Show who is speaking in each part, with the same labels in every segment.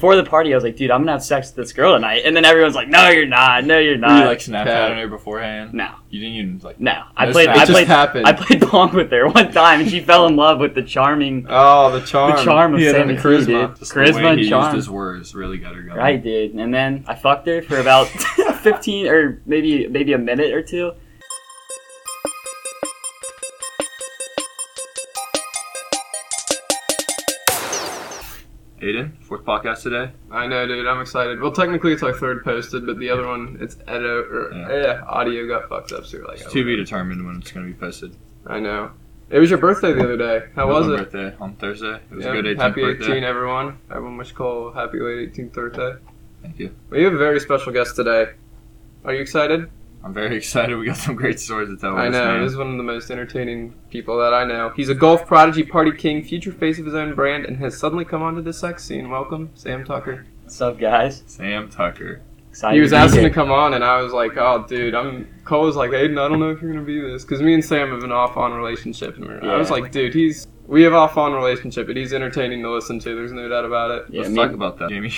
Speaker 1: for the party, I was like, dude, I'm gonna have sex with this girl tonight. And then everyone's like, no, you're not. No, you're
Speaker 2: Were
Speaker 1: not.
Speaker 2: you like snapped
Speaker 3: Pat.
Speaker 2: out on her beforehand?
Speaker 1: no,
Speaker 2: You didn't even like.
Speaker 1: no. I
Speaker 2: No
Speaker 1: played.
Speaker 2: snap.
Speaker 1: I
Speaker 2: It just
Speaker 1: played.
Speaker 3: happened.
Speaker 1: I played pong with her one time, and she fell in love with the charming,
Speaker 3: Oh, the charm.
Speaker 1: the charm of
Speaker 3: He had
Speaker 1: Sammy
Speaker 3: the
Speaker 1: T,
Speaker 3: charisma.
Speaker 1: dude.
Speaker 2: Just the way
Speaker 1: charisma and
Speaker 2: he
Speaker 1: charm.
Speaker 2: used his words really got her going.
Speaker 1: Right, dude. And then I fucked her for about 15 or maybe maybe a minute or two.
Speaker 2: Aiden, fourth podcast today.
Speaker 3: I know, dude. I'm excited. Well, technically it's our third posted, but the other one, it's edit or
Speaker 2: Yeah.
Speaker 3: yeah. audio got fucked up. So we're like,
Speaker 2: It's
Speaker 3: oh,
Speaker 2: to be determined when it's going to be posted.
Speaker 3: I know. It was your birthday the other day. How was
Speaker 2: my
Speaker 3: it?
Speaker 2: Birthday on Thursday. It was
Speaker 3: Yeah,
Speaker 2: a good 18th
Speaker 3: happy
Speaker 2: birthday.
Speaker 3: 18, everyone. Everyone wish Cole happy late 18th birthday.
Speaker 2: Thank you.
Speaker 3: We have a very special guest today. Are you excited?
Speaker 2: I'm very excited. We got some great stories to tell.
Speaker 3: I
Speaker 2: with this
Speaker 3: know.
Speaker 2: man.
Speaker 3: He's one of the most entertaining people that I know. He's a golf prodigy, party king, future face of his own brand, and has suddenly come onto the sex scene. Welcome, Sam Tucker.
Speaker 1: What's up, guys?
Speaker 2: Sam Tucker.
Speaker 1: Excited
Speaker 3: He was
Speaker 1: to be
Speaker 3: asking to
Speaker 1: here.
Speaker 3: come on, and I was like, "Oh, dude, I'm." Cole was like, "Aiden, I don't know if you're gonna be this," because me and Sam have an off-on relationship, and we're- I was
Speaker 1: Yeah.
Speaker 3: like, "Dude, he's." We have off-on relationship, but he's entertaining to listen to. There's no doubt about it.
Speaker 1: Yeah,
Speaker 2: Let's
Speaker 1: me-
Speaker 2: talk about that. Jamie,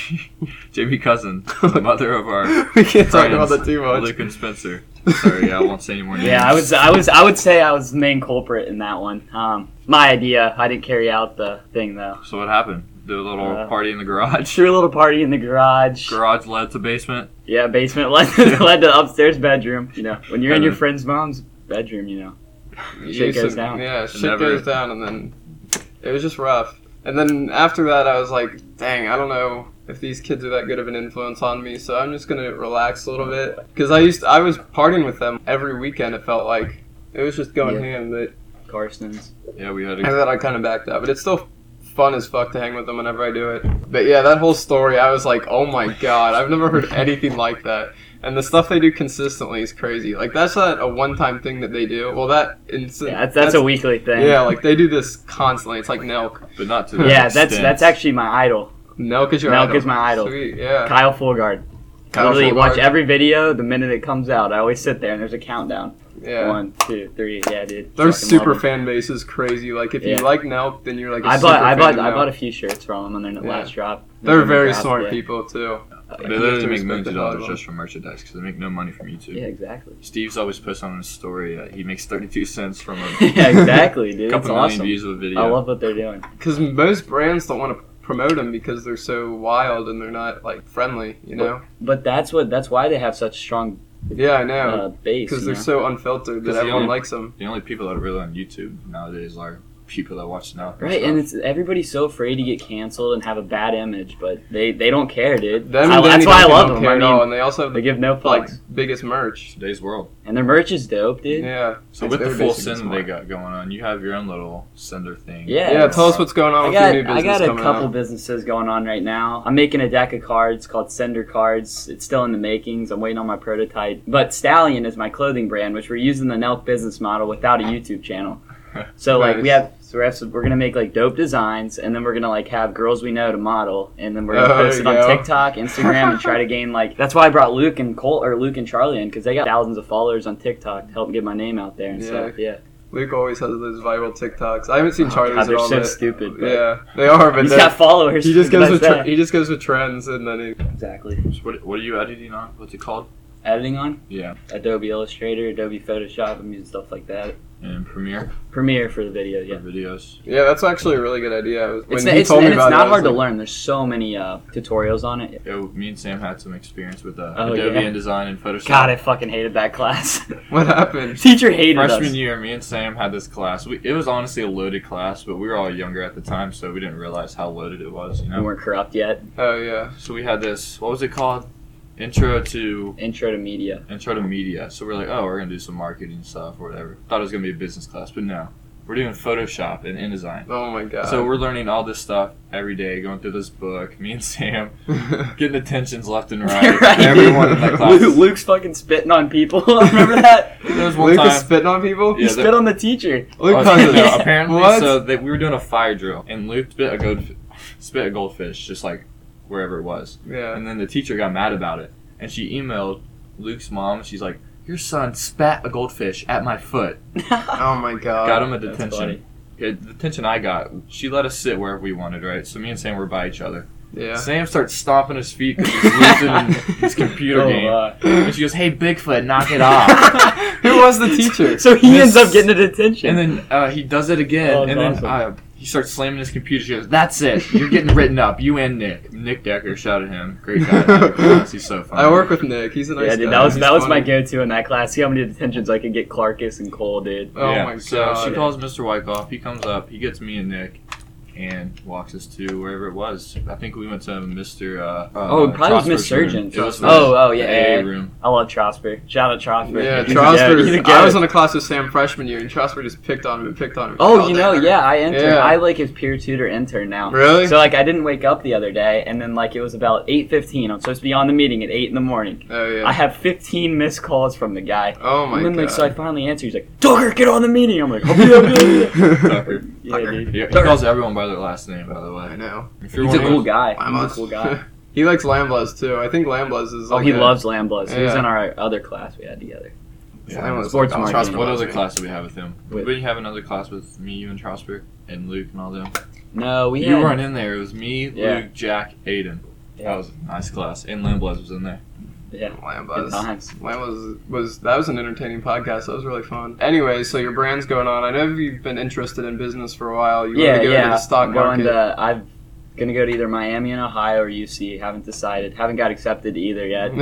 Speaker 2: Jamie Cousin, the mother of our
Speaker 3: we can't talk about
Speaker 2: friends,
Speaker 3: that too much.
Speaker 2: Luke and Spencer. Sorry, I won't say any more names.
Speaker 1: Yeah, I was I was I would say I was the main culprit in that one. Um, my idea. I didn't carry out the thing though.
Speaker 2: So what happened? The little
Speaker 1: Uh,
Speaker 2: party in the garage.
Speaker 1: Threw a little party in the garage.
Speaker 2: Garage led to basement.
Speaker 1: Yeah, basement led to, led to upstairs bedroom. You know, when you're in your
Speaker 2: Heaven.
Speaker 1: friend's mom's bedroom, you know.
Speaker 3: You
Speaker 1: Shit
Speaker 3: said-
Speaker 1: goes down.
Speaker 3: Yeah, shit
Speaker 2: Never-
Speaker 3: goes down, and then it was just rough. And then after that, I was like, dang, I don't know if these kids are that good of an influence on me, so I'm just gonna relax a little bit. Because I used, I was partying with them every weekend. It felt like it was just going
Speaker 1: Yeah.
Speaker 3: ham, but
Speaker 1: Carson's.
Speaker 2: Yeah, we had
Speaker 3: after
Speaker 2: a
Speaker 3: that, I kind of backed out. But it's still fun as fuck to hang with them whenever I do it. But yeah, that whole story, I was like, oh my god, I've never heard anything like that. And the stuff they do consistently is crazy. Like that's not a one-time thing that they do. Well, that instant.
Speaker 1: Yeah, that's, that's a weekly thing.
Speaker 3: yeah, like they do this constantly. It's like Nelk.
Speaker 2: but not to.
Speaker 1: Yeah,
Speaker 2: that
Speaker 1: that's
Speaker 2: extent.
Speaker 1: that's actually my idol,
Speaker 3: Nelk is your
Speaker 1: Nelk
Speaker 3: idol.
Speaker 1: is my idol.
Speaker 3: Sweet, yeah.
Speaker 1: Kyle Fulgard. I
Speaker 3: Kyle
Speaker 1: literally
Speaker 3: Fulgard.
Speaker 1: watch every video the minute it comes out. I always sit there and there's a countdown.
Speaker 3: Yeah.
Speaker 1: One, two, three. Yeah, dude.
Speaker 3: Their
Speaker 1: Fucking
Speaker 3: super
Speaker 1: love 'em.
Speaker 3: fan base is crazy. Like if
Speaker 1: Yeah.
Speaker 3: you like Nelk, then you're like. a
Speaker 1: I
Speaker 3: super
Speaker 1: bought I
Speaker 3: fan
Speaker 1: bought
Speaker 3: of
Speaker 1: I
Speaker 3: Nelk.
Speaker 1: bought a few shirts from them on their
Speaker 3: Yeah.
Speaker 1: last drop.
Speaker 3: They're
Speaker 1: When they
Speaker 3: very
Speaker 1: dropped,
Speaker 3: smart
Speaker 1: yeah.
Speaker 3: people too.
Speaker 2: They
Speaker 3: You have
Speaker 2: literally
Speaker 3: to
Speaker 2: make
Speaker 3: respect
Speaker 2: millions
Speaker 3: the
Speaker 2: of dollars
Speaker 3: hardball.
Speaker 2: just from merchandise because they make no money from YouTube.
Speaker 1: Yeah, exactly.
Speaker 2: Steve's always posting on his story. Uh, he makes 32 cents from a
Speaker 1: yeah, exactly, dude. It's
Speaker 2: couple million
Speaker 1: awesome.
Speaker 2: views of a
Speaker 1: I
Speaker 2: video.
Speaker 1: love what they're doing.
Speaker 3: Because most brands don't want to promote them because they're so wild and they're not like friendly. You know.
Speaker 1: But that's what that's why they have such strong
Speaker 3: Yeah, I know.
Speaker 1: uh, base.
Speaker 3: Because
Speaker 1: you
Speaker 3: they're
Speaker 1: know?
Speaker 3: so unfiltered that
Speaker 2: Because the
Speaker 3: everyone
Speaker 2: only-
Speaker 3: likes them.
Speaker 2: the only people that are really on YouTube nowadays are people that watch now.
Speaker 1: Right, and it's everybody's so afraid to get canceled and have a bad image, but they they don't care, dude.
Speaker 3: Them,
Speaker 1: I-
Speaker 3: and Danny
Speaker 1: that's why I
Speaker 3: Duncan
Speaker 1: love
Speaker 3: don't
Speaker 1: them.
Speaker 3: care
Speaker 1: I
Speaker 3: at all,
Speaker 1: mean,
Speaker 3: and they also have
Speaker 1: they
Speaker 3: the
Speaker 1: give no
Speaker 3: like
Speaker 1: fucks,
Speaker 3: biggest merch.
Speaker 2: today's world.
Speaker 1: and their merch is dope, dude.
Speaker 3: Yeah.
Speaker 2: So
Speaker 3: It's
Speaker 2: with the
Speaker 3: very
Speaker 2: full
Speaker 3: basic and
Speaker 2: send they got
Speaker 3: smart.
Speaker 2: going on, you have your own little sender thing. Uh,
Speaker 1: Yeah.
Speaker 3: Yeah. Tell us what's going on
Speaker 1: I
Speaker 3: with
Speaker 1: got,
Speaker 3: your Oh, new
Speaker 1: I
Speaker 3: business
Speaker 1: got a
Speaker 3: coming
Speaker 1: couple
Speaker 3: out.
Speaker 1: businesses going on right now. I'm making a deck of cards called Sender Cards. It's still in the makings. I'm waiting on my prototype. But Stallion is my clothing brand, which we're using the Nelk business model without a YouTube channel. So like we
Speaker 3: Nice.
Speaker 1: have, so we have some, we're gonna make like dope designs, and then we're gonna like have girls we know to model, and then we're gonna
Speaker 3: Oh,
Speaker 1: post it
Speaker 3: there
Speaker 1: on
Speaker 3: you go.
Speaker 1: TikTok, Instagram, and try to gain like. That's why I brought Luke and Colt or Luke and Charlie in because they got thousands of followers on TikTok to help get my name out there and
Speaker 3: Yeah.
Speaker 1: stuff. Yeah,
Speaker 3: Luke always has those viral TikToks. I haven't seen Charlie's
Speaker 1: Oh, God,
Speaker 3: at
Speaker 1: they're
Speaker 3: all.
Speaker 1: so
Speaker 3: but-
Speaker 1: stupid. But
Speaker 3: Yeah, they are, but
Speaker 1: he's
Speaker 3: they're-
Speaker 1: got followers.
Speaker 3: he just goes
Speaker 1: That's
Speaker 3: with tr
Speaker 1: that.
Speaker 3: he just goes with trends, and then he,
Speaker 1: exactly.
Speaker 2: So what, what are you editing on? What's it called?
Speaker 1: editing on
Speaker 2: Yeah.
Speaker 1: Adobe Illustrator, Adobe Photoshop, I'm using stuff like that.
Speaker 2: And Premiere
Speaker 1: Premiere for the video,
Speaker 2: for
Speaker 1: yeah.
Speaker 2: videos.
Speaker 3: yeah, that's actually a really good idea. I was- When
Speaker 1: It's,
Speaker 3: he
Speaker 1: it's,
Speaker 3: told me
Speaker 1: and it's
Speaker 3: about it, I
Speaker 1: not
Speaker 3: was
Speaker 1: hard to
Speaker 3: like,
Speaker 1: learn. There's so many uh, tutorials on it.
Speaker 2: Yeah, me and Sam had some experience with uh,
Speaker 1: Oh,
Speaker 2: Adobe
Speaker 1: yeah.
Speaker 2: InDesign and Photoshop.
Speaker 1: God, I fucking hated that class.
Speaker 3: What happened?
Speaker 1: Teacher hated
Speaker 2: Freshman
Speaker 1: us.
Speaker 2: year, me and Sam had this class. We, it was honestly a loaded class, but we were all younger at the time, so we didn't realize how loaded it was. You
Speaker 1: We
Speaker 2: know.
Speaker 1: weren't corrupt yet.
Speaker 3: Oh yeah,
Speaker 2: So we had this. What was it called? Intro to
Speaker 1: Intro to media.
Speaker 2: intro to media. So we're like, oh, we're gonna do some marketing stuff or whatever. Thought it was gonna be a business class, but no, we're doing Photoshop and InDesign.
Speaker 3: oh my god.
Speaker 2: So we're learning all this stuff every day, going through this book. Me and Sam getting attentions left and right.
Speaker 1: Right.
Speaker 2: Everyone in that class.
Speaker 1: Luke, Luke's fucking spitting on people. Remember that?
Speaker 2: There was one
Speaker 3: Luke is
Speaker 2: time.
Speaker 3: spitting on people.
Speaker 1: He
Speaker 2: Yeah,
Speaker 1: spit
Speaker 2: there-
Speaker 1: on the teacher.
Speaker 3: Luke
Speaker 2: Oh,
Speaker 3: Cousins.
Speaker 2: no, apparently,
Speaker 3: What?
Speaker 2: so they, we were doing a fire drill, and Luke spit a gold, spit a goldfish, just like wherever it was.
Speaker 3: yeah.
Speaker 2: And then the teacher got mad about it, and she emailed Luke's mom. and She's like, "Your son spat a goldfish at my foot."
Speaker 3: Oh my god.
Speaker 2: got him a
Speaker 1: That's
Speaker 2: detention.
Speaker 1: funny.
Speaker 2: Okay, the detention I got, she let us sit wherever we wanted, right? So me and Sam were by each other.
Speaker 3: Yeah.
Speaker 2: Sam starts stomping his feet because he's losing his computer
Speaker 1: Oh,
Speaker 2: game.
Speaker 1: uh,
Speaker 2: and she goes, "Hey, Bigfoot, knock it off!"
Speaker 3: Who was the teacher?
Speaker 1: so he ends up
Speaker 2: Yes.
Speaker 1: getting a detention.
Speaker 2: and then uh, he does it again,
Speaker 1: Oh, that's
Speaker 2: and then uh,
Speaker 1: awesome.
Speaker 2: he starts slamming his computer. She goes, "That's it. You're getting written up. You and Nick." Nick Decker shouted him. Great guy. Nick Ross, He's so funny.
Speaker 3: I work with Nick. He's a nice
Speaker 1: yeah, dude,
Speaker 3: guy.
Speaker 1: that was
Speaker 3: He's
Speaker 1: that was my
Speaker 3: funny.
Speaker 1: go-to in that class. See how many detentions I could get Clarkus and Cole, dude.
Speaker 3: Oh
Speaker 2: yeah.
Speaker 3: my god.
Speaker 2: So she calls Mr. Wyckoff. He comes up. He gets me and Nick, and walks us to wherever it was. I think we went to Mr. Uh,
Speaker 1: Oh, it probably
Speaker 2: uh,
Speaker 1: was
Speaker 2: Prosper's
Speaker 1: Miss Surgeon.
Speaker 2: room. It was
Speaker 1: Oh, oh,
Speaker 2: the
Speaker 1: yeah,
Speaker 2: AA
Speaker 1: yeah, yeah.
Speaker 2: room.
Speaker 1: I love Trosper. Shout out Trosper.
Speaker 3: Yeah,
Speaker 1: He's a-
Speaker 3: Trosper.
Speaker 1: he's a
Speaker 3: I was
Speaker 1: goat.
Speaker 3: in a class with Sam freshman year, and Trosper just picked on him and picked on him.
Speaker 1: Oh,
Speaker 3: Oh,
Speaker 1: you know,
Speaker 3: damn.
Speaker 1: yeah, I entered.
Speaker 3: Yeah.
Speaker 1: I like his peer tutor intern now.
Speaker 3: Really?
Speaker 1: So like, I didn't wake up the other day, and then like it was about eight fifteen. I'm supposed to be on the meeting at eight in the morning.
Speaker 3: Oh yeah.
Speaker 1: I have fifteen missed calls from the guy.
Speaker 3: oh my
Speaker 1: and then
Speaker 3: god.
Speaker 1: like, so I finally answer. He's like, Tucker, get on the meeting. I'm like, I'll be there. I'll be there."
Speaker 2: Tucker.
Speaker 1: yeah, dude.
Speaker 2: He, he calls everyone by their last name, by the
Speaker 3: I
Speaker 2: way.
Speaker 3: know.
Speaker 2: If
Speaker 1: He's a
Speaker 2: wondering-
Speaker 1: cool guy. He's
Speaker 3: Lambos.
Speaker 1: a cool guy.
Speaker 3: he likes Lamblaz too. I think Lamblaz is.
Speaker 1: Oh,
Speaker 3: like
Speaker 1: he
Speaker 3: a-
Speaker 1: loves Lamblas. He was
Speaker 3: Yeah.
Speaker 1: in our other class we had together.
Speaker 2: Yeah.
Speaker 3: Lamblaz.
Speaker 1: Sports
Speaker 3: I'll
Speaker 1: marketing.
Speaker 3: trust him.
Speaker 2: What other class do we have with him?
Speaker 1: With-
Speaker 2: Did we have another class with me, you, and Trosper, and Luke, and all them?
Speaker 1: No, we
Speaker 2: You
Speaker 1: had-
Speaker 2: weren't in there. It was me,
Speaker 1: Yeah.
Speaker 2: Luke, Jack, Aiden. That was a nice class. And Lamblaz was in there.
Speaker 1: yeah. Good
Speaker 3: Lamblaz.
Speaker 1: times.
Speaker 3: Mine was was that was an entertaining podcast. That was really fun. Anyway, so your brand's going on. I know you've been interested in business for a while. You
Speaker 1: yeah,
Speaker 3: wanted to go
Speaker 1: yeah.
Speaker 3: into the stock
Speaker 1: I'm going
Speaker 3: market.
Speaker 1: to- I'm gonna go to either Miami and Ohio or UC. Haven't decided. Haven't got accepted to either yet.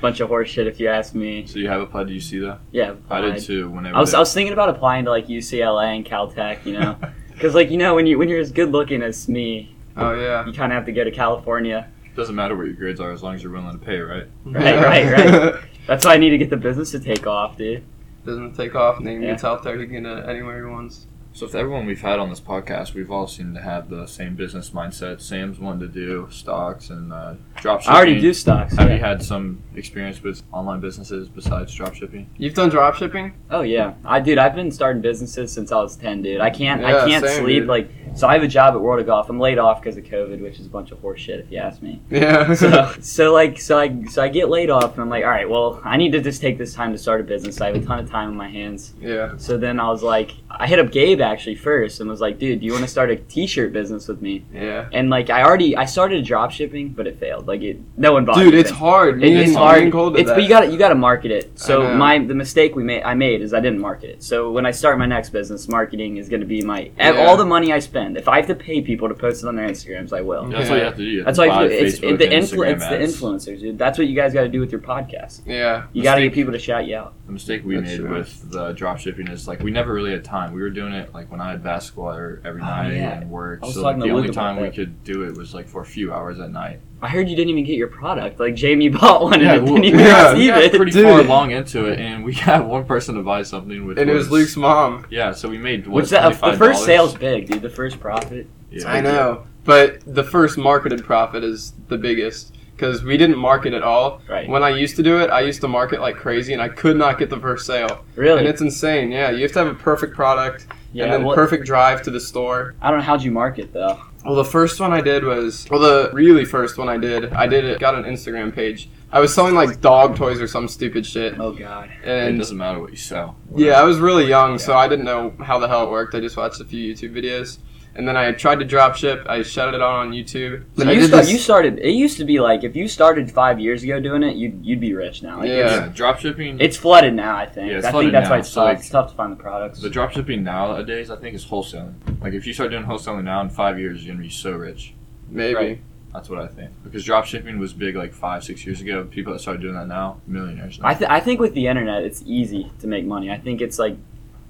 Speaker 1: Bunch of horse shit if you ask me.
Speaker 2: so you have applied to UC though?
Speaker 1: Yeah,
Speaker 2: I did
Speaker 1: applied.
Speaker 2: too. Whenever
Speaker 1: I was,
Speaker 2: they-
Speaker 1: I was thinking about applying to like UCLA and Caltech, you know, because like you know when you when you're as good looking as me,
Speaker 3: oh yeah.
Speaker 1: you kind of have to go to California.
Speaker 2: doesn't matter what your grades are as long as you're willing to pay, right?
Speaker 1: Right, right, That's why I need to get the business to take off, dude.
Speaker 3: Doesn't take off, and then he
Speaker 1: Yeah.
Speaker 3: gets out there. He can get it anywhere he wants.
Speaker 2: So if everyone we've had on this podcast, we've all seemed to have the same business mindset. Sam's wanted to do stocks and uh, drop shipping.
Speaker 1: I already do stocks.
Speaker 2: Have
Speaker 1: yeah.
Speaker 2: you had some experience with online businesses besides drop shipping?
Speaker 3: You've done drop shipping.
Speaker 1: Oh yeah, I dude. I've been starting businesses since I was ten, dude. I can't.
Speaker 3: Yeah,
Speaker 1: I can't
Speaker 3: same,
Speaker 1: sleep.
Speaker 3: dude.
Speaker 1: Like, so I have a job at World of Golf. I'm laid off because of COVID, which is a bunch of horse shit, if you ask me.
Speaker 3: Yeah.
Speaker 1: So, so like, so I, so I get laid off, and I'm like, all right, well, I need to just take this time to start a business. I have a ton of time on my hands.
Speaker 3: yeah.
Speaker 1: So then I was like, I hit up Gabe actually first, and was like, dude, do you want to start a T-shirt business with me?
Speaker 3: Yeah.
Speaker 1: And like, I already, I started drop shipping, but it failed. Like, it, no one bought.
Speaker 3: Dude,
Speaker 1: anything.
Speaker 3: it's hard. Me
Speaker 1: It-
Speaker 3: and,
Speaker 1: it's
Speaker 3: me
Speaker 1: hard.
Speaker 3: and Cole did
Speaker 1: It's
Speaker 3: that.
Speaker 1: but you got to you got to market it.
Speaker 3: I
Speaker 1: So
Speaker 3: know.
Speaker 1: my the mistake we made I made is I didn't market it. So when I start my next business, marketing is going to be my and
Speaker 3: Yeah.
Speaker 1: all the money I spend. If I have to pay people to post it on their Instagrams, I
Speaker 3: Mm.
Speaker 1: will.
Speaker 2: That's what you have to do. You have
Speaker 1: That's
Speaker 2: to
Speaker 1: why
Speaker 2: buy
Speaker 1: I feel- it's,
Speaker 2: Facebook
Speaker 1: it's the
Speaker 2: and
Speaker 1: influ-
Speaker 2: Instagram
Speaker 1: it's
Speaker 2: ads.
Speaker 1: the influencers, dude. That's what you guys got to do with your podcast.
Speaker 3: Yeah.
Speaker 1: You got to
Speaker 2: Mistake-
Speaker 1: get people to shout you out.
Speaker 2: The mistake we
Speaker 3: That's
Speaker 2: made
Speaker 3: true.
Speaker 2: with the drop shipping is like we never really had time. We were doing it like when I had basketball or every
Speaker 1: Oh,
Speaker 2: night
Speaker 1: yeah.
Speaker 2: and work.
Speaker 1: I was
Speaker 2: So like,
Speaker 1: talking to
Speaker 2: the
Speaker 1: Luke
Speaker 2: only
Speaker 1: about
Speaker 2: time we
Speaker 1: that.
Speaker 2: could do it was like for a few hours at night.
Speaker 1: I heard you didn't even get your product. Like Jamie bought one
Speaker 2: Yeah,
Speaker 1: and it
Speaker 2: well,
Speaker 1: didn't even
Speaker 2: We
Speaker 3: yeah,
Speaker 1: receive
Speaker 2: got
Speaker 1: it.
Speaker 2: pretty
Speaker 3: Dude.
Speaker 2: far along into it, and we got one person to buy something. Which
Speaker 3: And it was Luke's mom.
Speaker 2: Yeah, so we made what,
Speaker 1: Which that, the
Speaker 2: $25?
Speaker 1: first sale's big, dude. The first profit.
Speaker 2: Yeah.
Speaker 3: I know, but the first marketed profit is the biggest because we didn't market at all.
Speaker 1: Right.
Speaker 3: When I used to do it, I used to market like crazy, and I could not get the first sale.
Speaker 1: Really?
Speaker 3: And it's insane. Yeah, you have to have a perfect product
Speaker 1: yeah.
Speaker 3: and then
Speaker 1: well,
Speaker 3: perfect drive to the store.
Speaker 1: I don't know how'd you market though.
Speaker 3: Well, the first one I did was well, the really first one I did, I did it. Got an Instagram page. I was selling like dog toys or some stupid shit,
Speaker 1: Oh god.
Speaker 2: It
Speaker 3: and
Speaker 2: doesn't matter what you sell.
Speaker 3: yeah, I was really young, so I didn't know how the hell it worked. I just watched a few YouTube videos. And then I tried to drop ship. I shut it on on YouTube.
Speaker 1: So
Speaker 3: I
Speaker 1: you,
Speaker 3: did
Speaker 1: start,
Speaker 3: this-
Speaker 1: you started. It used to be like if you started five years ago doing it, you'd you'd be rich now. Like,
Speaker 3: Yeah.
Speaker 1: it's,
Speaker 2: Yeah, drop shipping.
Speaker 1: it's flooded now. I think.
Speaker 2: Yeah, it's
Speaker 1: I think
Speaker 2: flooded
Speaker 1: that's
Speaker 2: now,
Speaker 1: why it's
Speaker 2: so,
Speaker 1: tough.
Speaker 2: like-
Speaker 1: it's tough to find the products.
Speaker 2: the drop shipping nowadays, I think, is wholesaling. Like if you start doing wholesaling now, in five years, you're gonna be so rich.
Speaker 3: Maybe.
Speaker 1: Right.
Speaker 2: That's what I think. Because drop shipping was big like five, six years ago. People that started doing that now, millionaires. Now.
Speaker 1: I th- I think with the internet, it's easy to make money. I think it's like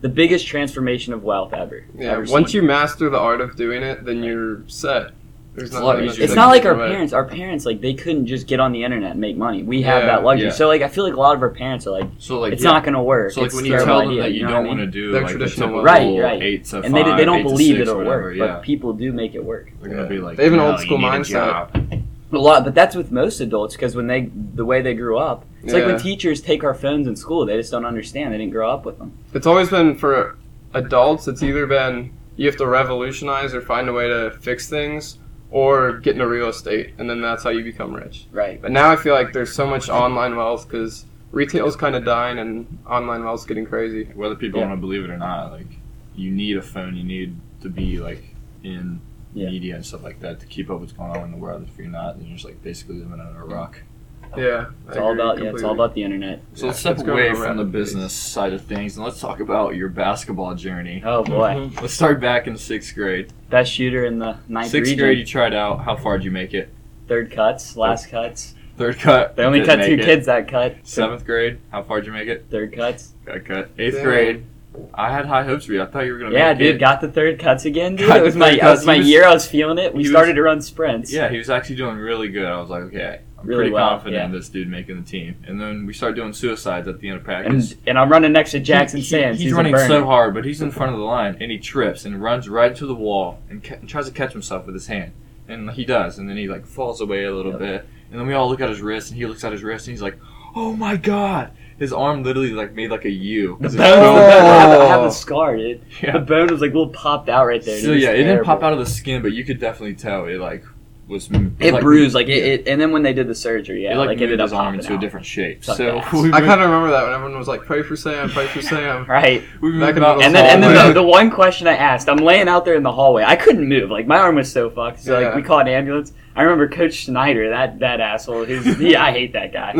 Speaker 1: the biggest transformation of wealth ever.
Speaker 3: Yeah,
Speaker 1: Ever
Speaker 3: once
Speaker 1: seen.
Speaker 3: you master the art of doing it, then you're set. There's
Speaker 2: It's a lot
Speaker 3: nothing
Speaker 2: easier
Speaker 3: that
Speaker 1: It's
Speaker 2: Like,
Speaker 1: not
Speaker 3: you
Speaker 1: like
Speaker 3: can
Speaker 1: our
Speaker 3: do about it.
Speaker 1: parents. Our parents like they couldn't just get on the internet and make money. We have
Speaker 3: Yeah,
Speaker 1: that luxury.
Speaker 2: yeah.
Speaker 1: So like I feel like a lot of our parents are like,
Speaker 2: so like
Speaker 1: it's
Speaker 2: yeah.
Speaker 1: not going to work.
Speaker 2: So like
Speaker 1: It's
Speaker 2: when
Speaker 1: a
Speaker 2: you
Speaker 1: terrible
Speaker 2: tell them
Speaker 1: idea,
Speaker 2: that you,
Speaker 1: know what
Speaker 2: don't
Speaker 1: I mean?
Speaker 2: want to do
Speaker 3: Their
Speaker 2: like the
Speaker 3: traditional
Speaker 2: typical
Speaker 3: way.
Speaker 1: Right, right.
Speaker 2: eight to
Speaker 1: and
Speaker 2: five,
Speaker 1: they, they don't
Speaker 2: eight to
Speaker 1: believe
Speaker 2: six,
Speaker 1: it'll
Speaker 2: whatever,
Speaker 1: work,
Speaker 2: Yeah.
Speaker 1: but people do make it work.
Speaker 2: They're gonna be like
Speaker 3: They have an
Speaker 2: "No,
Speaker 3: old
Speaker 2: you
Speaker 3: school
Speaker 2: need a
Speaker 3: mindset."
Speaker 2: job."
Speaker 1: A lot, but that's with most adults because when they the way they grew up, it's like
Speaker 3: Yeah.
Speaker 1: when teachers take our phones in school, they just don't understand. They didn't grow up with them.
Speaker 3: It's always been for adults. It's either been you have to revolutionize or find a way to fix things, or get into real estate, and then that's how you become rich.
Speaker 1: Right.
Speaker 3: But now I feel like there's so much online wealth because retail's kind of dying and online wealth's getting crazy.
Speaker 2: whether people
Speaker 1: Yeah.
Speaker 2: want to believe it or not, like you need a phone, you need to be like in
Speaker 1: Yeah.
Speaker 2: media and stuff like that to keep up what's going on in the world. If you're not, then you're just like basically living under a rock.
Speaker 3: Yeah, I
Speaker 1: It's all
Speaker 3: agree
Speaker 1: about yeah, it's all
Speaker 3: completely.
Speaker 1: about the internet.
Speaker 2: So
Speaker 3: Yeah,
Speaker 2: let's step
Speaker 3: it's going
Speaker 2: away
Speaker 3: at a
Speaker 2: from the
Speaker 3: rapid pace.
Speaker 2: business side of things and let's talk about your basketball journey.
Speaker 1: Oh boy,
Speaker 3: Mhm.
Speaker 2: Let's start back in sixth grade.
Speaker 1: best shooter in the ninth
Speaker 2: Sixth
Speaker 1: region.
Speaker 2: grade, you tried out. How far did you make it?
Speaker 1: Third cuts, last cuts.
Speaker 2: Third cut.
Speaker 1: They only
Speaker 2: didn't
Speaker 1: cut
Speaker 2: make
Speaker 1: two
Speaker 2: it.
Speaker 1: kids that cut.
Speaker 2: Seventh grade, how far did you make it?
Speaker 1: Third cuts.
Speaker 2: Got cut. Eighth
Speaker 3: Damn.
Speaker 2: grade, I had high hopes for you. I thought you were gonna.
Speaker 1: yeah,
Speaker 2: make
Speaker 1: dude,
Speaker 2: it.
Speaker 1: got the third cuts again, dude.
Speaker 2: Got
Speaker 1: It was
Speaker 2: the
Speaker 1: my
Speaker 2: third
Speaker 1: that was
Speaker 2: cuts.
Speaker 1: my
Speaker 2: He was-
Speaker 1: year. I was feeling it. We
Speaker 2: he was-
Speaker 1: started to run sprints.
Speaker 2: Yeah, he was actually doing really good. I was like, okay, I'm
Speaker 1: Really
Speaker 2: pretty
Speaker 1: well,
Speaker 2: confident
Speaker 1: yeah.
Speaker 2: in this dude making the team. And then we started doing suicides at the end of practice.
Speaker 1: and and I'm running next to Jackson
Speaker 2: He- he-
Speaker 1: Sands.
Speaker 2: He's,
Speaker 1: a
Speaker 2: running
Speaker 1: burner.
Speaker 2: so hard, but he's in front of the line, and he trips and runs right into the wall and, ca- and tries to catch himself with his hand, and he does, and then he like falls away a little
Speaker 1: Yep.
Speaker 2: bit, and then we all look at his wrist, and he looks at his wrist, and he's like, oh my god. His arm literally like made like a U.
Speaker 1: The
Speaker 2: It's
Speaker 1: bone,
Speaker 2: so
Speaker 1: I, have,
Speaker 2: bad.
Speaker 1: I have the scar, dude.
Speaker 2: Oh. Yeah.
Speaker 1: The bone was like little popped out right there.
Speaker 2: So yeah, it didn't pop out of the skin, but you could definitely tell it like was.
Speaker 1: It
Speaker 2: like,
Speaker 1: bruised like it,
Speaker 2: yeah.
Speaker 1: it, and then when they did the surgery, yeah,
Speaker 2: it like,
Speaker 1: ended
Speaker 2: moved
Speaker 1: up
Speaker 2: his arm
Speaker 1: popping
Speaker 2: into a
Speaker 1: out.
Speaker 2: different shape.
Speaker 1: Sucked
Speaker 2: so
Speaker 1: ass.
Speaker 2: we
Speaker 3: I kind of remember that when everyone was like, "Pray for Sam, pray for Sam."
Speaker 1: Right,
Speaker 2: we moved
Speaker 3: back in the
Speaker 2: about
Speaker 3: middle
Speaker 1: and then and
Speaker 2: hallway.
Speaker 1: then the, the one question I asked, I'm laying out there in the hallway. I couldn't move. Like my arm was so fucked. So like
Speaker 3: Yeah.
Speaker 1: we called an ambulance. I remember Coach Snyder, that that asshole. Who's yeah, I hate that guy.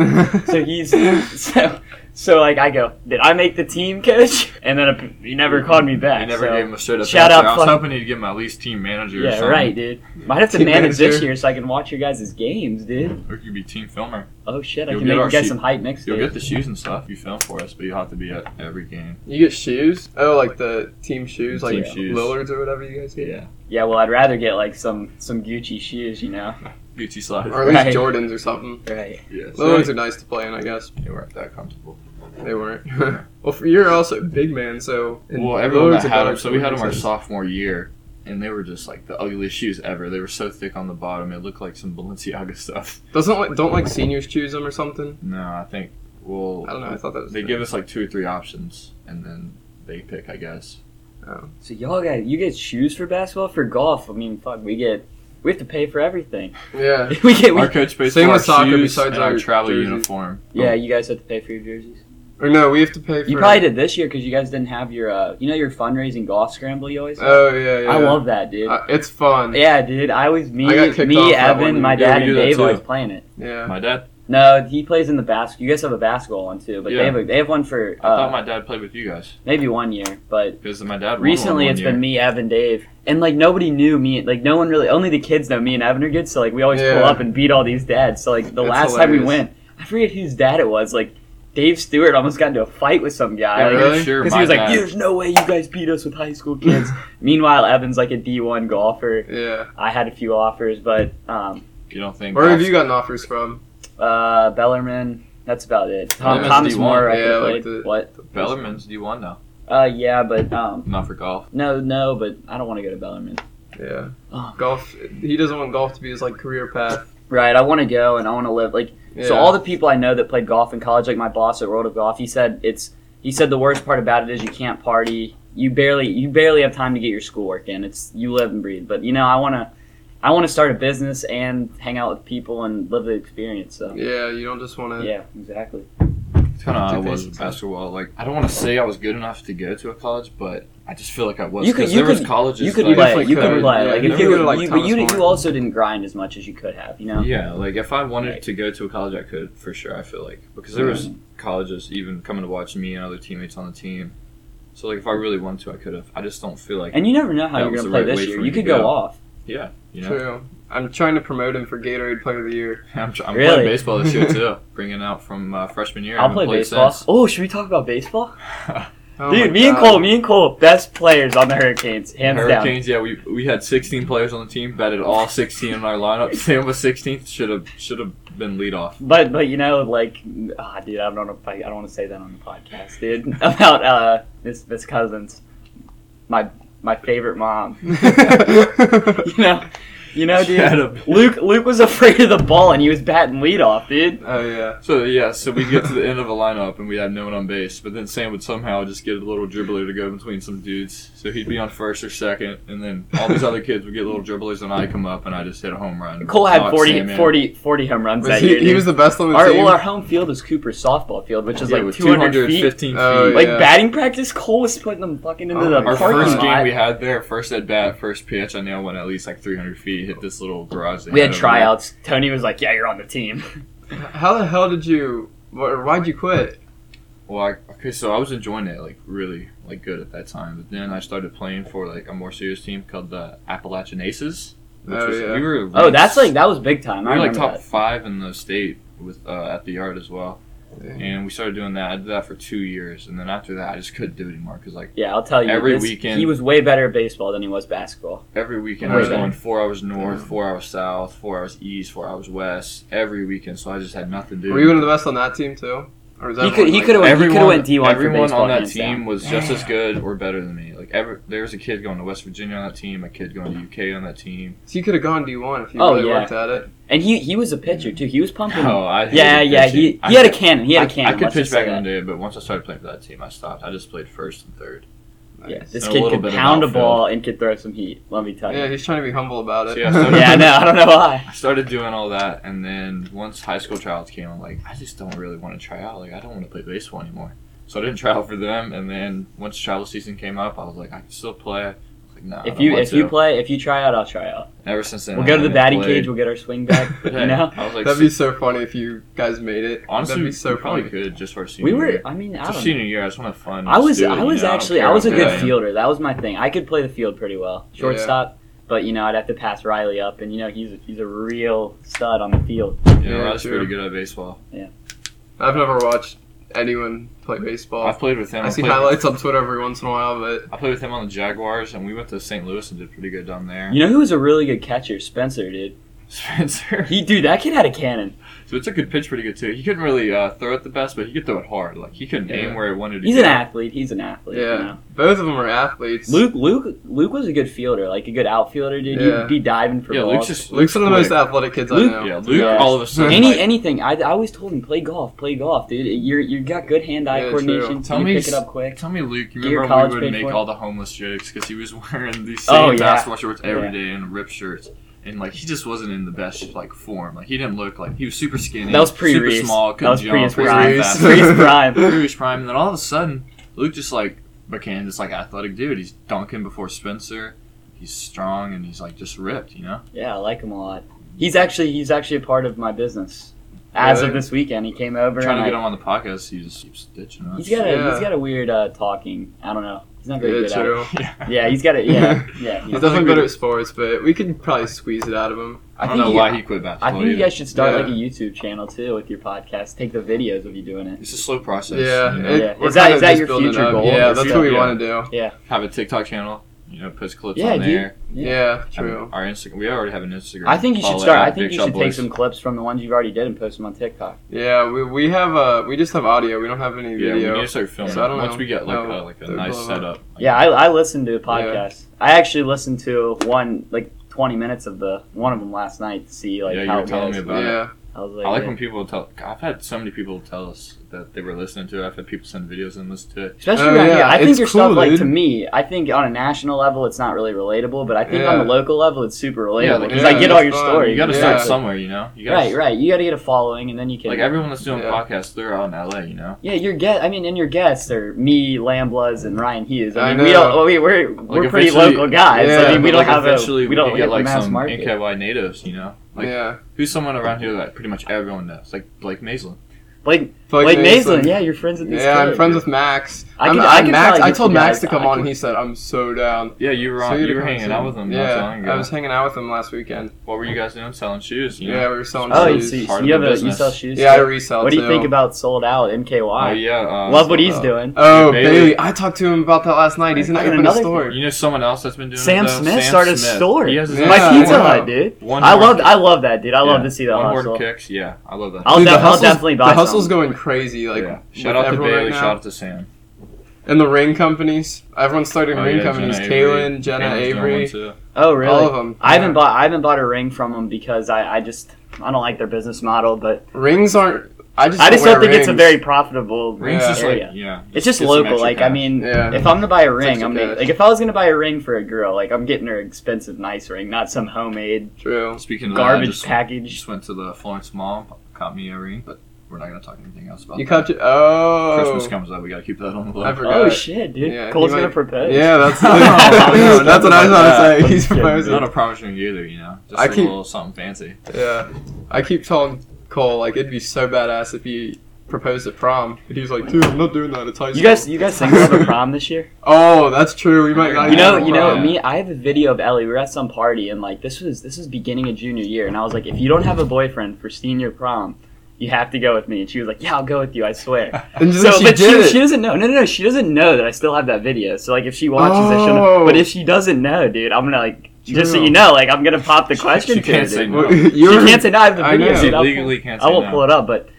Speaker 1: So he's so so like I go, did I make the team, coach? And then a, he never called me back.
Speaker 2: He never
Speaker 1: so-
Speaker 2: gave him a straight up
Speaker 1: shout
Speaker 2: answer.
Speaker 1: out
Speaker 2: I was
Speaker 1: fuck-
Speaker 2: hoping he'd give him at least team manager. or
Speaker 1: Yeah,
Speaker 2: something.
Speaker 1: right, dude. Might have to
Speaker 3: Team
Speaker 1: manage this
Speaker 3: manager.
Speaker 1: year so I can watch your guys' games, dude.
Speaker 2: Or you could be team filmer.
Speaker 1: Oh shit, I
Speaker 2: You'll
Speaker 1: can
Speaker 2: get
Speaker 1: make
Speaker 2: our
Speaker 1: you guys
Speaker 2: seat.
Speaker 1: some hype next
Speaker 2: You'll
Speaker 1: year.
Speaker 2: get the shoes and stuff. You film for us, but you'll have to be at every game.
Speaker 3: you get shoes? Oh, like the team shoes, like
Speaker 2: Team shoes.
Speaker 3: Lillard's or whatever you guys get,
Speaker 2: Yeah,
Speaker 1: yeah, well, I'd rather get like some some Gucci shoes, you know.
Speaker 2: Gucci slides.
Speaker 3: or at least
Speaker 1: Right.
Speaker 3: Jordans or something.
Speaker 1: Right.
Speaker 2: yeah, so
Speaker 3: Lillard's are nice to play in, I guess.
Speaker 2: they weren't that comfortable.
Speaker 3: They weren't. well, for, you're also a big man, so and
Speaker 2: Well, everyone
Speaker 3: Lillard's
Speaker 2: that
Speaker 3: a
Speaker 2: had them,
Speaker 3: guard,
Speaker 2: so we had
Speaker 3: it
Speaker 2: them our
Speaker 3: makes sense.
Speaker 2: sophomore year, and they were just like the ugliest shoes ever. They were so thick on the bottom, it looked like some Balenciaga stuff.
Speaker 3: Doesn't like don't like seniors choose them or something?
Speaker 2: No, I think well,
Speaker 3: I don't know. I thought that was
Speaker 2: They give us like two or three options, and then they pick, I guess.
Speaker 3: Oh.
Speaker 1: So y'all guys, you get shoes for basketball for golf. I mean, fuck, we get we have to pay for everything.
Speaker 3: yeah.
Speaker 1: we get we,
Speaker 2: Our coach pays
Speaker 3: Same
Speaker 2: for our
Speaker 3: with soccer
Speaker 2: shoes
Speaker 3: besides
Speaker 2: and our,
Speaker 3: our
Speaker 2: travel
Speaker 3: jerseys.
Speaker 2: uniform.
Speaker 1: yeah. You guys have to pay for your jerseys.
Speaker 3: Or no, we have to pay for.
Speaker 1: You probably did this year because you guys didn't have your uh, you know your fundraising golf scramble you always. have?
Speaker 3: Oh yeah, yeah.
Speaker 1: I love that, dude.
Speaker 3: Uh, it's fun. Yeah.
Speaker 1: yeah, dude. I always me
Speaker 3: I got kicked off
Speaker 1: me
Speaker 3: that
Speaker 1: Evan,
Speaker 3: one.
Speaker 1: my
Speaker 2: Yeah,
Speaker 1: dad,
Speaker 2: we
Speaker 1: and
Speaker 2: do that
Speaker 1: Dave
Speaker 2: too.
Speaker 1: always playing it.
Speaker 2: My dad.
Speaker 1: No, he plays in the basket. You guys have a basketball one too, but
Speaker 2: Yeah.
Speaker 1: they have a, they have one for
Speaker 2: I
Speaker 1: uh,
Speaker 2: thought my dad played with you guys
Speaker 1: maybe one year, but
Speaker 2: because my dad. won
Speaker 1: recently
Speaker 2: one
Speaker 1: it's
Speaker 2: year.
Speaker 1: been me, Evan, Dave, and like nobody knew me. Like no one really, only the kids know me and Evan are good. So like we always pull
Speaker 3: Yeah.
Speaker 1: up and beat all these dads. So like the
Speaker 3: That's
Speaker 1: last time we
Speaker 3: hilarious.
Speaker 1: went, I forget whose dad it was. Like Dave Stewart almost got into a fight with some guy.
Speaker 3: Yeah,
Speaker 1: like,
Speaker 2: I'm
Speaker 3: really?
Speaker 2: sure
Speaker 1: Because
Speaker 2: my
Speaker 1: he was like,
Speaker 2: dad-
Speaker 1: "There's no way you guys beat us with high school kids." Meanwhile, Evan's like a D1 golfer.
Speaker 3: yeah.
Speaker 1: I had a few offers, but um,
Speaker 2: you don't think.
Speaker 3: Where have you gotten offers from?
Speaker 1: uh, Bellerman. That's about it. Tom,
Speaker 2: Bellerman's
Speaker 1: Thomas
Speaker 2: D1.
Speaker 1: Moore, I
Speaker 3: Yeah,
Speaker 1: think, played.
Speaker 3: like the-
Speaker 1: what?
Speaker 2: Bellerman's D1 now.
Speaker 1: Uh, yeah, but um,
Speaker 2: Not for golf.
Speaker 1: no, no, but I don't want to go to Bellerman.
Speaker 3: Yeah.
Speaker 1: Oh.
Speaker 3: Golf. He doesn't want golf to be his like career path.
Speaker 1: Right, I want to go and I want to live like.
Speaker 3: Yeah.
Speaker 1: So all the people I know that played golf in college, like my boss at World of Golf, he said it's he said the worst part about it is you can't party. You barely you barely have time to get your schoolwork in. It's you live and breathe. But you know, I wanna I wanna start a business and hang out with people and live the experience. So
Speaker 3: Yeah, you don't just want to.
Speaker 1: yeah, exactly.
Speaker 2: It's kind of how I
Speaker 3: Two
Speaker 2: was
Speaker 3: faces.
Speaker 2: with basketball. Like I don't want to say I was good enough to go to a college, but I just feel like I was.
Speaker 1: You could-
Speaker 2: 'cause
Speaker 1: you
Speaker 2: there was
Speaker 1: could-
Speaker 2: colleges.
Speaker 1: You could
Speaker 2: like,
Speaker 1: play.
Speaker 3: definitely
Speaker 1: You could
Speaker 3: could,
Speaker 1: play.
Speaker 3: yeah.
Speaker 1: Like
Speaker 3: Never
Speaker 1: if you,
Speaker 3: really liked
Speaker 1: you but you,
Speaker 3: Thomas
Speaker 1: you
Speaker 3: More.
Speaker 1: also didn't grind as much as you could have. You know.
Speaker 2: Yeah, like if I wanted
Speaker 1: Right.
Speaker 2: to go to a college, I could for sure. I feel like because there was
Speaker 1: Mhm.
Speaker 2: colleges even coming to watch me and other teammates on the team. So like if I really wanted to, I could have. I just don't feel like
Speaker 1: And you never know how
Speaker 2: That
Speaker 1: you're
Speaker 2: was
Speaker 1: gonna
Speaker 2: the
Speaker 1: play
Speaker 2: right
Speaker 1: this
Speaker 2: way
Speaker 1: year.
Speaker 2: for me
Speaker 1: You
Speaker 2: to
Speaker 1: could
Speaker 2: go.
Speaker 1: go off.
Speaker 2: you know.
Speaker 3: True. I'm trying to promote him for Gatorade Player of the Year.
Speaker 2: I'm, tr- I'm
Speaker 1: Really?
Speaker 2: playing baseball this year too, bringing out from uh, freshman year. I
Speaker 1: I'll
Speaker 2: haven't
Speaker 1: play
Speaker 2: played
Speaker 1: baseball.
Speaker 2: since.
Speaker 1: Oh, should we talk about baseball?
Speaker 3: Oh
Speaker 1: Dude,
Speaker 3: my
Speaker 1: me and
Speaker 3: God.
Speaker 1: Cole, me and Cole, best players on the Hurricanes, hands
Speaker 2: Hurricanes, yeah, we we had 16 players on the team, batted all 16 in our lineup. Sam was 16th, should have should have been leadoff.
Speaker 1: down. But but you know like ah dude, I don't know if I, I don't want to say that on the podcast, dude. About uh Miss Miss Cousins, my my favorite mom. You know, You know, dude.
Speaker 2: Shut up.
Speaker 1: Luke Luke was afraid of the ball and he was batting leadoff, dude.
Speaker 3: Oh yeah.
Speaker 2: So yeah, so we get to the end of a lineup and we had no one on base, but then Sam would somehow just get a little dribbler to go between some dudes. So he'd be on first or second, and then all these other kids would get little dribblers, and I come up and I just hit a home run.
Speaker 1: Cole had
Speaker 2: Knock
Speaker 1: 40,
Speaker 2: Sam in.
Speaker 1: 40, 40 home runs
Speaker 3: Was
Speaker 1: that
Speaker 3: he,
Speaker 1: year.
Speaker 3: he
Speaker 1: dude.
Speaker 3: was the best on the
Speaker 1: All right,
Speaker 3: team.
Speaker 1: well, our home field is Cooper's softball field, which is
Speaker 2: Yeah,
Speaker 1: like
Speaker 2: with
Speaker 1: 200 feet.
Speaker 2: 215 feet.
Speaker 3: Oh,
Speaker 1: Like
Speaker 3: yeah.
Speaker 1: batting practice, Cole was putting them fucking into
Speaker 3: Oh
Speaker 1: the
Speaker 3: my
Speaker 2: Our
Speaker 1: parking
Speaker 2: first
Speaker 1: lot.
Speaker 2: game we had there, first at bat, first pitch, I nailed one at least like 300 feet, hit this little garage. they
Speaker 1: We had
Speaker 2: over
Speaker 1: tryouts. Tony was like, "Yeah, you're on the team."
Speaker 3: How the hell did you? wh- Why'd you quit?
Speaker 2: there. Well, I, okay, so I was enjoying it like really like good at that time, but then I started playing for like a more serious team called the Appalachian Aces. Which
Speaker 3: Oh,
Speaker 2: was,
Speaker 3: yeah.
Speaker 2: We were
Speaker 1: Oh,
Speaker 2: ranked
Speaker 1: that's like that was big time.
Speaker 2: We
Speaker 1: I
Speaker 2: were like
Speaker 1: remember that.
Speaker 2: top five in the state with uh, at the yard as well,
Speaker 3: Dang.
Speaker 2: and we started doing that. I did that for two years, and then after that, I just couldn't do it anymore because like
Speaker 1: Yeah, I'll tell you.
Speaker 2: Every
Speaker 1: this-
Speaker 2: weekend-
Speaker 1: he was way better at baseball than he was basketball.
Speaker 2: every weekend I
Speaker 1: Way
Speaker 2: was
Speaker 1: back.
Speaker 2: going four hours north, four hours south, four hours east, four hours west every weekend. So I just had nothing to do.
Speaker 3: Were you one of the best on that team too? Or was
Speaker 1: He
Speaker 3: everyone
Speaker 1: could- he
Speaker 3: like
Speaker 1: could've
Speaker 3: that?
Speaker 1: went-
Speaker 2: everyone,
Speaker 1: went D1 for
Speaker 2: everyone
Speaker 1: baseball,
Speaker 2: on that
Speaker 1: hands
Speaker 2: team
Speaker 1: down.
Speaker 2: was just as good or better than me. Like every, there was a kid going to West Virginia on that team, a kid going to UK on that team.
Speaker 3: So you could have gone D one if you
Speaker 1: Oh,
Speaker 3: really
Speaker 1: yeah.
Speaker 3: worked at it.
Speaker 1: And he he was a pitcher too. He was pumping.
Speaker 2: Oh, I hated
Speaker 1: yeah, yeah. He
Speaker 2: pitching.
Speaker 1: he had a
Speaker 2: I-
Speaker 1: cannon. He had
Speaker 2: I-
Speaker 1: a cannon.
Speaker 2: I could
Speaker 1: let's
Speaker 2: pitch
Speaker 1: just say
Speaker 2: back in the
Speaker 1: that.
Speaker 2: day, but once I started playing for that team, I stopped. I just played first and third.
Speaker 1: Yeah, this
Speaker 2: And a
Speaker 1: kid
Speaker 2: little
Speaker 1: could
Speaker 2: bit of
Speaker 1: pound a
Speaker 2: outfield.
Speaker 1: ball and could throw some heat. Let me tell you.
Speaker 3: Yeah, he's trying to be humble about it.
Speaker 2: Yeah, so-
Speaker 1: yeah, I know. I don't know why.
Speaker 2: I started doing all that, and then once high school tryouts came, I'm like, I just don't really want to try out. Like, I don't want to play baseball anymore. So I didn't try out for them. And then once travel season came up, I was like, I can still play. I was like, no,
Speaker 1: If you if you play if you try out, I'll try out.
Speaker 2: ever since then,
Speaker 1: We'll
Speaker 2: I
Speaker 1: go to the
Speaker 2: haven't
Speaker 1: batting
Speaker 2: played.
Speaker 1: cage. We'll get our swing back.
Speaker 2: But hey,
Speaker 1: You know,
Speaker 2: I was like,
Speaker 3: That'd be so funny if you guys made it.
Speaker 2: honestly,
Speaker 3: That'd be
Speaker 2: we
Speaker 3: so
Speaker 2: probably
Speaker 3: funny.
Speaker 2: could just for our senior.
Speaker 1: we were.
Speaker 2: year.
Speaker 1: I mean, I
Speaker 2: It's our
Speaker 1: don't. know.
Speaker 2: senior year. I just want to have fun.
Speaker 1: I
Speaker 2: Let's
Speaker 1: was
Speaker 2: do it,
Speaker 1: I
Speaker 2: you
Speaker 1: was
Speaker 2: know? don't
Speaker 1: actually
Speaker 2: care
Speaker 1: I was a
Speaker 2: how
Speaker 1: good
Speaker 2: am.
Speaker 1: fielder. That was my thing. I could play the field pretty well. Shortstop, but you know I'd have to pass Riley up, and you know he's he's a real stud on the field.
Speaker 2: Yeah,
Speaker 3: Yeah,
Speaker 2: I was
Speaker 3: true.
Speaker 2: pretty good at baseball.
Speaker 3: I've never watched anyone play baseball.
Speaker 2: I've played with him.
Speaker 3: I
Speaker 2: I
Speaker 3: see
Speaker 2: played-
Speaker 3: highlights on Twitter every once in a while, but
Speaker 2: I played with him on the Jaguars, and we went to St. Louis and did pretty good down there.
Speaker 1: You know who was a really good catcher? Spencer, dude.
Speaker 2: Spencer.
Speaker 1: He dude, that kid had a cannon.
Speaker 2: So it's a good pitch pretty good too. He couldn't really uh, throw it the best, but he could throw it hard. Like he couldn't
Speaker 3: Yeah.
Speaker 2: aim where he wanted to.
Speaker 1: He's
Speaker 2: go.
Speaker 1: an athlete. He's an athlete. you
Speaker 3: Yeah.
Speaker 1: know?
Speaker 3: both of them are athletes.
Speaker 1: Luke Luke Luke was a good fielder, like a good outfielder, dude.
Speaker 3: Yeah.
Speaker 1: He'd be diving for
Speaker 2: Yeah,
Speaker 1: balls.
Speaker 2: Luke's just
Speaker 3: Luke's one of the
Speaker 2: quick.
Speaker 3: most athletic kids
Speaker 1: Luke-
Speaker 3: I know.
Speaker 2: Yeah, Luke.
Speaker 1: Yeah.
Speaker 2: All of a sudden,
Speaker 1: any
Speaker 2: like,
Speaker 1: anything. I, I always told him play golf, play golf, dude. You're you got good hand eye
Speaker 3: Yeah, true.
Speaker 1: coordination.
Speaker 2: Tell
Speaker 1: you
Speaker 2: me
Speaker 1: pick
Speaker 2: s-
Speaker 1: it up quick.
Speaker 2: tell me, Luke, you
Speaker 1: Get your
Speaker 2: remember
Speaker 1: college
Speaker 2: when we
Speaker 1: paid
Speaker 2: would make
Speaker 1: for it?
Speaker 2: all the homeless jokes because he was wearing these same
Speaker 1: Oh, yeah.
Speaker 2: basketball shorts every
Speaker 1: Yeah.
Speaker 2: day and ripped shirts. And like he just wasn't in the best like form. Like he didn't look like he was super skinny.
Speaker 1: That was pre
Speaker 2: super
Speaker 1: Reese.
Speaker 2: small.
Speaker 1: That
Speaker 2: Couldn't
Speaker 1: was pre his
Speaker 2: jump.
Speaker 1: prime.
Speaker 3: Reese.
Speaker 2: fast.
Speaker 1: Pre his prime.
Speaker 2: Bruce Prime, and then all of a sudden, Luke just like became this like athletic dude. He's dunking before Spencer. He's strong and he's like just ripped, you know.
Speaker 1: Yeah, I like him a lot. He's actually he's actually a part of my business. As
Speaker 3: Really?
Speaker 1: of this weekend, he came over
Speaker 2: Trying
Speaker 1: and
Speaker 2: to get
Speaker 1: I-
Speaker 2: him on the podcast, he just keeps ditching us.
Speaker 1: he's got a
Speaker 3: Yeah.
Speaker 1: he's got a weird uh, talking. I don't know. He's not very
Speaker 3: Yeah,
Speaker 1: good at.
Speaker 3: true.
Speaker 2: yeah.
Speaker 1: It. Yeah, he's got a yeah yeah.
Speaker 3: He's
Speaker 1: he's-
Speaker 3: definitely
Speaker 2: think
Speaker 3: good
Speaker 2: we-
Speaker 3: at sports, but we could probably squeeze it out of him.
Speaker 2: I, don't
Speaker 1: think
Speaker 2: know
Speaker 1: you-
Speaker 2: why he quit
Speaker 1: I
Speaker 2: basketball.
Speaker 1: think you
Speaker 2: either.
Speaker 1: guys should start like a
Speaker 3: Yeah.
Speaker 1: YouTube channel too with your podcast. Take the videos of you doing it.
Speaker 2: it's a slow process.
Speaker 3: Yeah,
Speaker 2: you know?
Speaker 3: it-
Speaker 1: Yeah.
Speaker 3: we're
Speaker 1: Is that-
Speaker 3: kinda
Speaker 1: is that
Speaker 3: just
Speaker 1: your
Speaker 3: building it
Speaker 1: future
Speaker 3: up.
Speaker 1: goal?
Speaker 3: Yeah,
Speaker 1: Is
Speaker 3: that's
Speaker 1: to-
Speaker 3: what we
Speaker 2: yeah.
Speaker 3: want to do.
Speaker 2: have a TikTok channel. You know, post clips
Speaker 1: Yeah,
Speaker 2: on
Speaker 1: dude.
Speaker 2: there.
Speaker 1: Yeah.
Speaker 3: Yeah, true.
Speaker 2: Have Our Instagram. We already have an Instagram.
Speaker 1: I think you should
Speaker 2: Follow
Speaker 1: start.
Speaker 2: that,
Speaker 1: I think
Speaker 2: Big
Speaker 1: you
Speaker 2: Shot
Speaker 1: should take
Speaker 2: Boys.
Speaker 1: some clips from the ones you've already did and post them on TikTok.
Speaker 3: Yeah, we, we have uh we just have audio. We don't have any
Speaker 2: Yeah, we
Speaker 3: video.
Speaker 2: need to start filming.
Speaker 3: So I don't
Speaker 2: Once
Speaker 3: know.
Speaker 2: we get like a,
Speaker 3: Oh,
Speaker 2: like a
Speaker 3: they're
Speaker 2: nice
Speaker 3: blowing
Speaker 2: setup. like-
Speaker 1: Yeah, I, I listened to podcasts. I actually listened to one like twenty minutes of the one of them last night to see like
Speaker 2: Yeah, you
Speaker 1: how
Speaker 2: were
Speaker 1: it
Speaker 2: telling
Speaker 1: was.
Speaker 2: me about-
Speaker 3: yeah,
Speaker 1: I was like,
Speaker 2: I like
Speaker 1: yeah.
Speaker 2: when people tell. I've had so many people tell us that they were listening to it. I've had people send videos and listen to it.
Speaker 1: Especially
Speaker 3: Oh,
Speaker 1: around
Speaker 3: yeah,
Speaker 1: here. I think
Speaker 3: it's
Speaker 1: your
Speaker 3: cool,
Speaker 1: stuff, like
Speaker 3: dude.
Speaker 1: to me, I think on a national level it's not really relatable, but I think on
Speaker 3: Yeah.
Speaker 1: the local level it's super
Speaker 2: Yeah,
Speaker 1: relatable
Speaker 2: like,
Speaker 1: because
Speaker 2: yeah,
Speaker 1: I get all
Speaker 3: it's
Speaker 1: your
Speaker 3: fun.
Speaker 1: stories.
Speaker 2: You got to
Speaker 3: Yeah.
Speaker 2: start
Speaker 1: Exactly.
Speaker 2: somewhere, you know. You gotta
Speaker 1: Right, right. You got to get a following, and then you can.
Speaker 2: Like everyone that's doing
Speaker 3: Yeah.
Speaker 2: podcasts, they're out in LA, you know.
Speaker 1: yeah, your guest. I mean, and your guests are me, Lambloods, and Ryan Hughes. I
Speaker 3: I
Speaker 1: mean, we
Speaker 3: know.
Speaker 1: don't. Well, we, we're we're pretty
Speaker 2: eventually-
Speaker 1: local guys.
Speaker 3: Yeah,
Speaker 1: I mean, we
Speaker 2: but,
Speaker 1: don't
Speaker 2: like,
Speaker 1: have
Speaker 2: eventually
Speaker 1: a we don't
Speaker 2: could
Speaker 1: hit
Speaker 2: get like
Speaker 1: the mass
Speaker 2: some
Speaker 1: market.
Speaker 2: NKY natives, you know. Like
Speaker 3: yeah.
Speaker 2: who's someone around here that pretty much everyone knows? Like Blake Maslin.
Speaker 1: Like
Speaker 3: Blake
Speaker 1: like Maslin,
Speaker 3: Mason.
Speaker 1: yeah, you're friends with these.
Speaker 3: Yeah, I'm
Speaker 1: kids.
Speaker 3: friends with Max.
Speaker 1: I
Speaker 3: I'm-
Speaker 1: could-
Speaker 3: I'm
Speaker 1: I could
Speaker 3: Max.
Speaker 1: probably
Speaker 3: I
Speaker 1: get
Speaker 3: told
Speaker 1: you
Speaker 3: Max
Speaker 1: guys-
Speaker 3: to come
Speaker 1: I
Speaker 3: on,
Speaker 1: could-
Speaker 3: and he said, "I'm so down."
Speaker 2: Yeah, you were
Speaker 3: So
Speaker 2: on,
Speaker 3: you'd
Speaker 2: you were
Speaker 3: come
Speaker 2: hanging
Speaker 3: soon.
Speaker 2: out with them not so long
Speaker 3: Yeah,
Speaker 2: ago.
Speaker 3: I was hanging out with him last weekend.
Speaker 2: what were you guys doing? Selling shoes? You
Speaker 3: Yeah,
Speaker 2: know?
Speaker 3: we were selling
Speaker 1: Oh, you,
Speaker 3: shoes.
Speaker 1: so you,
Speaker 2: Part
Speaker 1: you have
Speaker 2: of the
Speaker 1: a you
Speaker 2: business.
Speaker 1: sell shoes.
Speaker 3: Yeah, I
Speaker 1: too?
Speaker 3: resell
Speaker 1: what do you
Speaker 3: too.
Speaker 1: think about sold out NKY?
Speaker 2: Oh yeah. Uh,
Speaker 1: Love what he's
Speaker 3: out.
Speaker 1: doing.
Speaker 3: Oh,
Speaker 2: Bailey.
Speaker 3: Bailey. I talked to him about that last night. He's gonna
Speaker 1: Fucking
Speaker 3: open a
Speaker 1: another-
Speaker 3: store.
Speaker 2: You know someone else that's been doing
Speaker 1: Sam
Speaker 2: it, though?
Speaker 1: Smith
Speaker 2: Sam
Speaker 1: started a
Speaker 2: Smith.
Speaker 1: store.
Speaker 2: He has his
Speaker 3: Yeah,
Speaker 1: My
Speaker 2: own
Speaker 1: pizza
Speaker 2: store.
Speaker 3: wow.
Speaker 1: hut, dude.
Speaker 2: One
Speaker 1: I
Speaker 2: Horn-
Speaker 1: love I love that, dude. I love
Speaker 2: Yeah.
Speaker 1: to see that
Speaker 2: One Horn
Speaker 1: hustle.
Speaker 2: kicks. Yeah, I love that.
Speaker 1: I'll
Speaker 3: Dude,
Speaker 1: def-
Speaker 3: the
Speaker 1: I'll
Speaker 3: hustle's-
Speaker 1: definitely buy
Speaker 3: The hustle's
Speaker 1: some.
Speaker 3: going crazy. Like,
Speaker 2: yeah.
Speaker 3: with
Speaker 2: Shout out to
Speaker 3: everyone
Speaker 2: Bailey.
Speaker 3: right now.
Speaker 2: shout out to Sam.
Speaker 3: And the ring companies. Everyone started
Speaker 2: Oh,
Speaker 3: ring
Speaker 2: yeah,
Speaker 3: companies.
Speaker 2: Jenna Avery.
Speaker 3: Kaylin, Jenna
Speaker 2: Caitlin's doing
Speaker 3: Avery.
Speaker 2: one, too.
Speaker 1: Oh, really?
Speaker 3: All of them.
Speaker 1: I haven't bought I haven't bought a ring from them because I, I just I don't like their business model, but
Speaker 3: Rings aren't. I just.
Speaker 1: I just don't
Speaker 3: wear
Speaker 1: think it's a
Speaker 3: rings.
Speaker 1: very profitable
Speaker 2: Rings just like
Speaker 1: area.
Speaker 2: yeah.
Speaker 1: it's just
Speaker 2: get some
Speaker 1: local.
Speaker 2: extra
Speaker 1: Like I
Speaker 2: cash.
Speaker 1: mean,
Speaker 3: Yeah.
Speaker 1: if I'm gonna buy a ring,
Speaker 3: extra
Speaker 1: I'm gonna,
Speaker 3: cash.
Speaker 1: like if I was gonna buy a ring for a girl, like I'm getting her an expensive, nice ring, not some homemade
Speaker 3: true.
Speaker 2: Speaking of that, I
Speaker 1: garbage
Speaker 2: just,
Speaker 1: package.
Speaker 2: just went to the Florence Mall, caught me a ring, but we're not gonna talk anything else about.
Speaker 3: You
Speaker 2: that.
Speaker 3: caught your. Oh.
Speaker 2: Christmas comes up. We gotta keep that on the
Speaker 3: I
Speaker 2: low.
Speaker 3: forgot.
Speaker 1: Oh shit, dude!
Speaker 3: Yeah,
Speaker 1: Cole's
Speaker 3: he
Speaker 1: gonna
Speaker 3: might-
Speaker 1: propose.
Speaker 3: Yeah, that's
Speaker 2: No, no,
Speaker 3: that's what I
Speaker 2: nothing like
Speaker 3: was about to
Speaker 2: that.
Speaker 3: say. He's
Speaker 1: I'm kidding.
Speaker 2: Not
Speaker 3: proposing.
Speaker 2: a promise ring either, you know. Just
Speaker 3: I
Speaker 2: a
Speaker 3: keep-
Speaker 2: little something fancy.
Speaker 3: Yeah, I keep telling Cole like it'd be so badass if he proposed at prom, and he's like, "Dude, I'm not doing that. It's high school."
Speaker 1: You guys, you guys single for prom this year?
Speaker 3: Oh, that's true. We might not.
Speaker 1: You know,
Speaker 3: have a
Speaker 1: you know
Speaker 3: prom.
Speaker 1: me. I have a video of Ellie. We were at some party, and like this was this was beginning of junior year, and I was like, if you don't have a boyfriend for senior prom, you have to go with me. And she was like, yeah, I'll go with you. I swear.
Speaker 3: And
Speaker 1: So,
Speaker 3: she
Speaker 1: but
Speaker 3: did
Speaker 1: she,
Speaker 3: it.
Speaker 1: she doesn't know. No, no, no. She doesn't know that I still have that video. So like, if she watches, I
Speaker 3: Oh.
Speaker 1: shouldn't. But if she doesn't know, dude, I'm gonna like just so
Speaker 3: True.
Speaker 1: you know, like I'm gonna pop the question
Speaker 2: she
Speaker 1: to
Speaker 2: can't
Speaker 1: her.
Speaker 2: say
Speaker 1: dude.
Speaker 2: no.
Speaker 3: Well, you're-
Speaker 1: She can't say no. I have the
Speaker 3: I
Speaker 1: video.
Speaker 3: know.
Speaker 1: dude.
Speaker 2: She
Speaker 1: I'll
Speaker 2: legally
Speaker 1: pull-
Speaker 2: can't
Speaker 1: I
Speaker 2: say
Speaker 1: won't
Speaker 2: no.
Speaker 1: pull it up, but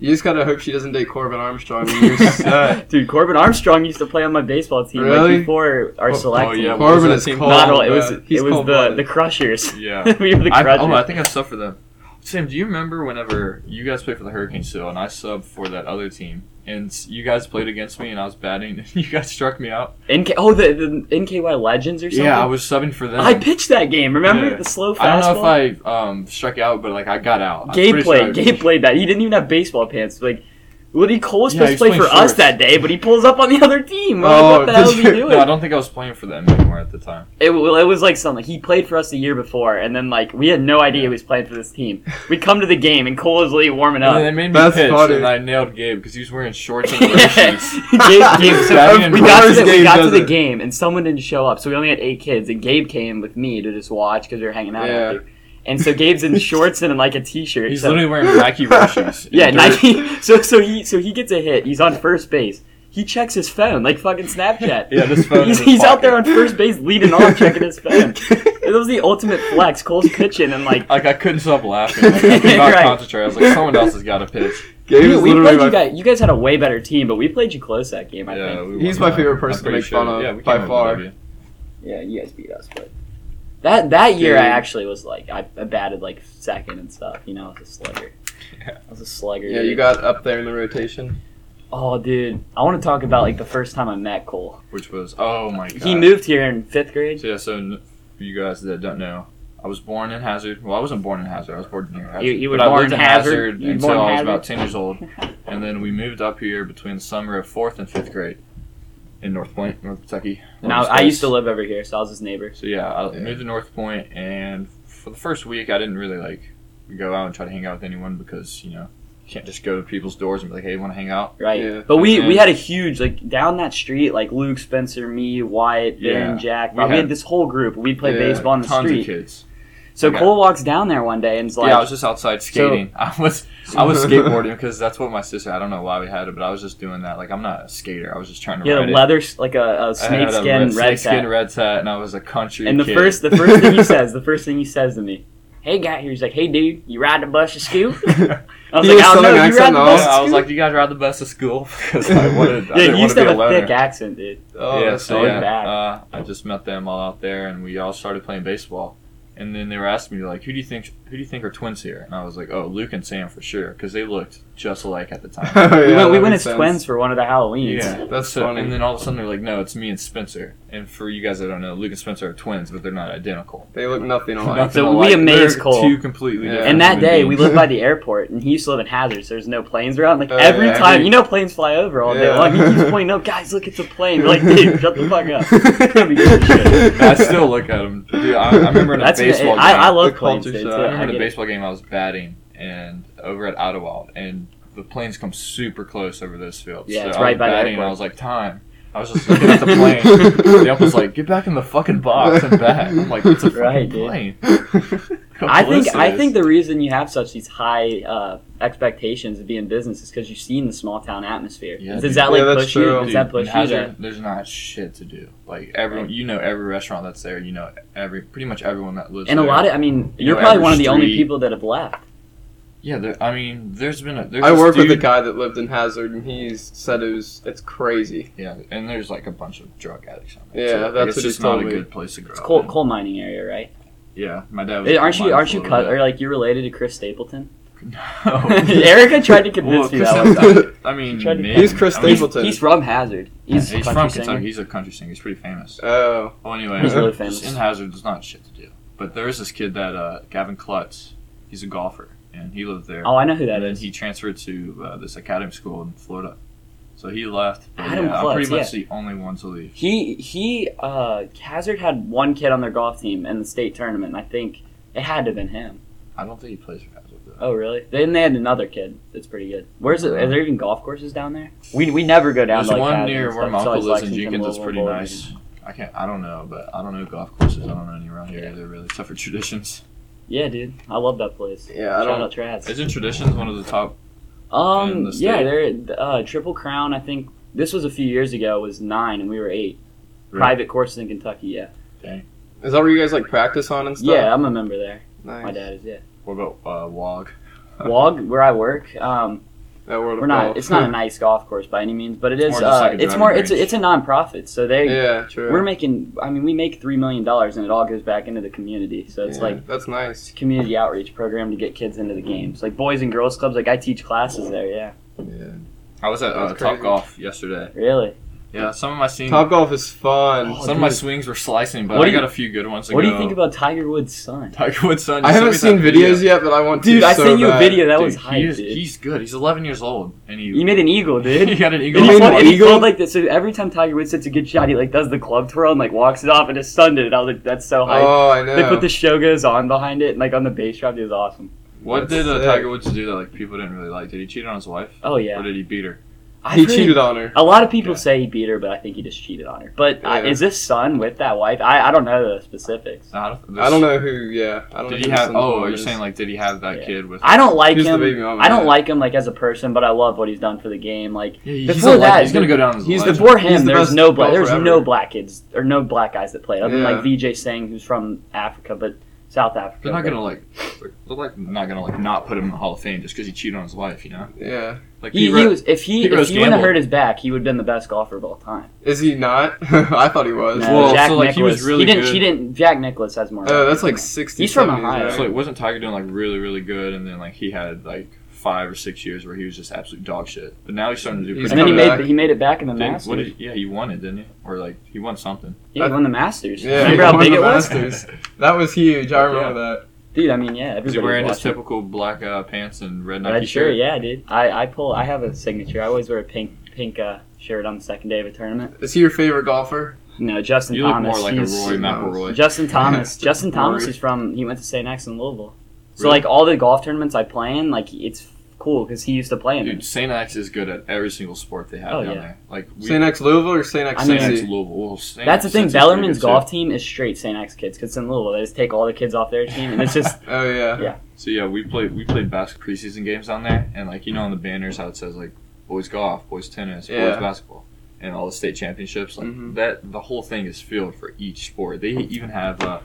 Speaker 3: You just gotta hope she doesn't date Corbin Armstrong. and you're set.
Speaker 1: dude, Corbin Armstrong used to play on my baseball team like,
Speaker 3: Really?
Speaker 1: before our
Speaker 3: Oh,
Speaker 1: selection.
Speaker 2: yeah, what was
Speaker 3: Corbin
Speaker 2: that
Speaker 3: is
Speaker 2: team Uh,
Speaker 3: cold.
Speaker 1: Not all. It was
Speaker 3: man. He's
Speaker 1: it was the
Speaker 3: cold-blooded.
Speaker 1: the Crushers.
Speaker 2: Yeah.
Speaker 1: we were the
Speaker 2: I,
Speaker 1: Crushers.
Speaker 2: oh, I think I subbed for them. Sam, do you remember whenever you guys played for the Hurricane still, and I subbed for that other team, and s- you guys played against me, and I was batting, and you guys struck me out?
Speaker 1: NK. Oh, the, the NKY Legends or something.
Speaker 2: Yeah, I was subbing for them.
Speaker 1: I pitched that game. Remember
Speaker 2: Yeah.
Speaker 1: the slow fastball.
Speaker 2: I don't know if I um, struck out, but like I got out. I'm
Speaker 1: Gabe
Speaker 2: pretty
Speaker 1: played.
Speaker 2: sure I-
Speaker 1: Gabe played that. He didn't even have baseball pants. Like, Woody Cole was
Speaker 2: Yeah,
Speaker 1: supposed
Speaker 2: he
Speaker 1: to play
Speaker 2: was
Speaker 1: for
Speaker 2: playing
Speaker 1: us
Speaker 2: first.
Speaker 1: that day, but he pulls up on the other team. We're
Speaker 3: Oh,
Speaker 1: like, what the
Speaker 3: did
Speaker 1: hell is he
Speaker 3: you-
Speaker 1: doing?
Speaker 2: No, I don't think I was playing for them anymore at the time.
Speaker 1: It, well, it was like something. He played for us the year before, and then like we had no idea he was playing for this team. We come to the game, and Cole is literally warming
Speaker 2: And
Speaker 1: up.
Speaker 2: they made me
Speaker 3: That's
Speaker 2: pitch,
Speaker 3: funny.
Speaker 2: and I nailed Gabe because he was wearing shorts and
Speaker 1: Yeah.
Speaker 2: running shoes.
Speaker 1: Gabe- Gabe- so
Speaker 2: Batting and
Speaker 1: we got to
Speaker 3: Coors
Speaker 1: the, we
Speaker 3: game
Speaker 1: got to
Speaker 3: does
Speaker 1: the
Speaker 3: it.
Speaker 1: game, and someone didn't show up, so we only had eight kids. And Gabe came with me to just watch because we were hanging out.
Speaker 3: Yeah.
Speaker 1: after. And so Gabe's in shorts and like a t-shirt.
Speaker 2: He's
Speaker 1: so-
Speaker 2: literally wearing Nike running shoes. and
Speaker 1: Yeah,
Speaker 2: dirt.
Speaker 1: Nike. So so he so he gets a hit. He's on first base. He checks his phone like fucking Snapchat.
Speaker 2: Yeah, this phone. in
Speaker 1: he's
Speaker 2: his
Speaker 1: he's out
Speaker 2: pocket.
Speaker 1: there on first base leading off, checking his phone. It was the ultimate flex. Cole's pitching and like
Speaker 2: Like I couldn't stop laughing. Like, I could not
Speaker 1: Right.
Speaker 2: concentrate. I was like, someone else has got to pitch.
Speaker 3: Gabe
Speaker 1: we,
Speaker 3: is
Speaker 1: we
Speaker 3: literally
Speaker 1: played
Speaker 3: my,
Speaker 1: you guys. You guys had a way better team, but we played you close that game. I
Speaker 2: Yeah,
Speaker 1: think.
Speaker 2: we
Speaker 3: He's
Speaker 2: won
Speaker 3: my favorite
Speaker 2: that.
Speaker 3: person
Speaker 2: I'm
Speaker 3: to
Speaker 2: pretty
Speaker 3: make fun of,
Speaker 2: Yeah, we
Speaker 3: by
Speaker 2: came up
Speaker 3: far.
Speaker 2: with it.
Speaker 1: Yeah, you guys beat us, but that that year I
Speaker 3: Dude.
Speaker 1: actually was like I, I batted like second and stuff. You know, I was a slugger.
Speaker 2: Yeah.
Speaker 1: I was a slugger.
Speaker 3: Yeah,
Speaker 1: dude.
Speaker 3: you got up there in the rotation.
Speaker 1: Oh, dude, I want to talk about like the first time I met Cole.
Speaker 2: Which was oh my god.
Speaker 1: He
Speaker 3: Uh,
Speaker 1: moved here in fifth grade.
Speaker 2: So, yeah, so n- for you guys that don't know, I was born in Hazard. Well, I wasn't born in Hazard. I was born near Hazard.
Speaker 1: You- you were
Speaker 2: but
Speaker 1: born
Speaker 2: I lived in
Speaker 1: Hazard?
Speaker 2: Hazard
Speaker 1: You were
Speaker 2: until
Speaker 1: born
Speaker 2: I was
Speaker 1: Hazard?
Speaker 2: about ten years old, and then we moved up here between the summer of fourth and fifth grade in North Point, North Kentucky.
Speaker 1: And I, I
Speaker 2: Lawrence
Speaker 1: used to
Speaker 2: Place.
Speaker 1: live over here, so I was his neighbor.
Speaker 2: So yeah, I moved to North Point, and for the first week, I didn't really like go out and try to hang out with anyone because you know you can't just go to people's doors and be like, hey, you want to hang out?
Speaker 1: Right.
Speaker 3: Yeah.
Speaker 1: But we, we
Speaker 2: And-
Speaker 1: had a huge like down that street, like Luke, Spencer, me, Wyatt, Darren,
Speaker 2: Yeah.
Speaker 1: Jack.
Speaker 2: We
Speaker 1: We, had
Speaker 2: had-
Speaker 1: this whole group. We played
Speaker 3: Yeah,
Speaker 1: baseball on the
Speaker 2: Tons of
Speaker 1: street.
Speaker 2: kids.
Speaker 1: So
Speaker 2: Yeah.
Speaker 1: Cole walks down there one day and is like,
Speaker 2: yeah, I was just outside skating. I was I was skateboarding because that's what my sister. I don't know why we had it, but I was just doing that. Like I'm not a skater. I was just trying to.
Speaker 1: he had
Speaker 2: ride
Speaker 1: a
Speaker 2: it.
Speaker 1: leather s- like a, a
Speaker 2: I had a
Speaker 1: snakeskin red
Speaker 2: snakeskin
Speaker 1: hat.
Speaker 2: red hat, and I was a country.
Speaker 1: And the
Speaker 2: kid.
Speaker 1: first the first thing he says, the first thing he says to me, "Hey guy," he's like, "Hey dude, you ride the bus to school?"
Speaker 3: Oh,
Speaker 1: I was like, "I
Speaker 3: He was
Speaker 1: don't know,
Speaker 3: Southern
Speaker 1: you ride
Speaker 3: accent,
Speaker 1: the
Speaker 3: no?
Speaker 1: bus to
Speaker 2: I was
Speaker 1: school?"
Speaker 2: like, "You guys ride the bus to school?" Because I wanted. I
Speaker 1: yeah,
Speaker 2: didn't
Speaker 1: you
Speaker 2: want
Speaker 1: used to
Speaker 2: to be a
Speaker 1: have a
Speaker 2: loner.
Speaker 1: thick accent, dude.
Speaker 3: Oh,
Speaker 2: yeah,
Speaker 3: that's
Speaker 2: so
Speaker 1: always
Speaker 2: yeah,
Speaker 1: bad.
Speaker 2: Uh, I just met them all out there, and we all started playing baseball. And then they were asking me like, "Who do you think? Who do you think are twins here?" And I was like, "Oh, Luke and Sam for sure," because they looked just alike at the time.
Speaker 3: Oh,
Speaker 1: we
Speaker 3: yeah,
Speaker 1: went, we
Speaker 3: that
Speaker 1: went as
Speaker 3: makes sense.
Speaker 1: twins for one of the Halloweens.
Speaker 3: That's
Speaker 2: so,
Speaker 3: funny.
Speaker 2: And then all of a sudden they're like, "No, it's me and Spencer." And for you guys that don't know, Luke and Spencer are twins, but they're not identical.
Speaker 3: They look nothing alike.
Speaker 2: Nothing
Speaker 1: So we
Speaker 2: alike.
Speaker 1: amazed
Speaker 2: They're
Speaker 1: Cole.
Speaker 2: Two completely
Speaker 3: Yeah.
Speaker 2: different.
Speaker 1: And that
Speaker 2: human
Speaker 1: day, we
Speaker 2: beings.
Speaker 1: lived by the airport, and he used to live in Hazards. so there's no planes around. Like
Speaker 3: Oh,
Speaker 1: every
Speaker 3: yeah.
Speaker 1: time, you know, planes fly over all day
Speaker 3: Yeah.
Speaker 1: long. He keeps pointing up, guys, look at the plane. We're like, dude, shut the fuck up. That'd be good shit.
Speaker 2: I still look at him. Dude, I, I remember in a
Speaker 1: That's
Speaker 2: baseball game.
Speaker 1: I, I love
Speaker 3: The
Speaker 1: planes.
Speaker 3: culture
Speaker 1: Dude, too.
Speaker 3: shock.
Speaker 2: I
Speaker 1: I
Speaker 3: Yeah,
Speaker 2: remember in a
Speaker 1: get it.
Speaker 2: baseball game I was batting and over at Idlewild, and the planes come super close over this field.
Speaker 1: Yeah,
Speaker 2: so
Speaker 1: it's
Speaker 2: I
Speaker 1: right
Speaker 2: was
Speaker 1: by the
Speaker 2: batting, and I
Speaker 1: airport.
Speaker 2: was like, time. I was just looking at the plane. The ump was like, get back in the fucking box and bat. I'm like, it's a fucking
Speaker 1: Right, dude.
Speaker 2: plane. How
Speaker 1: I
Speaker 2: close
Speaker 1: think
Speaker 2: it
Speaker 1: I
Speaker 2: is.
Speaker 1: think the reason you have such these high uh, expectations of being in business is because you've seen the small town atmosphere.
Speaker 2: Yeah,
Speaker 1: Does
Speaker 2: dude.
Speaker 1: that
Speaker 3: Yeah,
Speaker 1: like
Speaker 3: that's
Speaker 1: push you?
Speaker 3: true.
Speaker 1: Does that
Speaker 2: Dude,
Speaker 1: push
Speaker 2: in
Speaker 1: you?
Speaker 2: Hazard,
Speaker 1: to-
Speaker 2: There's not shit to do. Like everyone, you know, every restaurant that's there. You know, every pretty much everyone that lives.
Speaker 1: And a
Speaker 2: there.
Speaker 1: lot of, I mean,
Speaker 2: You
Speaker 1: you're
Speaker 2: know,
Speaker 1: probably
Speaker 2: every
Speaker 1: one of the only
Speaker 2: street-
Speaker 1: people that have left.
Speaker 2: Yeah, there, I mean, there's been a. There's
Speaker 3: I
Speaker 2: this
Speaker 3: work with a
Speaker 2: dude-
Speaker 3: guy that lived in Hazard, and he's said it was it's crazy.
Speaker 2: Yeah, and there's like a bunch of drug addicts. On
Speaker 3: Yeah,
Speaker 2: so, like,
Speaker 3: that's
Speaker 2: it's
Speaker 3: what he
Speaker 2: just not
Speaker 3: told
Speaker 2: a
Speaker 3: me.
Speaker 2: good place to grow.
Speaker 1: It's
Speaker 2: up
Speaker 1: coal
Speaker 2: in.
Speaker 1: coal mining area, right?
Speaker 2: Yeah, my dad. Was
Speaker 1: Hey, aren't you
Speaker 2: mine
Speaker 1: aren't
Speaker 2: for
Speaker 1: you
Speaker 2: a
Speaker 1: cut
Speaker 2: little
Speaker 1: or like you're related to Chris Stapleton?
Speaker 2: bit. No.
Speaker 1: Erica tried to
Speaker 2: Well,
Speaker 1: convince me
Speaker 2: Chris-
Speaker 1: that
Speaker 3: one time.
Speaker 2: I mean,
Speaker 1: She tried to-
Speaker 2: maybe.
Speaker 3: He's Chris
Speaker 2: I mean,
Speaker 1: He's,
Speaker 3: Stapleton.
Speaker 1: he's from Hazard. He's,
Speaker 2: He's, he's
Speaker 1: country
Speaker 2: from
Speaker 1: singer.
Speaker 2: Kentucky. He's a country singer. He's pretty famous.
Speaker 3: Oh,
Speaker 2: Well, anyway,
Speaker 3: He's really
Speaker 2: just
Speaker 1: famous.
Speaker 2: in Hazard, there's not shit to do. But there is this kid that uh, Gavin Klutz. He's a golfer, and he lived there.
Speaker 1: Oh, I know who that
Speaker 2: and then
Speaker 1: is.
Speaker 2: he transferred to uh, this academy school in Florida. So he left. But
Speaker 1: Adam
Speaker 2: yeah,
Speaker 1: Klutz,
Speaker 2: I'm pretty much
Speaker 1: yeah.
Speaker 2: the only one to leave.
Speaker 1: He he uh Hazard had one kid on their golf team in the state tournament, and I think it had to have been him.
Speaker 2: I don't think he plays for Hazard though.
Speaker 1: Oh really? Then they had another kid that's pretty good. Where's it are there even golf courses down there? We we never go down
Speaker 2: There's
Speaker 1: to like
Speaker 2: one
Speaker 1: Hazard
Speaker 2: near
Speaker 1: and
Speaker 2: where
Speaker 1: stuff.
Speaker 2: my
Speaker 1: It's
Speaker 2: uncle
Speaker 1: always
Speaker 2: lives in
Speaker 1: Lexington,
Speaker 2: Jenkins that's
Speaker 1: Louisville,
Speaker 2: pretty
Speaker 1: Bowling
Speaker 2: nice. I can't. I don't know, but I don't know golf courses. I don't know any around here either. Really, except for traditions.
Speaker 1: Green. Yeah, dude, I love that place.
Speaker 3: yeah, I
Speaker 1: Shout
Speaker 3: don't.
Speaker 1: out Trads.
Speaker 2: Isn't traditions one of the top? in
Speaker 1: Um,
Speaker 2: the
Speaker 1: yeah,
Speaker 2: state?
Speaker 1: there uh, Triple Crown. I think this was a few years ago. Was nine and we were eight.
Speaker 2: Really?
Speaker 1: Private courses in Kentucky. Yeah,
Speaker 3: Is that where you guys like practice on and stuff?
Speaker 1: yeah, I'm a member there.
Speaker 3: nice.
Speaker 1: My dad is yeah.
Speaker 2: What about uh, WOG?
Speaker 1: Wog, where I work, um,
Speaker 3: That world of
Speaker 1: we're not.
Speaker 3: golf.
Speaker 1: It's not a nice golf course by any means, but it
Speaker 2: It's
Speaker 1: is.
Speaker 2: more just
Speaker 1: uh,
Speaker 2: like a
Speaker 1: it's
Speaker 2: driving
Speaker 1: more. It's a,
Speaker 2: range.
Speaker 1: it's a nonprofit, so they
Speaker 3: yeah, true.
Speaker 1: we're making. I mean, we make three million dollars, and it all goes back into the community. So it's
Speaker 3: Yeah,
Speaker 1: like
Speaker 3: that's
Speaker 1: it's
Speaker 3: nice.
Speaker 1: a community outreach program to get kids into the games, like boys and girls clubs. Like I teach classes there. Yeah,
Speaker 3: Yeah.
Speaker 2: I was at uh,
Speaker 3: That's
Speaker 2: Top
Speaker 3: crazy.
Speaker 2: Golf yesterday.
Speaker 1: really.
Speaker 2: Yeah, some of my swings,
Speaker 3: Top golf is fun.
Speaker 1: Oh,
Speaker 2: some of my
Speaker 1: dude.
Speaker 2: swings were slicing, but
Speaker 1: What
Speaker 2: I
Speaker 1: do you-
Speaker 2: got a few good ones.
Speaker 1: What do you
Speaker 2: ago.
Speaker 1: think about Tiger Woods' son?
Speaker 2: Tiger Woods' son?
Speaker 3: I
Speaker 2: You sent
Speaker 3: haven't
Speaker 2: me
Speaker 3: seen
Speaker 2: that video.
Speaker 3: videos yet, but I want to.
Speaker 1: Dude, I
Speaker 3: so
Speaker 1: sent you a
Speaker 3: bad.
Speaker 1: video. That
Speaker 2: Dude,
Speaker 1: was hype,
Speaker 2: he is,
Speaker 1: dude.
Speaker 2: He's good. He's 11 years old, and he
Speaker 1: You made an eagle, dude.
Speaker 2: he got an eagle.
Speaker 1: And he,
Speaker 3: made
Speaker 1: pulled,
Speaker 3: an
Speaker 1: and he
Speaker 3: eagle?
Speaker 1: pulled, like this. So every time Tiger Woods hits a good shot, he like does the club twirl and like walks it off and just stunned it. And I was like, that's so hype.
Speaker 3: Oh, I know.
Speaker 1: they put the Shogas on behind it and like on the bass drop. It was awesome.
Speaker 2: What did uh,
Speaker 3: Sick.
Speaker 2: Tiger Woods do that like people didn't really like? Did he cheat on his wife?
Speaker 1: Oh
Speaker 2: Or
Speaker 1: yeah,
Speaker 2: did he beat her?
Speaker 1: I
Speaker 3: he cheated on her.
Speaker 1: A lot of people
Speaker 2: Yeah.
Speaker 1: say he beat her, but I think he just cheated on her. But uh,
Speaker 3: Yeah.
Speaker 1: is this son with that wife? I, I don't know the specifics.
Speaker 2: I don't,
Speaker 3: I don't know who. Yeah, I don't.
Speaker 2: Did
Speaker 3: know who
Speaker 2: he
Speaker 3: the
Speaker 2: have?
Speaker 3: son's
Speaker 2: Oh,
Speaker 3: mom
Speaker 2: are you
Speaker 3: is.
Speaker 2: saying like did he have that
Speaker 1: Yeah.
Speaker 2: kid with?
Speaker 1: I don't like
Speaker 3: Who's the
Speaker 1: him.
Speaker 3: baby mama?
Speaker 1: I don't like him like as a person, but I love what he's done for the game. Like
Speaker 2: Yeah, he's
Speaker 1: Before
Speaker 2: a
Speaker 1: that,
Speaker 2: legend. he's gonna go down as a
Speaker 3: he's the
Speaker 2: legend.
Speaker 1: before
Speaker 3: He's
Speaker 1: him,
Speaker 3: the
Speaker 1: there's
Speaker 3: best
Speaker 1: no black.
Speaker 3: golfer
Speaker 1: There's
Speaker 3: ever.
Speaker 1: no black kids or no black guys that played. Other than
Speaker 3: Yeah.
Speaker 1: like VJ Singh, who's from Africa, but South Africa.
Speaker 2: They're not
Speaker 1: but-
Speaker 2: gonna like. They're like not gonna like not put him in the Hall of Fame just because he cheated on his wife. You know,
Speaker 3: Yeah,
Speaker 2: like
Speaker 1: He,
Speaker 2: Pete
Speaker 1: he
Speaker 2: Ro-
Speaker 1: was if he
Speaker 2: Pete
Speaker 1: if
Speaker 2: Rose
Speaker 1: he wouldn't have
Speaker 2: gambled.
Speaker 1: hurt his back, he would have been the best golfer of all time.
Speaker 3: is he not? I thought he was.
Speaker 1: No,
Speaker 2: Well,
Speaker 1: Jack
Speaker 2: so, like,
Speaker 1: Nicholas.
Speaker 2: he was really
Speaker 1: didn't.
Speaker 2: good.
Speaker 1: He didn't. Jack Nicholas has more.
Speaker 3: Oh,
Speaker 1: records
Speaker 3: that's
Speaker 1: than
Speaker 3: like
Speaker 1: him.
Speaker 3: sixty.
Speaker 1: He's from
Speaker 3: 70s,
Speaker 1: Ohio.
Speaker 3: right?
Speaker 2: so like wasn't Tiger doing like really really good and then like he had like five or six years where he was just absolute dog shit. But now he's starting to do.
Speaker 3: He's
Speaker 1: And
Speaker 2: Pretty
Speaker 1: then he
Speaker 3: coming
Speaker 2: good.
Speaker 1: made
Speaker 3: back.
Speaker 1: he made it back in the
Speaker 2: Didn't-
Speaker 1: Masters.
Speaker 2: what did- yeah, he won it, didn't he? Or like he won something.
Speaker 1: yeah, he won the Masters.
Speaker 3: Yeah,
Speaker 1: Remember
Speaker 3: he
Speaker 1: how
Speaker 3: won
Speaker 1: big
Speaker 3: the
Speaker 1: it was,
Speaker 3: Masters. that was huge. I remember that.
Speaker 1: dude? I mean, yeah,
Speaker 2: Was
Speaker 1: everybody
Speaker 2: he wearing
Speaker 1: was
Speaker 2: his
Speaker 1: watching.
Speaker 2: typical black uh, pants and red Nike
Speaker 1: Red
Speaker 2: shirt?
Speaker 1: shirt, yeah, dude. I, I pull. I have a signature. I always wear a pink pink uh, shirt on the second day of a tournament.
Speaker 3: Is he your favorite golfer?
Speaker 1: No, Justin
Speaker 2: You look
Speaker 1: Thomas.
Speaker 2: more like a
Speaker 1: he's-
Speaker 2: Roy McIlroy.
Speaker 1: Justin Thomas. Justin Thomas
Speaker 3: Rory.
Speaker 1: is from. He went to St. X in Louisville. So
Speaker 2: Really?
Speaker 1: like all the golf tournaments I play in, like it's cool because he used to play in.
Speaker 2: Dude,
Speaker 1: it.
Speaker 2: St. X is good at every single sport they have
Speaker 1: Oh,
Speaker 2: down
Speaker 1: yeah.
Speaker 2: there. Like we,
Speaker 3: St. X Louisville or St. X
Speaker 1: I mean-
Speaker 2: St. X
Speaker 3: Cincy?
Speaker 2: Louisville. Well, St.
Speaker 1: That's the thing.
Speaker 2: Cincy's pretty
Speaker 1: Bellarmine's
Speaker 2: good, too.
Speaker 1: golf team is straight St. X kids because it's in Louisville. They just take all the kids off their team, and it's just
Speaker 3: Oh yeah.
Speaker 1: Yeah.
Speaker 2: So yeah, we played we played basketball preseason games down there, and like you know on the banners how it says like boys golf, boys tennis,
Speaker 3: Yeah.
Speaker 2: boys basketball, and all the state championships. Like
Speaker 1: Mm-hmm.
Speaker 3: Mhm.
Speaker 2: that, the whole thing is filled for each sport. They even have uh,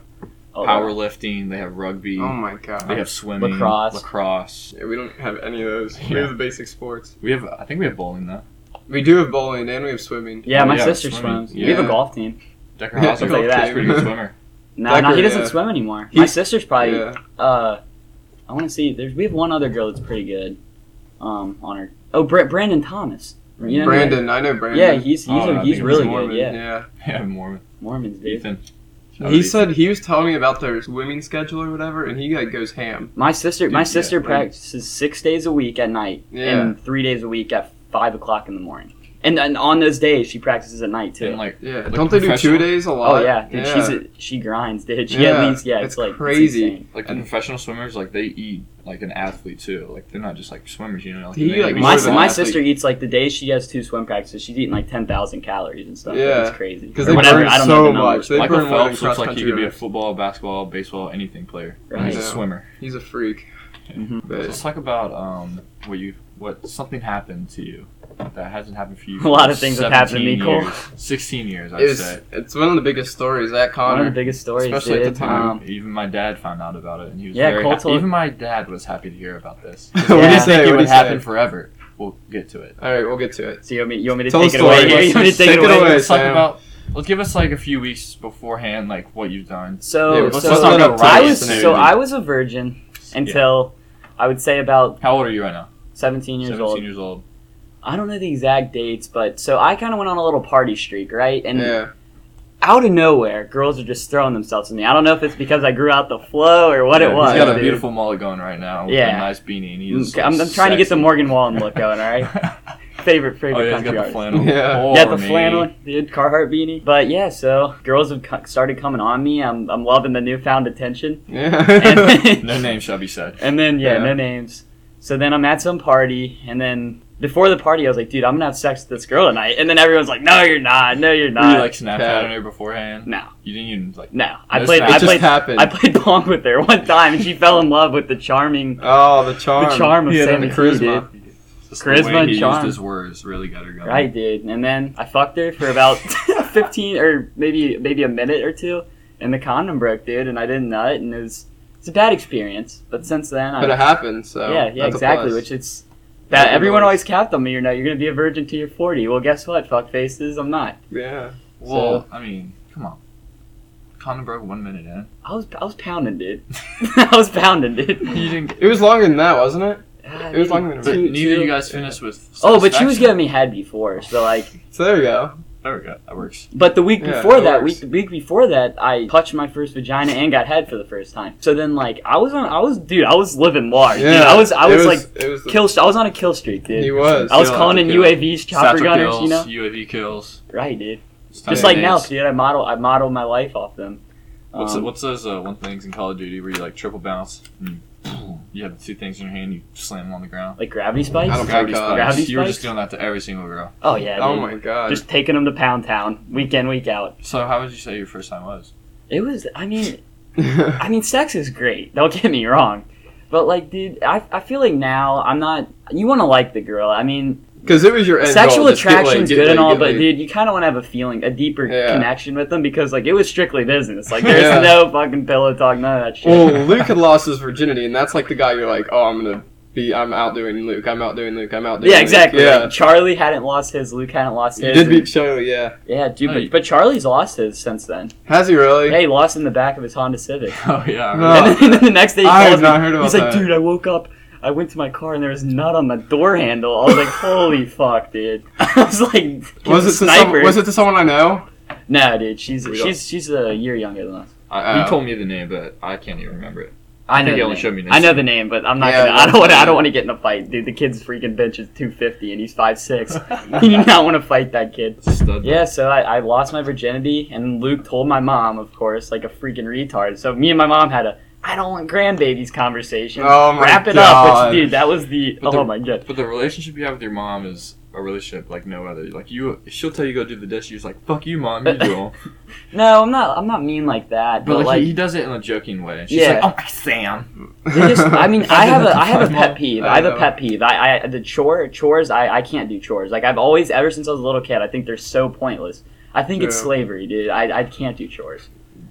Speaker 1: oh,
Speaker 2: powerlifting. They have rugby.
Speaker 3: Oh my
Speaker 2: They
Speaker 3: god.
Speaker 2: have swimming,
Speaker 1: Lacrosse.
Speaker 2: lacrosse.
Speaker 3: Yeah, we don't have any of those. We
Speaker 2: Yeah.
Speaker 3: have the basic sports.
Speaker 2: We have, I think we have bowling though.
Speaker 3: We do have bowling and we have swimming.
Speaker 1: Yeah, my
Speaker 2: Yeah,
Speaker 1: sister
Speaker 2: swimming.
Speaker 1: swims. We have a
Speaker 3: Yeah.
Speaker 1: golf team.
Speaker 2: Decker Hauser,
Speaker 1: Look at that.
Speaker 2: he's a pretty good swimmer.
Speaker 1: No,
Speaker 3: Decker,
Speaker 1: no, he doesn't
Speaker 3: yeah.
Speaker 1: swim anymore. my
Speaker 3: He's-
Speaker 1: sister's probably.
Speaker 3: Yeah.
Speaker 1: Uh, I want to see. There's we have one other girl that's pretty good. Um, on her. Oh, Bra- Brandon Thomas. You know who that-
Speaker 3: Brandon, I know Brandon.
Speaker 1: Yeah, he's he's,
Speaker 2: Oh, I think
Speaker 1: he's
Speaker 2: he's
Speaker 1: really
Speaker 3: Mormon,
Speaker 1: good. Yeah.
Speaker 3: yeah.
Speaker 2: Yeah, Mormon.
Speaker 1: Mormons, dude.
Speaker 2: Ethan. Shout out
Speaker 3: He
Speaker 2: Ethan.
Speaker 3: said he was telling me about their swimming schedule or whatever, and he like goes ham.
Speaker 1: My sister,
Speaker 2: Dude,
Speaker 1: my
Speaker 2: yeah,
Speaker 1: sister
Speaker 2: like-
Speaker 1: practices six days a week at night
Speaker 3: Yeah.
Speaker 1: and three days a week at five o'clock in the morning. And, and on those days, she practices at night too.
Speaker 2: And, like,
Speaker 3: Yeah,
Speaker 2: Like
Speaker 3: don't they do
Speaker 2: professional?
Speaker 3: two days a
Speaker 1: oh
Speaker 3: lot?
Speaker 1: yeah, dude, she's a, she grinds, dude. She
Speaker 3: Yeah,
Speaker 1: at least yeah, it's,
Speaker 3: it's
Speaker 1: like it's
Speaker 3: crazy.
Speaker 1: insane.
Speaker 2: like the
Speaker 3: And-
Speaker 2: professional swimmers, like they eat like an athlete too. Like they're not just like swimmers, you know. Like,
Speaker 3: He,
Speaker 2: they
Speaker 3: like,
Speaker 2: eat
Speaker 1: my
Speaker 3: more
Speaker 2: so
Speaker 3: than
Speaker 1: my
Speaker 3: that,
Speaker 2: much.
Speaker 1: sister eats like the day she has two swim practices, she's eating like ten thousand calories and stuff.
Speaker 3: Yeah.
Speaker 1: Yeah, it's crazy.
Speaker 3: because
Speaker 1: Or
Speaker 3: they
Speaker 1: whatever,
Speaker 3: burn
Speaker 1: I don't know
Speaker 3: so
Speaker 1: the numbers.
Speaker 3: much. They
Speaker 2: Michael
Speaker 3: burn more than
Speaker 2: Phelps
Speaker 3: cross
Speaker 2: looks like
Speaker 3: country.
Speaker 2: he could be a football, basketball, baseball, anything player. And He's a
Speaker 3: Right.
Speaker 2: swimmer.
Speaker 3: he's a freak.
Speaker 1: Mhm.
Speaker 2: So
Speaker 3: But
Speaker 2: let's talk about um what you what something happened to you That hasn't happened for you.
Speaker 1: A lot of things have happened to me,
Speaker 2: 17
Speaker 1: Cole.
Speaker 2: years. Sixteen years, I'd
Speaker 3: It was,
Speaker 2: say.
Speaker 3: it's one of the biggest stories that
Speaker 1: One of the
Speaker 3: Connor.
Speaker 1: biggest stories,
Speaker 3: especially at
Speaker 1: dude.
Speaker 3: the time.
Speaker 1: Um,
Speaker 2: Even my dad found out about it, and he was
Speaker 1: Yeah,
Speaker 2: very.
Speaker 1: Cole
Speaker 2: ha-
Speaker 1: told-
Speaker 2: even my dad was happy to hear about this.
Speaker 3: what
Speaker 1: Yeah.
Speaker 3: do you
Speaker 1: I
Speaker 2: I think
Speaker 3: say?
Speaker 2: it
Speaker 3: What do
Speaker 2: would
Speaker 3: you
Speaker 2: happen
Speaker 3: say?
Speaker 2: forever. We'll get to it.
Speaker 3: All right, we'll get to it.
Speaker 1: so you want me, you want me to
Speaker 3: Tell
Speaker 1: take
Speaker 3: the
Speaker 1: it away?
Speaker 3: story.
Speaker 1: Yeah, you want me to
Speaker 3: Let's
Speaker 1: take it
Speaker 3: take it
Speaker 1: away?
Speaker 3: away.
Speaker 2: Let's talk
Speaker 3: Sam.
Speaker 2: about. Let's give us like a few weeks beforehand, like what you've done.
Speaker 3: Yeah,
Speaker 1: So,
Speaker 3: let's
Speaker 1: so,
Speaker 2: let's not go
Speaker 1: I
Speaker 2: too
Speaker 1: was
Speaker 2: soon.
Speaker 1: so I was a virgin until I would say about
Speaker 2: How old are you right now?
Speaker 1: 17 years
Speaker 2: Seventeen
Speaker 1: old.
Speaker 2: years old.
Speaker 1: I don't know the exact dates, but so I kind of went on a little party streak, right? And
Speaker 3: yeah,
Speaker 1: out of nowhere, girls are just throwing themselves at me. I don't know if it's because I grew out the flow or what it
Speaker 2: Yeah,
Speaker 1: was.
Speaker 2: He's got a
Speaker 1: dude.
Speaker 2: beautiful mullet going right now. With
Speaker 1: Yeah. Mm,
Speaker 2: A nice beanie. And he's
Speaker 1: Okay, I'm, I'm trying to get the
Speaker 2: sexy.
Speaker 1: Morgan Wallen look going. All right, favorite
Speaker 2: oh
Speaker 1: favorite
Speaker 2: yeah, he's
Speaker 1: country
Speaker 2: got the
Speaker 1: artist.
Speaker 2: flannel.
Speaker 3: Yeah.
Speaker 2: Oh,
Speaker 1: Yeah, the
Speaker 2: man.
Speaker 1: flannel, dude, Carhartt beanie. But yeah, so girls have co- started coming on me. I'm, I'm loving the newfound attention.
Speaker 3: yeah.
Speaker 1: And,
Speaker 2: No name shall be said.
Speaker 1: and then yeah,
Speaker 3: Yeah.
Speaker 1: no names. So then I'm at some party, and then before the party, I was like, dude, I'm gonna have sex with this girl tonight. And then everyone's like, no, you're not. No, you're
Speaker 2: Were
Speaker 1: not.
Speaker 2: you like Snapchat on her beforehand?
Speaker 1: no,
Speaker 2: You didn't even like.
Speaker 1: no. I
Speaker 2: No
Speaker 1: played.
Speaker 2: snap.
Speaker 1: I
Speaker 3: it just
Speaker 1: played.
Speaker 3: happened.
Speaker 1: I played pong with her one time, and she fell in love with the charming,
Speaker 3: oh, the charm.
Speaker 1: the charm of
Speaker 3: Yeah,
Speaker 1: Sammy
Speaker 3: the
Speaker 1: T,
Speaker 3: charisma.
Speaker 1: dude.
Speaker 2: Just
Speaker 1: Charisma
Speaker 2: the way
Speaker 1: and
Speaker 2: he
Speaker 1: charm.
Speaker 2: used his words really got her going.
Speaker 1: Right, dude. And then I fucked her for about 15 or maybe maybe a minute or two, and the condom broke, dude, and I didn't nut, and it was it's a bad experience. But since then,
Speaker 3: But
Speaker 1: I,
Speaker 3: it happened, so
Speaker 1: yeah, yeah,
Speaker 3: that's a
Speaker 1: exactly.
Speaker 3: plus.
Speaker 1: Which it's that
Speaker 3: That's a
Speaker 1: everyone
Speaker 3: plus.
Speaker 1: always capped on me. You're not. You're gonna be a virgin till you're 40. Well, guess what, fuck faces, I'm not.
Speaker 3: yeah,
Speaker 2: Well, I mean, come on. Condom broke one minute in.
Speaker 1: I was I was pounding, dude. I was pounding, dude.
Speaker 2: You didn't.
Speaker 3: it was longer than that, wasn't it?
Speaker 1: Ah,
Speaker 3: It
Speaker 1: maybe
Speaker 3: was longer than a
Speaker 1: two-
Speaker 2: But neither of
Speaker 1: two-
Speaker 2: you guys finished with.
Speaker 1: Oh, but she was
Speaker 2: satisfaction.
Speaker 1: giving me head before, so like.
Speaker 3: So there you go.
Speaker 2: There we go. That works.
Speaker 1: But the week
Speaker 3: Yeah,
Speaker 1: before
Speaker 3: it
Speaker 1: that,
Speaker 3: works.
Speaker 1: week week before that, I touched my first vagina and got head for the first time. So then, like, I was on, I was, dude, I was living large. dude. I was, I
Speaker 3: it
Speaker 1: was, like,
Speaker 3: it was the,
Speaker 1: kill. I was on a kill streak,
Speaker 3: He
Speaker 1: dude.
Speaker 3: was.
Speaker 1: I was
Speaker 2: Still
Speaker 1: calling
Speaker 2: on
Speaker 1: in
Speaker 2: the kill.
Speaker 1: UAVs, chopper
Speaker 2: Satchel
Speaker 1: gunners, you know.
Speaker 2: kills, UAV kills.
Speaker 1: Right, dude.
Speaker 2: It's time
Speaker 1: Just
Speaker 2: to
Speaker 1: like now,
Speaker 2: dance.
Speaker 1: dude, I model, I model my life off them.
Speaker 2: What's,
Speaker 1: Um,
Speaker 2: what's those uh, one things in Call of Duty where you like triple bounce? And you, you have two things in your hand, you slam them on the ground.
Speaker 1: like gravity spikes?
Speaker 3: I don't-
Speaker 2: Gravity
Speaker 3: God.
Speaker 2: spikes.
Speaker 1: Gravity
Speaker 2: You were
Speaker 1: spikes?
Speaker 2: just doing that to every single girl.
Speaker 1: Oh yeah, dude.
Speaker 3: oh my god.
Speaker 1: Just taking them to Pound Town, week in, week out.
Speaker 2: So how would you say your first time was?
Speaker 1: It was, I mean, I mean, sex is great. Don't get me wrong. But like, dude, I, I feel like now I'm not. You want to like the girl. I mean,
Speaker 3: Because it was your end
Speaker 1: sexual
Speaker 3: goal, just get
Speaker 1: attraction's
Speaker 3: laid, get
Speaker 1: good and
Speaker 3: laid,
Speaker 1: all,
Speaker 3: get
Speaker 1: but
Speaker 3: laid.
Speaker 1: dude, you kind of want to have a feeling, a deeper
Speaker 3: Yeah.
Speaker 1: connection with them because like it was strictly business. Like there's
Speaker 3: Yeah.
Speaker 1: no fucking pillow talk, none of that shit.
Speaker 3: Well, Luke had lost his virginity, and that's like the guy you're like, oh, I'm gonna be, I'm outdoing Luke, I'm outdoing Luke, I'm outdoing.
Speaker 1: yeah,
Speaker 3: Luke.
Speaker 1: exactly.
Speaker 3: Yeah,
Speaker 1: Like, Charlie hadn't lost his. Luke hadn't lost
Speaker 3: you
Speaker 1: his.
Speaker 3: did
Speaker 1: and-
Speaker 3: beat Charlie. Yeah,
Speaker 1: yeah, dude,
Speaker 2: No,
Speaker 1: but,
Speaker 2: you-
Speaker 1: but Charlie's lost his since then.
Speaker 3: has he really?
Speaker 1: Yeah, he lost in the back of his Honda Civic.
Speaker 2: Oh yeah. I
Speaker 3: No.
Speaker 2: remember.
Speaker 1: and, then, and then the next day, he
Speaker 3: Uh, I
Speaker 1: calls
Speaker 3: have
Speaker 1: me.
Speaker 3: not heard about
Speaker 1: He's like,
Speaker 3: that.
Speaker 1: dude, I woke up. I went to my car and there was nut on the door handle. I was like, holy fuck, dude. I was like,
Speaker 3: was it to
Speaker 1: sniper?
Speaker 3: some, was it to someone I know?
Speaker 1: Nah, dude, she's
Speaker 2: We don't-
Speaker 1: she's she's a year younger than us.
Speaker 2: I,
Speaker 3: Oh.
Speaker 2: he told me the name, but I can't even remember it.
Speaker 1: I,
Speaker 2: think
Speaker 1: know.
Speaker 2: he
Speaker 1: the
Speaker 2: only
Speaker 1: name.
Speaker 2: showed me
Speaker 1: I know
Speaker 2: this.
Speaker 1: the name, but I'm not
Speaker 3: Yeah,
Speaker 1: gonna. I
Speaker 3: that's
Speaker 1: don't want. I
Speaker 3: fine.
Speaker 1: don't want to get in a fight, dude. The kid's freaking bench is 250 and he's 5'6". you do not want to fight that kid.
Speaker 2: Stud.
Speaker 1: Yeah, so I, I lost my virginity, and Luke told my mom, of course, like a freaking retard. So me and my mom had a I don't want grandbabies conversation.
Speaker 3: Oh my
Speaker 1: Wrap it up,
Speaker 3: God.
Speaker 1: which, dude. That was the.
Speaker 2: But
Speaker 1: oh
Speaker 2: the-
Speaker 1: my god.
Speaker 2: But the relationship you have with your mom is a relationship like no other. Like you, she'll tell you go do the dish. You're just like fuck you, mom. You do. 'em."
Speaker 1: No, I'm not. I'm not mean like that.
Speaker 2: But like, he, he
Speaker 1: like
Speaker 2: does it in a joking way. She's
Speaker 1: Yeah.
Speaker 2: like, oh my Sam.
Speaker 1: they just, I mean, I have a I have a
Speaker 2: Mom,
Speaker 1: pet peeve. I have a
Speaker 3: I
Speaker 1: pet peeve. I, I the chore chores. I, I can't do chores. Like I've always ever since I was a little kid. I think they're so pointless. I think it's
Speaker 3: Yeah.
Speaker 1: slavery, dude. I, I can't do chores.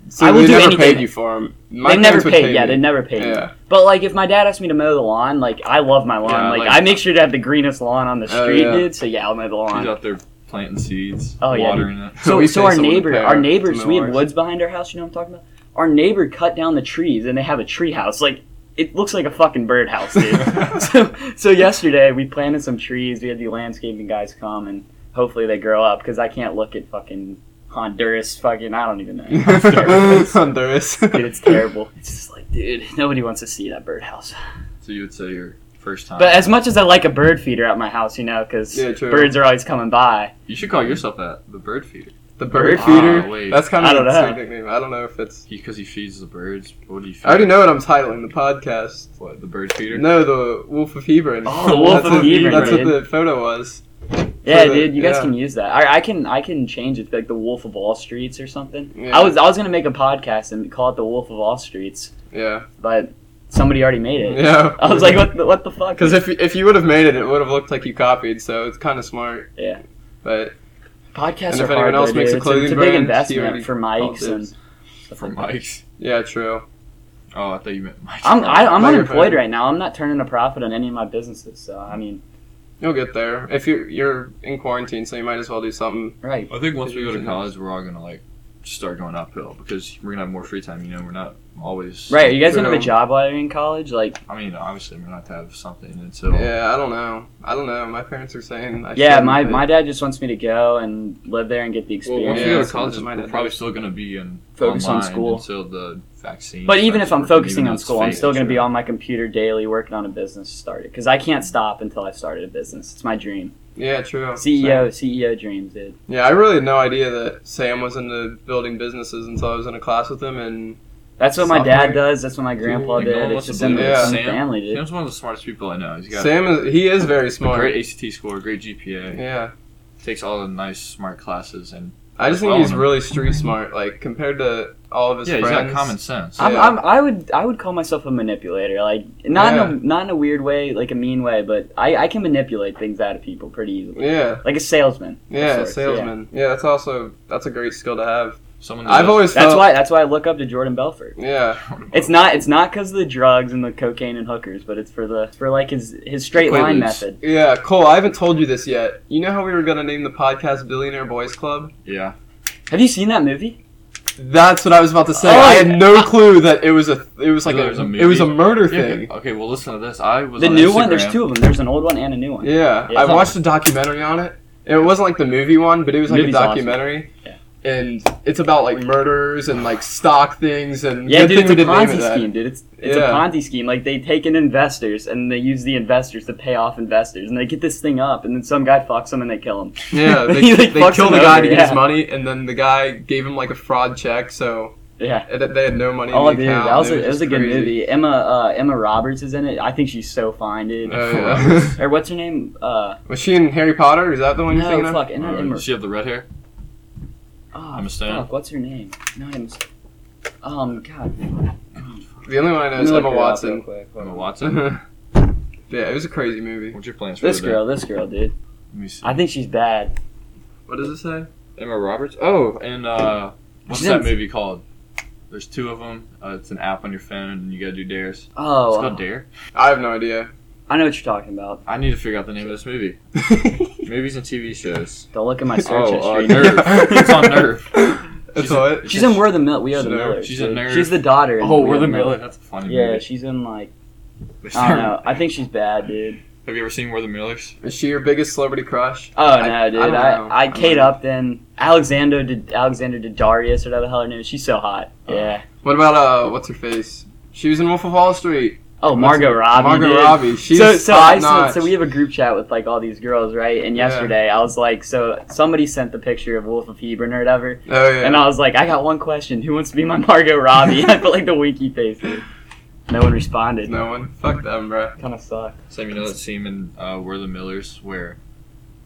Speaker 3: So
Speaker 1: I will
Speaker 3: they
Speaker 1: do
Speaker 3: never
Speaker 1: anything.
Speaker 3: paid you for him.
Speaker 1: they never paid. yeah, they never paid.
Speaker 3: Yeah.
Speaker 1: But like, if my dad asked me to mow the lawn, like I love my lawn.
Speaker 2: Yeah, I
Speaker 1: like,
Speaker 2: like
Speaker 1: I
Speaker 2: that.
Speaker 1: make sure to have the greenest lawn on the
Speaker 3: Oh,
Speaker 1: street,
Speaker 3: yeah.
Speaker 1: dude. So yeah, I'll mow the
Speaker 2: She's
Speaker 1: lawn.
Speaker 2: out there planting seeds,
Speaker 1: Oh, yeah,
Speaker 2: watering it.
Speaker 1: So
Speaker 3: We
Speaker 1: so
Speaker 3: pay
Speaker 1: our
Speaker 3: someone to
Speaker 1: neighbor,
Speaker 3: pay
Speaker 1: our
Speaker 3: to
Speaker 1: neighbors,
Speaker 3: mow
Speaker 1: we had
Speaker 3: ours.
Speaker 1: woods behind our house. You know what I'm talking about? Our neighbor cut down the trees, and they have a tree house. Like it looks like a fucking birdhouse, dude. so so yesterday we planted some trees. We had the landscaping guys come, and hopefully they grow up because I can't look at fucking Honduras. Fucking I don't even know. Honduras.
Speaker 3: Honduras.
Speaker 1: Dude, it's terrible. It's just like, dude, nobody wants to see that birdhouse.
Speaker 2: So you would say your first time.
Speaker 1: But as much as I like a bird feeder at my house, you know, because
Speaker 3: Yeah, true.
Speaker 1: birds are always coming by.
Speaker 2: you should call yourself that, the bird feeder,
Speaker 3: The bird
Speaker 1: Ah,
Speaker 3: feeder.
Speaker 2: wait.
Speaker 3: That's kind
Speaker 1: I
Speaker 3: of
Speaker 1: don't
Speaker 3: a
Speaker 1: know.
Speaker 3: distinct nickname. I don't know if it's.
Speaker 2: because he, feeds the birds. What do you feed?
Speaker 3: I already know what I'm titling the podcast.
Speaker 2: What the bird feeder?
Speaker 3: No, the Wolf of Hebron.
Speaker 1: Oh, the Wolf
Speaker 3: that's
Speaker 1: of
Speaker 3: what,
Speaker 1: Hebron,
Speaker 3: That's what
Speaker 1: dude.
Speaker 3: the photo was.
Speaker 1: Yeah,
Speaker 3: the-
Speaker 1: dude, you guys
Speaker 3: yeah.
Speaker 1: can use that. I, I can I can change it to like the Wolf of All Streets or something.
Speaker 3: Yeah.
Speaker 1: I was I was gonna make a podcast and call it the Wolf of All Streets,
Speaker 3: Yeah.
Speaker 1: but somebody already made it.
Speaker 3: Yeah.
Speaker 1: I was like, what the, what the fuck?
Speaker 3: Because if, if you would have made it, it would have looked like you copied, so it's kind of smart.
Speaker 1: Yeah.
Speaker 3: But
Speaker 1: podcasts
Speaker 3: and
Speaker 1: are hard.
Speaker 3: if anyone else
Speaker 1: though,
Speaker 3: makes
Speaker 1: dude.
Speaker 3: a
Speaker 1: It's it's
Speaker 3: clothing
Speaker 1: a big
Speaker 3: brand,
Speaker 1: investment
Speaker 3: already
Speaker 1: for
Speaker 3: called
Speaker 1: mics
Speaker 3: dibs.
Speaker 1: and
Speaker 2: for Mike's.
Speaker 3: yeah, true.
Speaker 2: Oh, I thought you meant Mike's.
Speaker 1: I'm I, I'm
Speaker 3: Microphone.
Speaker 1: unemployed right now. I'm not turning a profit on any of my businesses. So I mean,
Speaker 3: You'll get there. If you're you're in quarantine, so you might as well do something.
Speaker 1: right?
Speaker 2: I think once we go to college, we're all gonna like start going uphill because we're gonna have more free time. You know, we're not always
Speaker 1: Right? Are you guys gonna have a
Speaker 3: True.
Speaker 1: job while you're in college? Like,
Speaker 2: I mean, obviously, we're not to have something until
Speaker 3: Yeah, I don't know. I don't know. My parents are saying. I
Speaker 1: yeah,
Speaker 3: shouldn't,
Speaker 1: my
Speaker 3: but-
Speaker 1: my dad just wants me to go and live there and get the
Speaker 2: Well,
Speaker 1: experience.
Speaker 2: once we go
Speaker 3: Yeah,
Speaker 2: to college,
Speaker 3: something might
Speaker 2: we're
Speaker 3: have
Speaker 2: probably still going to be in
Speaker 1: Focus on
Speaker 2: online
Speaker 1: school.
Speaker 2: until the vaccine.
Speaker 1: But even
Speaker 2: starts
Speaker 1: if I'm
Speaker 2: working,
Speaker 1: focusing
Speaker 2: even though
Speaker 1: on
Speaker 2: it's
Speaker 1: school, I'm
Speaker 2: fake,
Speaker 1: still going to be
Speaker 2: sure.
Speaker 1: on my computer daily working on a business to start it because I can't stop until I've started a business. It's my dream. E
Speaker 3: Yeah, true.
Speaker 1: CEO, CEO dreams, dude.
Speaker 3: Yeah, I really had no idea that Sam was into building businesses until I was in a class with him, and
Speaker 1: That's what my
Speaker 3: Software.
Speaker 1: dad does. That's what my grandpa
Speaker 2: Like, no one
Speaker 1: did. It's
Speaker 2: wants to
Speaker 1: just in the
Speaker 2: believe it.
Speaker 1: it's in the
Speaker 2: Sam,
Speaker 1: family, dude.
Speaker 2: Sam's one of the smartest people I know. He's got
Speaker 3: Sam is he is very
Speaker 2: a
Speaker 3: smart.
Speaker 2: great ACT score, great GPA,
Speaker 3: Yeah,
Speaker 2: takes all the nice smart classes, and
Speaker 3: I just think
Speaker 2: Well,
Speaker 3: he's
Speaker 2: no.
Speaker 3: really street smart. Like compared to all of his
Speaker 2: yeah, he's
Speaker 3: friends.
Speaker 2: got common sense.
Speaker 1: I'm,
Speaker 3: Yeah.
Speaker 1: I'm, I would I would call myself a manipulator. Like not in
Speaker 3: Yeah.
Speaker 1: a, not in a weird way, like a mean way, but I, I can manipulate things out of people pretty easily.
Speaker 3: Yeah,
Speaker 1: Like a salesman. of
Speaker 3: yeah,
Speaker 1: sorts,
Speaker 3: salesman. Yeah. that's also that's a great skill to have.
Speaker 2: Someone that
Speaker 3: I've always
Speaker 1: That's
Speaker 3: felt,
Speaker 1: why that's why I look up to Jordan Belfort.
Speaker 3: Yeah,
Speaker 1: It's not it's not because of the drugs and the cocaine and hookers, but it's for the for like his his straight line
Speaker 2: Quaaludes.
Speaker 1: method.
Speaker 3: yeah. Cole, I haven't told you this yet. You know how we were gonna name the podcast Billionaire Boys Club?
Speaker 2: yeah.
Speaker 1: Have you seen that movie?
Speaker 3: That's what I was about to say.
Speaker 1: Oh,
Speaker 3: I
Speaker 1: yeah.
Speaker 3: had no clue that it was a it was like
Speaker 2: There
Speaker 3: a,
Speaker 2: was a
Speaker 3: it was
Speaker 2: movie?
Speaker 3: a murder
Speaker 2: Yeah,
Speaker 3: thing.
Speaker 2: Okay, well, listen to this. I was
Speaker 1: The
Speaker 2: on
Speaker 1: new one.
Speaker 2: Instagram.
Speaker 1: There's two of them. There's an old one and a new one.
Speaker 3: Yeah,
Speaker 1: Yeah.
Speaker 3: I watched a documentary on it. It wasn't like the movie one, but it was like
Speaker 1: Movie's
Speaker 3: a
Speaker 1: awesome.
Speaker 3: documentary.
Speaker 1: Yeah.
Speaker 3: And it's about like murders and like stock things and
Speaker 1: Yeah,
Speaker 3: good
Speaker 1: dude,
Speaker 3: thing
Speaker 1: it's
Speaker 3: we
Speaker 1: a
Speaker 3: didn't name it
Speaker 1: Ponzi
Speaker 3: that.
Speaker 1: scheme, dude. It's it's
Speaker 3: Yeah.
Speaker 1: a Ponzi scheme. Like they take in investors and they use the investors to pay off investors, and they get this thing up, and then some guy fucks them and they kill him.
Speaker 3: Yeah, they,
Speaker 1: He, like,
Speaker 3: they
Speaker 1: fucks
Speaker 3: killed
Speaker 1: him
Speaker 3: the guy
Speaker 1: over,
Speaker 3: to get
Speaker 1: yeah.
Speaker 3: his money, and then the guy gave him like a fraud check, so
Speaker 1: Yeah.
Speaker 3: it, they had no money.
Speaker 1: Oh,
Speaker 3: in the
Speaker 1: dude,
Speaker 3: account.
Speaker 1: that was
Speaker 3: It
Speaker 1: a, it was a good
Speaker 3: crazy.
Speaker 1: movie. Emma uh, Emma Roberts is in it. I think she's so fine, dude.
Speaker 3: Oh, yeah.
Speaker 1: Or what's her name? Uh,
Speaker 3: was she in Harry Potter? Is that the one you're
Speaker 1: no,
Speaker 3: thinking of?
Speaker 1: fuck, and
Speaker 2: Uh,
Speaker 1: not Emma.
Speaker 2: does she have the red hair?
Speaker 1: Oh,
Speaker 2: Emma Stone?
Speaker 1: Fuck, what's her name? Not Emma. Stone. Um, God.
Speaker 3: The only one I know
Speaker 1: Let me
Speaker 3: is
Speaker 1: look
Speaker 3: Emma
Speaker 1: her up
Speaker 3: Watson.
Speaker 1: real quick.
Speaker 2: Emma Watson.
Speaker 3: yeah, it was a crazy movie.
Speaker 2: What's your plans for
Speaker 1: This
Speaker 2: today?
Speaker 1: girl, this girl, dude.
Speaker 2: Let me see.
Speaker 1: I think she's bad.
Speaker 3: What does it say?
Speaker 2: Emma Roberts. Oh, and uh, what's
Speaker 1: She's
Speaker 2: that
Speaker 1: in-
Speaker 2: movie called? There's two of them. Uh, it's an app on your phone, and you gotta do dares.
Speaker 1: Oh,
Speaker 2: it's
Speaker 1: uh,
Speaker 2: called Dare.
Speaker 3: I have no idea.
Speaker 1: I know what you're talking about.
Speaker 2: I need to figure out the name of this movie. Movies and TV shows.
Speaker 1: Don't look at my search
Speaker 2: Oh, uh,
Speaker 1: history.
Speaker 2: Nerve. It's on Nerve.
Speaker 3: That's
Speaker 2: She's
Speaker 3: all
Speaker 2: a-
Speaker 3: it.
Speaker 1: She's in We're the Mill. We are
Speaker 2: she's
Speaker 1: the
Speaker 2: a nerd.
Speaker 1: Millers.
Speaker 2: She's a
Speaker 1: dude.
Speaker 2: nerd.
Speaker 1: She's the daughter. in
Speaker 2: Oh, we're the
Speaker 1: Millers.
Speaker 2: Miller. That's a funny
Speaker 1: Yeah,
Speaker 2: movie.
Speaker 1: she's in like
Speaker 2: They
Speaker 1: I don't
Speaker 2: start-
Speaker 1: know. I think she's bad, dude.
Speaker 2: Have you ever seen We're the Millers?
Speaker 3: Is she your biggest celebrity crush?
Speaker 1: Oh
Speaker 3: I- I
Speaker 1: no, dude.
Speaker 3: don't
Speaker 1: I
Speaker 3: know.
Speaker 1: I,
Speaker 3: I don't
Speaker 1: Kate
Speaker 3: know.
Speaker 1: Upton, Alexander did Alexander Daddario, or whatever the hell her name is. She's so hot. Yeah.
Speaker 3: What about uh, what's her face? She was in Wolf of Wall Street.
Speaker 1: Oh, Margot Robbie.
Speaker 3: Margot
Speaker 1: dude.
Speaker 3: Robbie. She's
Speaker 1: so so I sent,
Speaker 3: top-notch.
Speaker 1: so we have a group chat with like all these girls, right? And
Speaker 3: Yeah.
Speaker 1: yesterday I was like, so somebody sent the picture of Wolf of Hebron or whatever,
Speaker 3: Oh yeah.
Speaker 1: and I was like, I got one question: Who wants to be my Margot Robbie? I put like the winky face. Dude. No one responded.
Speaker 3: no one. Fuck them, bro.
Speaker 1: Kind of sucked.
Speaker 2: Sam, you know that scene in uh, We're the Millers where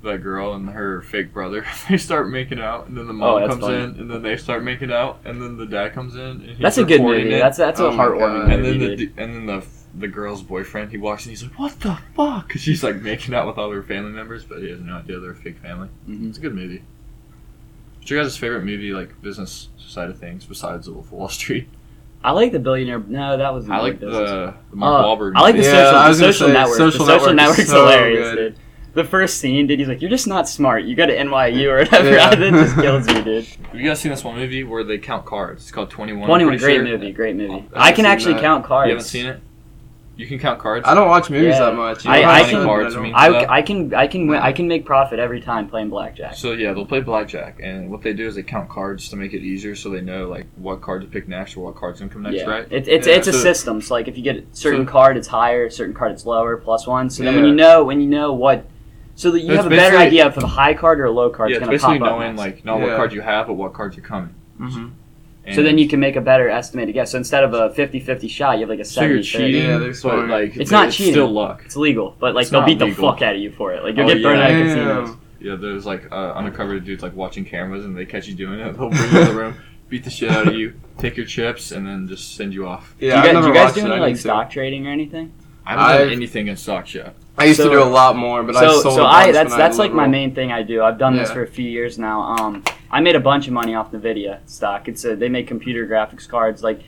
Speaker 2: that girl and her fake brother they start making out, and then the mom
Speaker 1: Oh, that's
Speaker 2: comes
Speaker 1: funny.
Speaker 2: in, and then they start making out, and then the dad comes in. And he's
Speaker 1: That's a good
Speaker 2: recording
Speaker 1: movie.
Speaker 2: it.
Speaker 1: That's that's
Speaker 3: Oh
Speaker 1: a
Speaker 3: my
Speaker 1: heartwarming
Speaker 3: God.
Speaker 2: and
Speaker 1: movie.
Speaker 2: then
Speaker 1: dude.
Speaker 2: the the and then the the girl's boyfriend he walks in he's like what the fuck 'Cause she's like making out with all her family members but he has no idea they're a fake family
Speaker 1: Mhm.
Speaker 2: it's a good movie what's your guys' favorite movie like business side of things besides the Wolf of Wall Street
Speaker 1: I like the billionaire. No, that was.
Speaker 2: I like
Speaker 1: business.
Speaker 2: the, the Mark
Speaker 1: Uh,
Speaker 2: Wahlberg
Speaker 1: I like the
Speaker 2: movie.
Speaker 3: Yeah,
Speaker 1: social,
Speaker 3: I
Speaker 1: the
Speaker 3: was gonna
Speaker 1: social
Speaker 3: say,
Speaker 1: network.
Speaker 3: Social
Speaker 1: the social
Speaker 3: Network
Speaker 1: network's
Speaker 3: is so
Speaker 1: hilarious,
Speaker 3: good.
Speaker 1: dude. The first scene, dude, he's like, "You're just not smart. You go to NYU or whatever."
Speaker 3: Yeah.
Speaker 1: that just kills me, dude.
Speaker 2: have you guys seen this one movie where they count cards it's called 21 I'm
Speaker 1: Twenty One,
Speaker 2: pretty
Speaker 1: great
Speaker 2: sure.
Speaker 1: movie, great movie.
Speaker 3: haven't
Speaker 1: I can
Speaker 3: seen
Speaker 1: actually
Speaker 3: that.
Speaker 1: count cards.
Speaker 2: you haven't seen it you can count cards
Speaker 3: I don't watch movies
Speaker 1: Yeah.
Speaker 3: that much.
Speaker 1: I-
Speaker 3: know
Speaker 1: I
Speaker 3: how
Speaker 1: can-
Speaker 3: said, but
Speaker 2: Cards
Speaker 3: don't-
Speaker 2: mean-
Speaker 1: I, I can I can win, I can make profit every time playing blackjack.
Speaker 2: so yeah, they'll play blackjack, and what they do is they count cards to make it easier, so they know like what card to pick next or what card's gonna come next,
Speaker 1: yeah,
Speaker 2: right?
Speaker 1: It, it's
Speaker 3: Yeah.
Speaker 1: it's a
Speaker 2: So-
Speaker 1: system. So like if you get a certain
Speaker 2: So-
Speaker 1: card, it's higher. Certain card, it's lower, plus one. So then when
Speaker 3: Yeah.
Speaker 1: you know when you know what, so that you
Speaker 2: It's
Speaker 1: have a better
Speaker 2: basically-
Speaker 1: idea if a high card or a low card
Speaker 2: yeah,
Speaker 1: is
Speaker 2: it's
Speaker 1: going to
Speaker 2: basically
Speaker 1: pop up.
Speaker 2: knowing
Speaker 1: next.
Speaker 2: like not
Speaker 3: Yeah.
Speaker 2: what cards you have, but what cards are coming.
Speaker 3: Mhm.
Speaker 1: So then you can make a better estimate, I guess. So instead of a 50-50 shot, you have like a
Speaker 2: so
Speaker 1: 70
Speaker 2: you're cheating,
Speaker 3: Yeah, they're
Speaker 2: but
Speaker 3: smart.
Speaker 2: like
Speaker 1: It's not cheating.
Speaker 2: Still luck.
Speaker 1: It's legal, but like
Speaker 2: It's
Speaker 1: they'll
Speaker 2: not
Speaker 1: beat the
Speaker 2: legal.
Speaker 1: fuck out of you for it. Like
Speaker 2: Oh,
Speaker 1: you'll get
Speaker 2: yeah.
Speaker 1: burned out of
Speaker 3: Damn.
Speaker 1: casinos.
Speaker 2: Yeah, there's like uh, undercover dudes like watching cameras, and they catch you doing it. They'll bring you to the room. beat the shit out of you, take your chips, and then just send you off.
Speaker 3: Yeah,
Speaker 1: do you
Speaker 3: I've
Speaker 1: guys, do
Speaker 3: never
Speaker 1: you guys
Speaker 3: watched
Speaker 1: do
Speaker 3: it,
Speaker 1: any
Speaker 3: I
Speaker 1: like
Speaker 3: need to.
Speaker 1: stock trading or anything?
Speaker 2: I haven't done
Speaker 3: I've-
Speaker 2: anything in stock yet.
Speaker 3: I used
Speaker 1: So-
Speaker 3: to do a lot more, but I
Speaker 1: so
Speaker 3: sold.
Speaker 1: so
Speaker 3: a
Speaker 1: I
Speaker 3: bunch
Speaker 1: that's
Speaker 3: when I
Speaker 1: that's like my
Speaker 3: liberal.
Speaker 1: main thing I do. I've done this
Speaker 3: Yeah.
Speaker 1: for a few years now. Um, I made a bunch of money off Nvidia stock. It's a, they make computer graphics cards. Like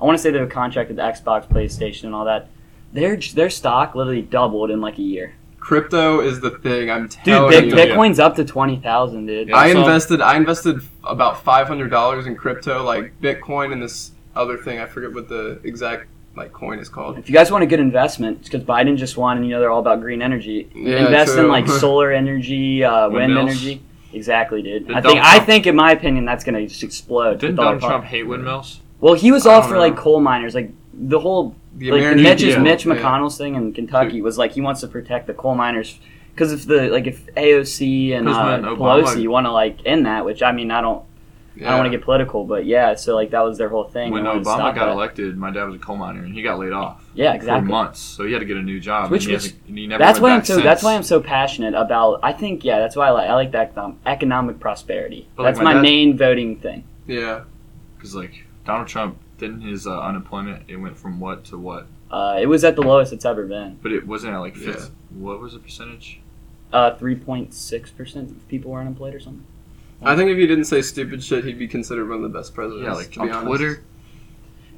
Speaker 1: I want to say they have a contract with Xbox, PlayStation, and all that. Their their stock literally doubled in like a year.
Speaker 3: Crypto is the thing. I'm
Speaker 1: Dude,
Speaker 3: telling
Speaker 1: Bit-
Speaker 3: you.
Speaker 2: yeah.
Speaker 1: Bitcoin's up to twenty thousand, dude.
Speaker 2: Yeah,
Speaker 3: I
Speaker 2: so-
Speaker 3: invested. I invested about five hundred dollars in crypto, like Bitcoin, and this other thing. I forget what the exact like coin is called.
Speaker 1: If you guys want a good investment, because Biden just won, and you know they're all about green energy.
Speaker 3: Yeah,
Speaker 1: invest in
Speaker 3: true.
Speaker 1: like solar energy, uh, wind
Speaker 2: Windmills.
Speaker 1: energy. Exactly, dude.
Speaker 2: Did
Speaker 1: I think
Speaker 2: Donald
Speaker 1: I
Speaker 2: Trump-
Speaker 1: think, in my opinion, that's gonna just explode. with
Speaker 2: Didn't
Speaker 1: all the
Speaker 2: Donald
Speaker 1: par-
Speaker 2: Trump hate windmills?
Speaker 1: Well, he was
Speaker 3: I
Speaker 1: all
Speaker 3: don't
Speaker 1: for
Speaker 3: know.
Speaker 1: like coal miners, like the whole
Speaker 3: The
Speaker 1: like
Speaker 3: American
Speaker 1: Mitch
Speaker 2: yeah.
Speaker 1: Mitch
Speaker 3: yeah.
Speaker 1: McConnell's thing in Kentucky was like he wants to protect the coal miners because if the like if AOC and
Speaker 2: 'Cause
Speaker 1: uh,
Speaker 2: when Obama-
Speaker 1: Pelosi want to like end that, which I mean I don't I
Speaker 3: Yeah.
Speaker 1: don't want to get political, but yeah, so like that was their whole thing.
Speaker 2: When
Speaker 1: They wanted to
Speaker 2: Obama
Speaker 1: stop
Speaker 2: got
Speaker 1: that.
Speaker 2: elected, my dad was a coal miner and he got laid off
Speaker 1: yeah,
Speaker 2: for
Speaker 1: exactly.
Speaker 2: months, so he had to get a new job.
Speaker 1: Which-
Speaker 2: and he
Speaker 1: which-
Speaker 2: hasn't- and he never
Speaker 1: That's
Speaker 2: went
Speaker 1: why
Speaker 2: back
Speaker 1: I'm so.
Speaker 2: since.
Speaker 1: That's why I'm so passionate about. I think yeah. That's why I like. I like that um, economic prosperity.
Speaker 2: But, like,
Speaker 1: that's my,
Speaker 2: my dad-
Speaker 1: main voting thing.
Speaker 3: Yeah,
Speaker 2: because like Donald Trump didn't his uh, unemployment it went from what to what,
Speaker 1: Uh, it was at the lowest it's ever been.
Speaker 2: but it wasn't at like
Speaker 3: Yeah.
Speaker 2: fifth. What was the percentage?
Speaker 1: Uh, Three point six percent of people were unemployed or something.
Speaker 3: I think if he didn't say stupid shit, he'd be considered one of the best presidents.
Speaker 2: Yeah, like
Speaker 3: to
Speaker 2: on
Speaker 3: be honest.
Speaker 2: Twitter.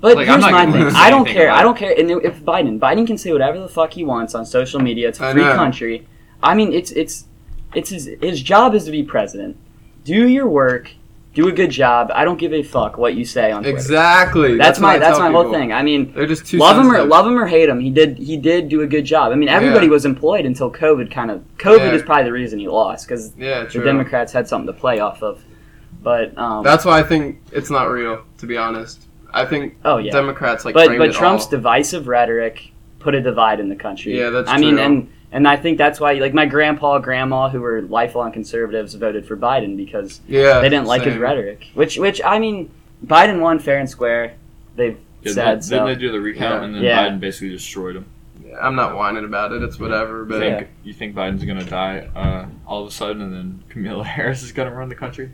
Speaker 1: But
Speaker 2: Like, I'm
Speaker 1: here's
Speaker 2: not
Speaker 1: my
Speaker 2: gonna
Speaker 1: thing.
Speaker 3: say
Speaker 1: I don't
Speaker 2: anything
Speaker 1: care.
Speaker 2: about
Speaker 1: I don't care. And if Biden, Biden can say whatever the fuck he wants on social media. It's a
Speaker 3: I
Speaker 1: free
Speaker 3: know.
Speaker 1: country. I mean, it's it's it's his his job is to be president. Do your work. Do a good job. I don't give a fuck what you say on Twitter.
Speaker 3: Exactly.
Speaker 1: That's,
Speaker 3: what I
Speaker 1: my that's
Speaker 3: tell
Speaker 1: my whole
Speaker 3: people.
Speaker 1: thing. I mean,
Speaker 3: They're just too
Speaker 1: love him or
Speaker 3: sensitive.
Speaker 1: love him or hate him. He did he did do a good job. I mean, everybody
Speaker 3: Yeah.
Speaker 1: was employed until COVID kind of COVID
Speaker 3: Yeah.
Speaker 1: is probably the reason he lost because
Speaker 3: Yeah,
Speaker 1: the
Speaker 3: true.
Speaker 1: Democrats had something to play off of. But um,
Speaker 3: That's why I think it's not real. To be honest, I think
Speaker 1: oh yeah.
Speaker 3: Democrats like
Speaker 1: but
Speaker 3: framed
Speaker 1: but
Speaker 3: it
Speaker 1: Trump's
Speaker 3: all.
Speaker 1: divisive rhetoric put a divide in the country.
Speaker 3: Yeah, that's
Speaker 1: I mean,
Speaker 3: true.
Speaker 1: and and I think that's why like my grandpa, grandma, who were lifelong conservatives, voted for Biden because
Speaker 3: yeah
Speaker 1: they didn't like his
Speaker 3: same.
Speaker 1: rhetoric. Which which I mean, Biden won fair and square. They've
Speaker 2: Yeah,
Speaker 1: said
Speaker 2: didn't,
Speaker 1: so.
Speaker 2: didn't they do the recount
Speaker 3: Yeah.
Speaker 2: and then
Speaker 1: Yeah.
Speaker 2: Biden basically destroyed him?
Speaker 3: I'm not whining about it. It's whatever.
Speaker 2: You
Speaker 3: But
Speaker 2: think, you think Biden's gonna die uh, all of a sudden, and then Kamala Harris is gonna run the country?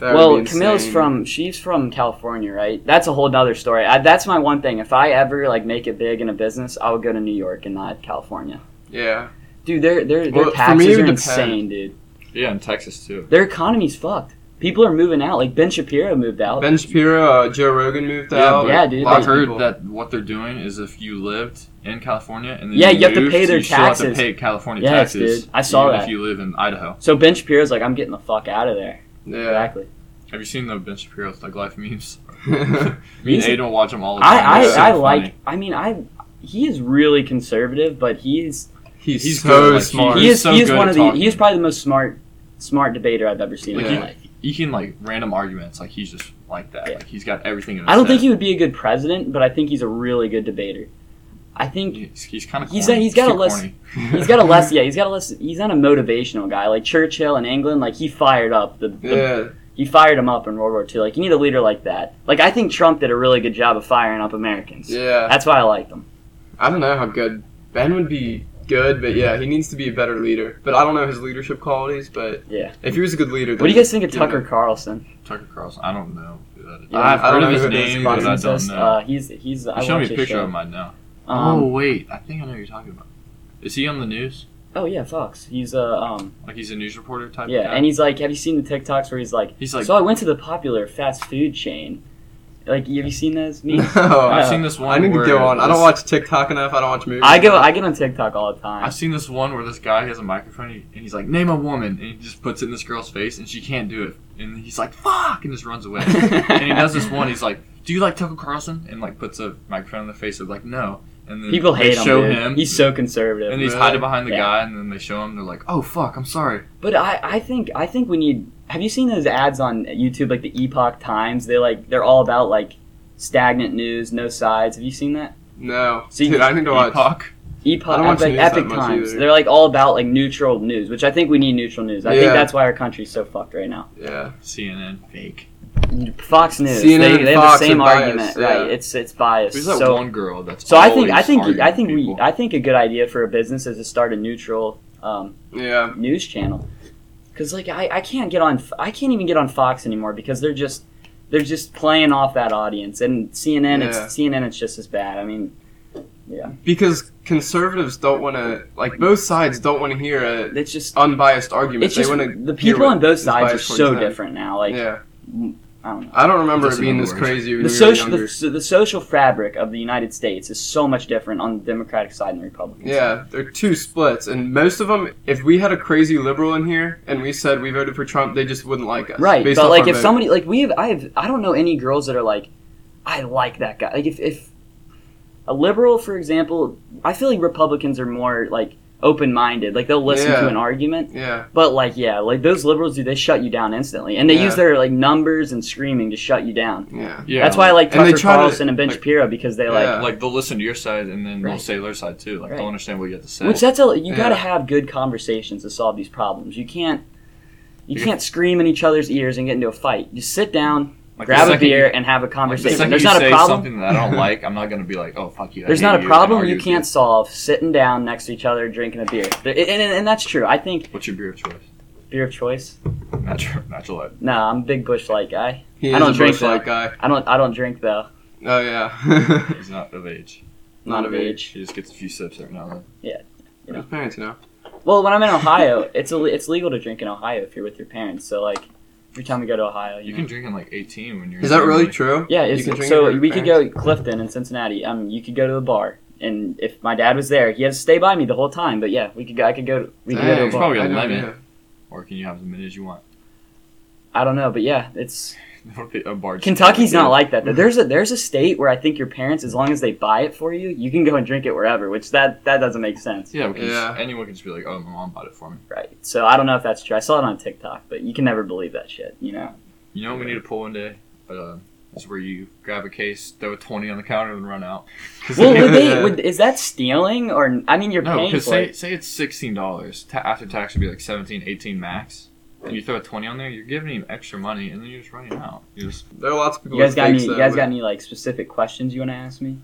Speaker 3: that would
Speaker 1: well,
Speaker 3: be
Speaker 1: Camille's
Speaker 3: insane.
Speaker 1: from she's from California, right? That's a whole nother story. I, that's my one thing. If I ever like make it big in a business, I would go to New York and not California.
Speaker 3: Yeah,
Speaker 1: Dude, their their, their
Speaker 3: Well, for me,
Speaker 1: taxes
Speaker 3: it
Speaker 1: are
Speaker 3: would
Speaker 1: insane, dude.
Speaker 2: Yeah, in Texas too.
Speaker 1: Their economy's fucked. People are moving out. Like Ben Shapiro moved out.
Speaker 3: Ben Shapiro, uh, Joe Rogan moved out.
Speaker 1: but- Yeah, dude,
Speaker 3: Lots
Speaker 2: I've
Speaker 1: like-
Speaker 3: of
Speaker 2: heard
Speaker 3: people.
Speaker 2: that what they're doing is if you lived in California and then
Speaker 1: Yeah, you have to
Speaker 2: moved,
Speaker 1: pay their
Speaker 2: you still have to
Speaker 1: taxes.
Speaker 2: pay California
Speaker 1: Yes,
Speaker 2: taxes.
Speaker 1: dude. I saw
Speaker 2: even
Speaker 1: that.
Speaker 2: If you live in Idaho,
Speaker 1: so Ben Shapiro's like, I'm getting the fuck out of there.
Speaker 3: Yeah.
Speaker 1: Exactly.
Speaker 2: have you seen the Ben Shapiro Thug Life memes? Me and
Speaker 1: He's-
Speaker 2: Aiden will watch them all the time.
Speaker 1: I
Speaker 2: They're so
Speaker 1: I, I
Speaker 2: funny.
Speaker 1: like. I mean, I he is really conservative, but he's
Speaker 3: he's,
Speaker 2: He's
Speaker 3: so
Speaker 2: good, like, he-
Speaker 3: smart.
Speaker 1: he
Speaker 2: Oh, he's
Speaker 1: is
Speaker 2: so
Speaker 1: he is
Speaker 2: good
Speaker 1: one
Speaker 2: at
Speaker 1: of the
Speaker 2: talking.
Speaker 1: he is probably the most smart smart debater I've ever seen in
Speaker 3: Like,
Speaker 1: my
Speaker 3: he-
Speaker 1: life.
Speaker 2: he can like random arguments. Like he's just like that.
Speaker 1: Yeah.
Speaker 2: Like he's got everything in his
Speaker 1: I don't
Speaker 2: head.
Speaker 1: think he would be a good president, but I think he's a really good debater. I think
Speaker 2: He's, he's kind of
Speaker 1: He's- he's got a less- he's got a less yeah he's got a less he's not a motivational guy like Churchill in England like he fired up the, the
Speaker 3: Yeah,
Speaker 1: he fired him up in World War II like you need a leader like that like I think Trump did a really good job of firing up Americans
Speaker 3: yeah.
Speaker 1: that's why I liked him
Speaker 3: I don't know how good Ben would be. Good, but yeah, he needs to be a better leader. But I don't know his leadership qualities. But
Speaker 1: Yeah.
Speaker 3: if he was a good leader,
Speaker 1: what do you guys think of
Speaker 3: Yeah.
Speaker 1: Tucker Carlson
Speaker 2: Tucker Carlson. I don't know. who that is.
Speaker 1: Yeah,
Speaker 2: I've
Speaker 3: I
Speaker 2: heard
Speaker 3: don't
Speaker 2: of
Speaker 3: know
Speaker 2: his
Speaker 3: who it is,
Speaker 2: name,
Speaker 3: but
Speaker 2: but I
Speaker 1: Boxing
Speaker 2: don't
Speaker 1: says,
Speaker 2: know.
Speaker 1: Uh, he's he's. I
Speaker 2: you show me a
Speaker 1: watch his
Speaker 2: picture
Speaker 1: show.
Speaker 2: of him. I know.
Speaker 1: Um,
Speaker 2: oh
Speaker 1: oh.
Speaker 2: wait, I think I know who you're talking about. Is he on the news?
Speaker 1: yeah, Fox. He's a uh, um
Speaker 2: Like he's a news reporter type.
Speaker 1: yeah,
Speaker 2: guy?
Speaker 1: and he's like, have you seen the TikToks where he's like,
Speaker 2: he's like.
Speaker 1: so I went to the popular fast food chain. Like, have you seen those memes?
Speaker 3: No,
Speaker 2: "Oh, I've
Speaker 1: uh,
Speaker 2: seen this one.
Speaker 3: I need to
Speaker 2: where
Speaker 3: go on. I don't
Speaker 2: this-
Speaker 3: watch TikTok enough. I don't watch movies.
Speaker 1: I go I get on TikTok all the time.
Speaker 2: I've seen this one where this guy has a microphone and he's like, "Name a woman," and he just puts it in this girl's face, and she can't do it, and he's like, "Fuck!" and just runs away. and he does this one. He's like, "Do you like Tucker Carlson?" and like puts a microphone in the face of like, "No." And then
Speaker 1: People
Speaker 2: they
Speaker 1: hate him.
Speaker 2: Show
Speaker 1: dude.
Speaker 2: him.
Speaker 1: He's so conservative.
Speaker 2: and he's
Speaker 3: Really?
Speaker 2: hiding behind the
Speaker 1: Yeah.
Speaker 2: guy, and then they show him. They're like, "Oh fuck, I'm sorry."
Speaker 1: But I, I think I think we need. Have you seen those ads on YouTube, like the Epoch Times? They like they're all about like stagnant news, no sides. Have you seen that?
Speaker 3: No,
Speaker 1: So you-
Speaker 3: dude, I need to watch.
Speaker 2: Epoch.
Speaker 1: Epoch,
Speaker 3: I don't watch
Speaker 1: E like
Speaker 3: news that
Speaker 1: Epic
Speaker 3: much
Speaker 1: Times.
Speaker 3: either.
Speaker 1: They're like all about like neutral news, which I think we need neutral news. I think
Speaker 3: Yeah.
Speaker 1: that's why our country's so fucked right now.
Speaker 3: Yeah,
Speaker 2: CNN fake.
Speaker 1: Fox News,
Speaker 3: CNN,
Speaker 1: they, they have
Speaker 3: Fox,
Speaker 1: the same
Speaker 3: and bias,
Speaker 1: argument,
Speaker 3: yeah.
Speaker 1: right? It's it's biased.
Speaker 2: There's that
Speaker 1: so
Speaker 2: one girl that's
Speaker 1: so I think I
Speaker 2: always
Speaker 1: think
Speaker 2: arguing
Speaker 1: I
Speaker 2: with
Speaker 1: think we uh,
Speaker 2: people.
Speaker 1: I think a good idea for a business is to start a neutral um,
Speaker 3: yeah.
Speaker 1: news channel because like I, I can't get on i can't even get on fox anymore because they're just they're just playing off that audience. And CNN, it's
Speaker 3: Yeah.
Speaker 1: CNN, it's just as bad. I mean, yeah,
Speaker 3: because conservatives don't want to like both sides don't want to hear a
Speaker 1: it's just
Speaker 3: unbiased argument.
Speaker 1: it's just
Speaker 3: they want to
Speaker 1: the people on both sides are
Speaker 3: biased
Speaker 1: so
Speaker 3: towards them.
Speaker 1: different now. Like
Speaker 3: yeah.
Speaker 1: I don't know.
Speaker 3: I don't remember it
Speaker 2: Doesn't
Speaker 3: being
Speaker 2: know
Speaker 3: this
Speaker 2: words.
Speaker 3: crazy when
Speaker 1: The
Speaker 3: we
Speaker 1: social,
Speaker 3: were younger.
Speaker 1: the, so the social fabric of the United States is so much different on the Democratic side than the Republican. side.
Speaker 3: Yeah, there are two splits, and most of them, if we had a crazy liberal in here and we said we voted for Trump, they just wouldn't like us.
Speaker 1: right.
Speaker 3: based
Speaker 1: But
Speaker 3: off
Speaker 1: like,
Speaker 3: our
Speaker 1: if
Speaker 3: vote.
Speaker 1: somebody like we have, I have, I don't know any girls that are like, I like that guy. Like, if if a liberal, for example, I feel like Republicans are more like open minded. Like they'll listen to
Speaker 3: Yeah.
Speaker 1: an argument.
Speaker 3: yeah,
Speaker 1: But like, yeah, like those liberals do, they shut you down instantly, and they
Speaker 3: Yeah.
Speaker 1: use their like numbers and screaming to shut you down.
Speaker 3: yeah,
Speaker 2: Yeah,
Speaker 1: That's why I like
Speaker 3: And they
Speaker 1: Tucker
Speaker 3: try to-
Speaker 1: Carlson and Ben
Speaker 3: like-
Speaker 1: Shapiro because they like
Speaker 3: Yeah.
Speaker 2: like they'll listen to your side and then
Speaker 1: Right.
Speaker 2: they'll say their side too. Like
Speaker 1: Right.
Speaker 2: they'll understand what you have to say.
Speaker 1: Which that's a you got to
Speaker 3: Yeah.
Speaker 1: have good conversations to solve these problems. You can't you
Speaker 2: Yeah.
Speaker 1: can't scream in each other's ears and get into a fight. You sit down,
Speaker 2: like the
Speaker 1: grab a
Speaker 2: second-
Speaker 1: beer, and have a
Speaker 2: Like the
Speaker 1: conversation.
Speaker 2: second
Speaker 1: There's
Speaker 2: you
Speaker 1: not a
Speaker 2: say
Speaker 1: problem.
Speaker 2: something that I don't like, I'm not gonna be like, oh fuck you. I
Speaker 1: There's
Speaker 2: hate
Speaker 1: not
Speaker 2: you,
Speaker 1: a
Speaker 2: and
Speaker 1: problem
Speaker 2: argue
Speaker 1: you
Speaker 2: with
Speaker 1: can't solve sitting down next to each other drinking a beer. There- And, and, and that's true. I think
Speaker 2: What's your beer of choice?
Speaker 1: beer of choice.
Speaker 2: Natural, natural light.
Speaker 1: No, I'm a big Bush Light guy.
Speaker 3: he
Speaker 1: I
Speaker 3: is
Speaker 1: don't
Speaker 3: a
Speaker 1: drink
Speaker 3: Bush Light guy.
Speaker 1: I don't I don't drink though.
Speaker 3: Oh yeah,
Speaker 2: He's not of age.
Speaker 3: Not of
Speaker 2: He just gets a few sips every now and then.
Speaker 1: You know.
Speaker 3: his parents, you know.
Speaker 1: Well, when I'm in Ohio, it's a, it's legal to drink in Ohio if you're with your parents. So like every time we go to Ohio, you,
Speaker 2: You
Speaker 1: know.
Speaker 2: can drink in like 18 when you're.
Speaker 3: Is
Speaker 2: in
Speaker 3: that really
Speaker 2: Germany.
Speaker 3: true?
Speaker 1: Yeah,
Speaker 3: You
Speaker 1: it's,
Speaker 3: can drink
Speaker 1: so
Speaker 3: with your
Speaker 1: we could
Speaker 3: parents?
Speaker 1: go Clifton in Cincinnati. Um, you could go to the bar, and if my dad was there, he had to stay by me the whole time. But yeah, we could. Go, I could go. We could go
Speaker 3: Dang,
Speaker 1: to a
Speaker 2: probably-
Speaker 1: bar.
Speaker 2: a
Speaker 3: I had no
Speaker 2: lemon.
Speaker 3: idea.
Speaker 2: Or can you have as many as you want?
Speaker 1: I don't know, but yeah, it's
Speaker 2: a bar.
Speaker 1: Kentucky's not like
Speaker 3: Mm-hmm.
Speaker 1: that. though. There's a there's a state where I think your parents, as long as they buy it for you, you can go and drink it wherever. Which that that doesn't make sense,
Speaker 2: Yeah, we can
Speaker 3: Yeah.
Speaker 2: Just, anyone can just be like, oh, my mom bought it for me.
Speaker 1: right? So I don't know if that's true. I saw it on TikTok, but you can never believe that shit. You know?
Speaker 2: You know what we need to pull one day? Uh, is where you grab a case, throw a 20 on the counter, and run out. 'Cause
Speaker 1: Well,
Speaker 2: they-
Speaker 1: would they, would, is that stealing or I mean, you're
Speaker 2: no,
Speaker 1: paying
Speaker 2: because
Speaker 1: for
Speaker 2: say,
Speaker 1: it.
Speaker 2: say it's $16. Ta- after tax would be like 17 18 max. And you throw a 20 on there, you're giving him extra money, and then you're just running out. You're just,
Speaker 3: There are lots of
Speaker 1: You
Speaker 3: people.
Speaker 1: guys got
Speaker 3: that
Speaker 1: any?
Speaker 3: think
Speaker 1: You
Speaker 3: so,
Speaker 1: guys
Speaker 3: but-
Speaker 1: got any like specific questions you want to ask me?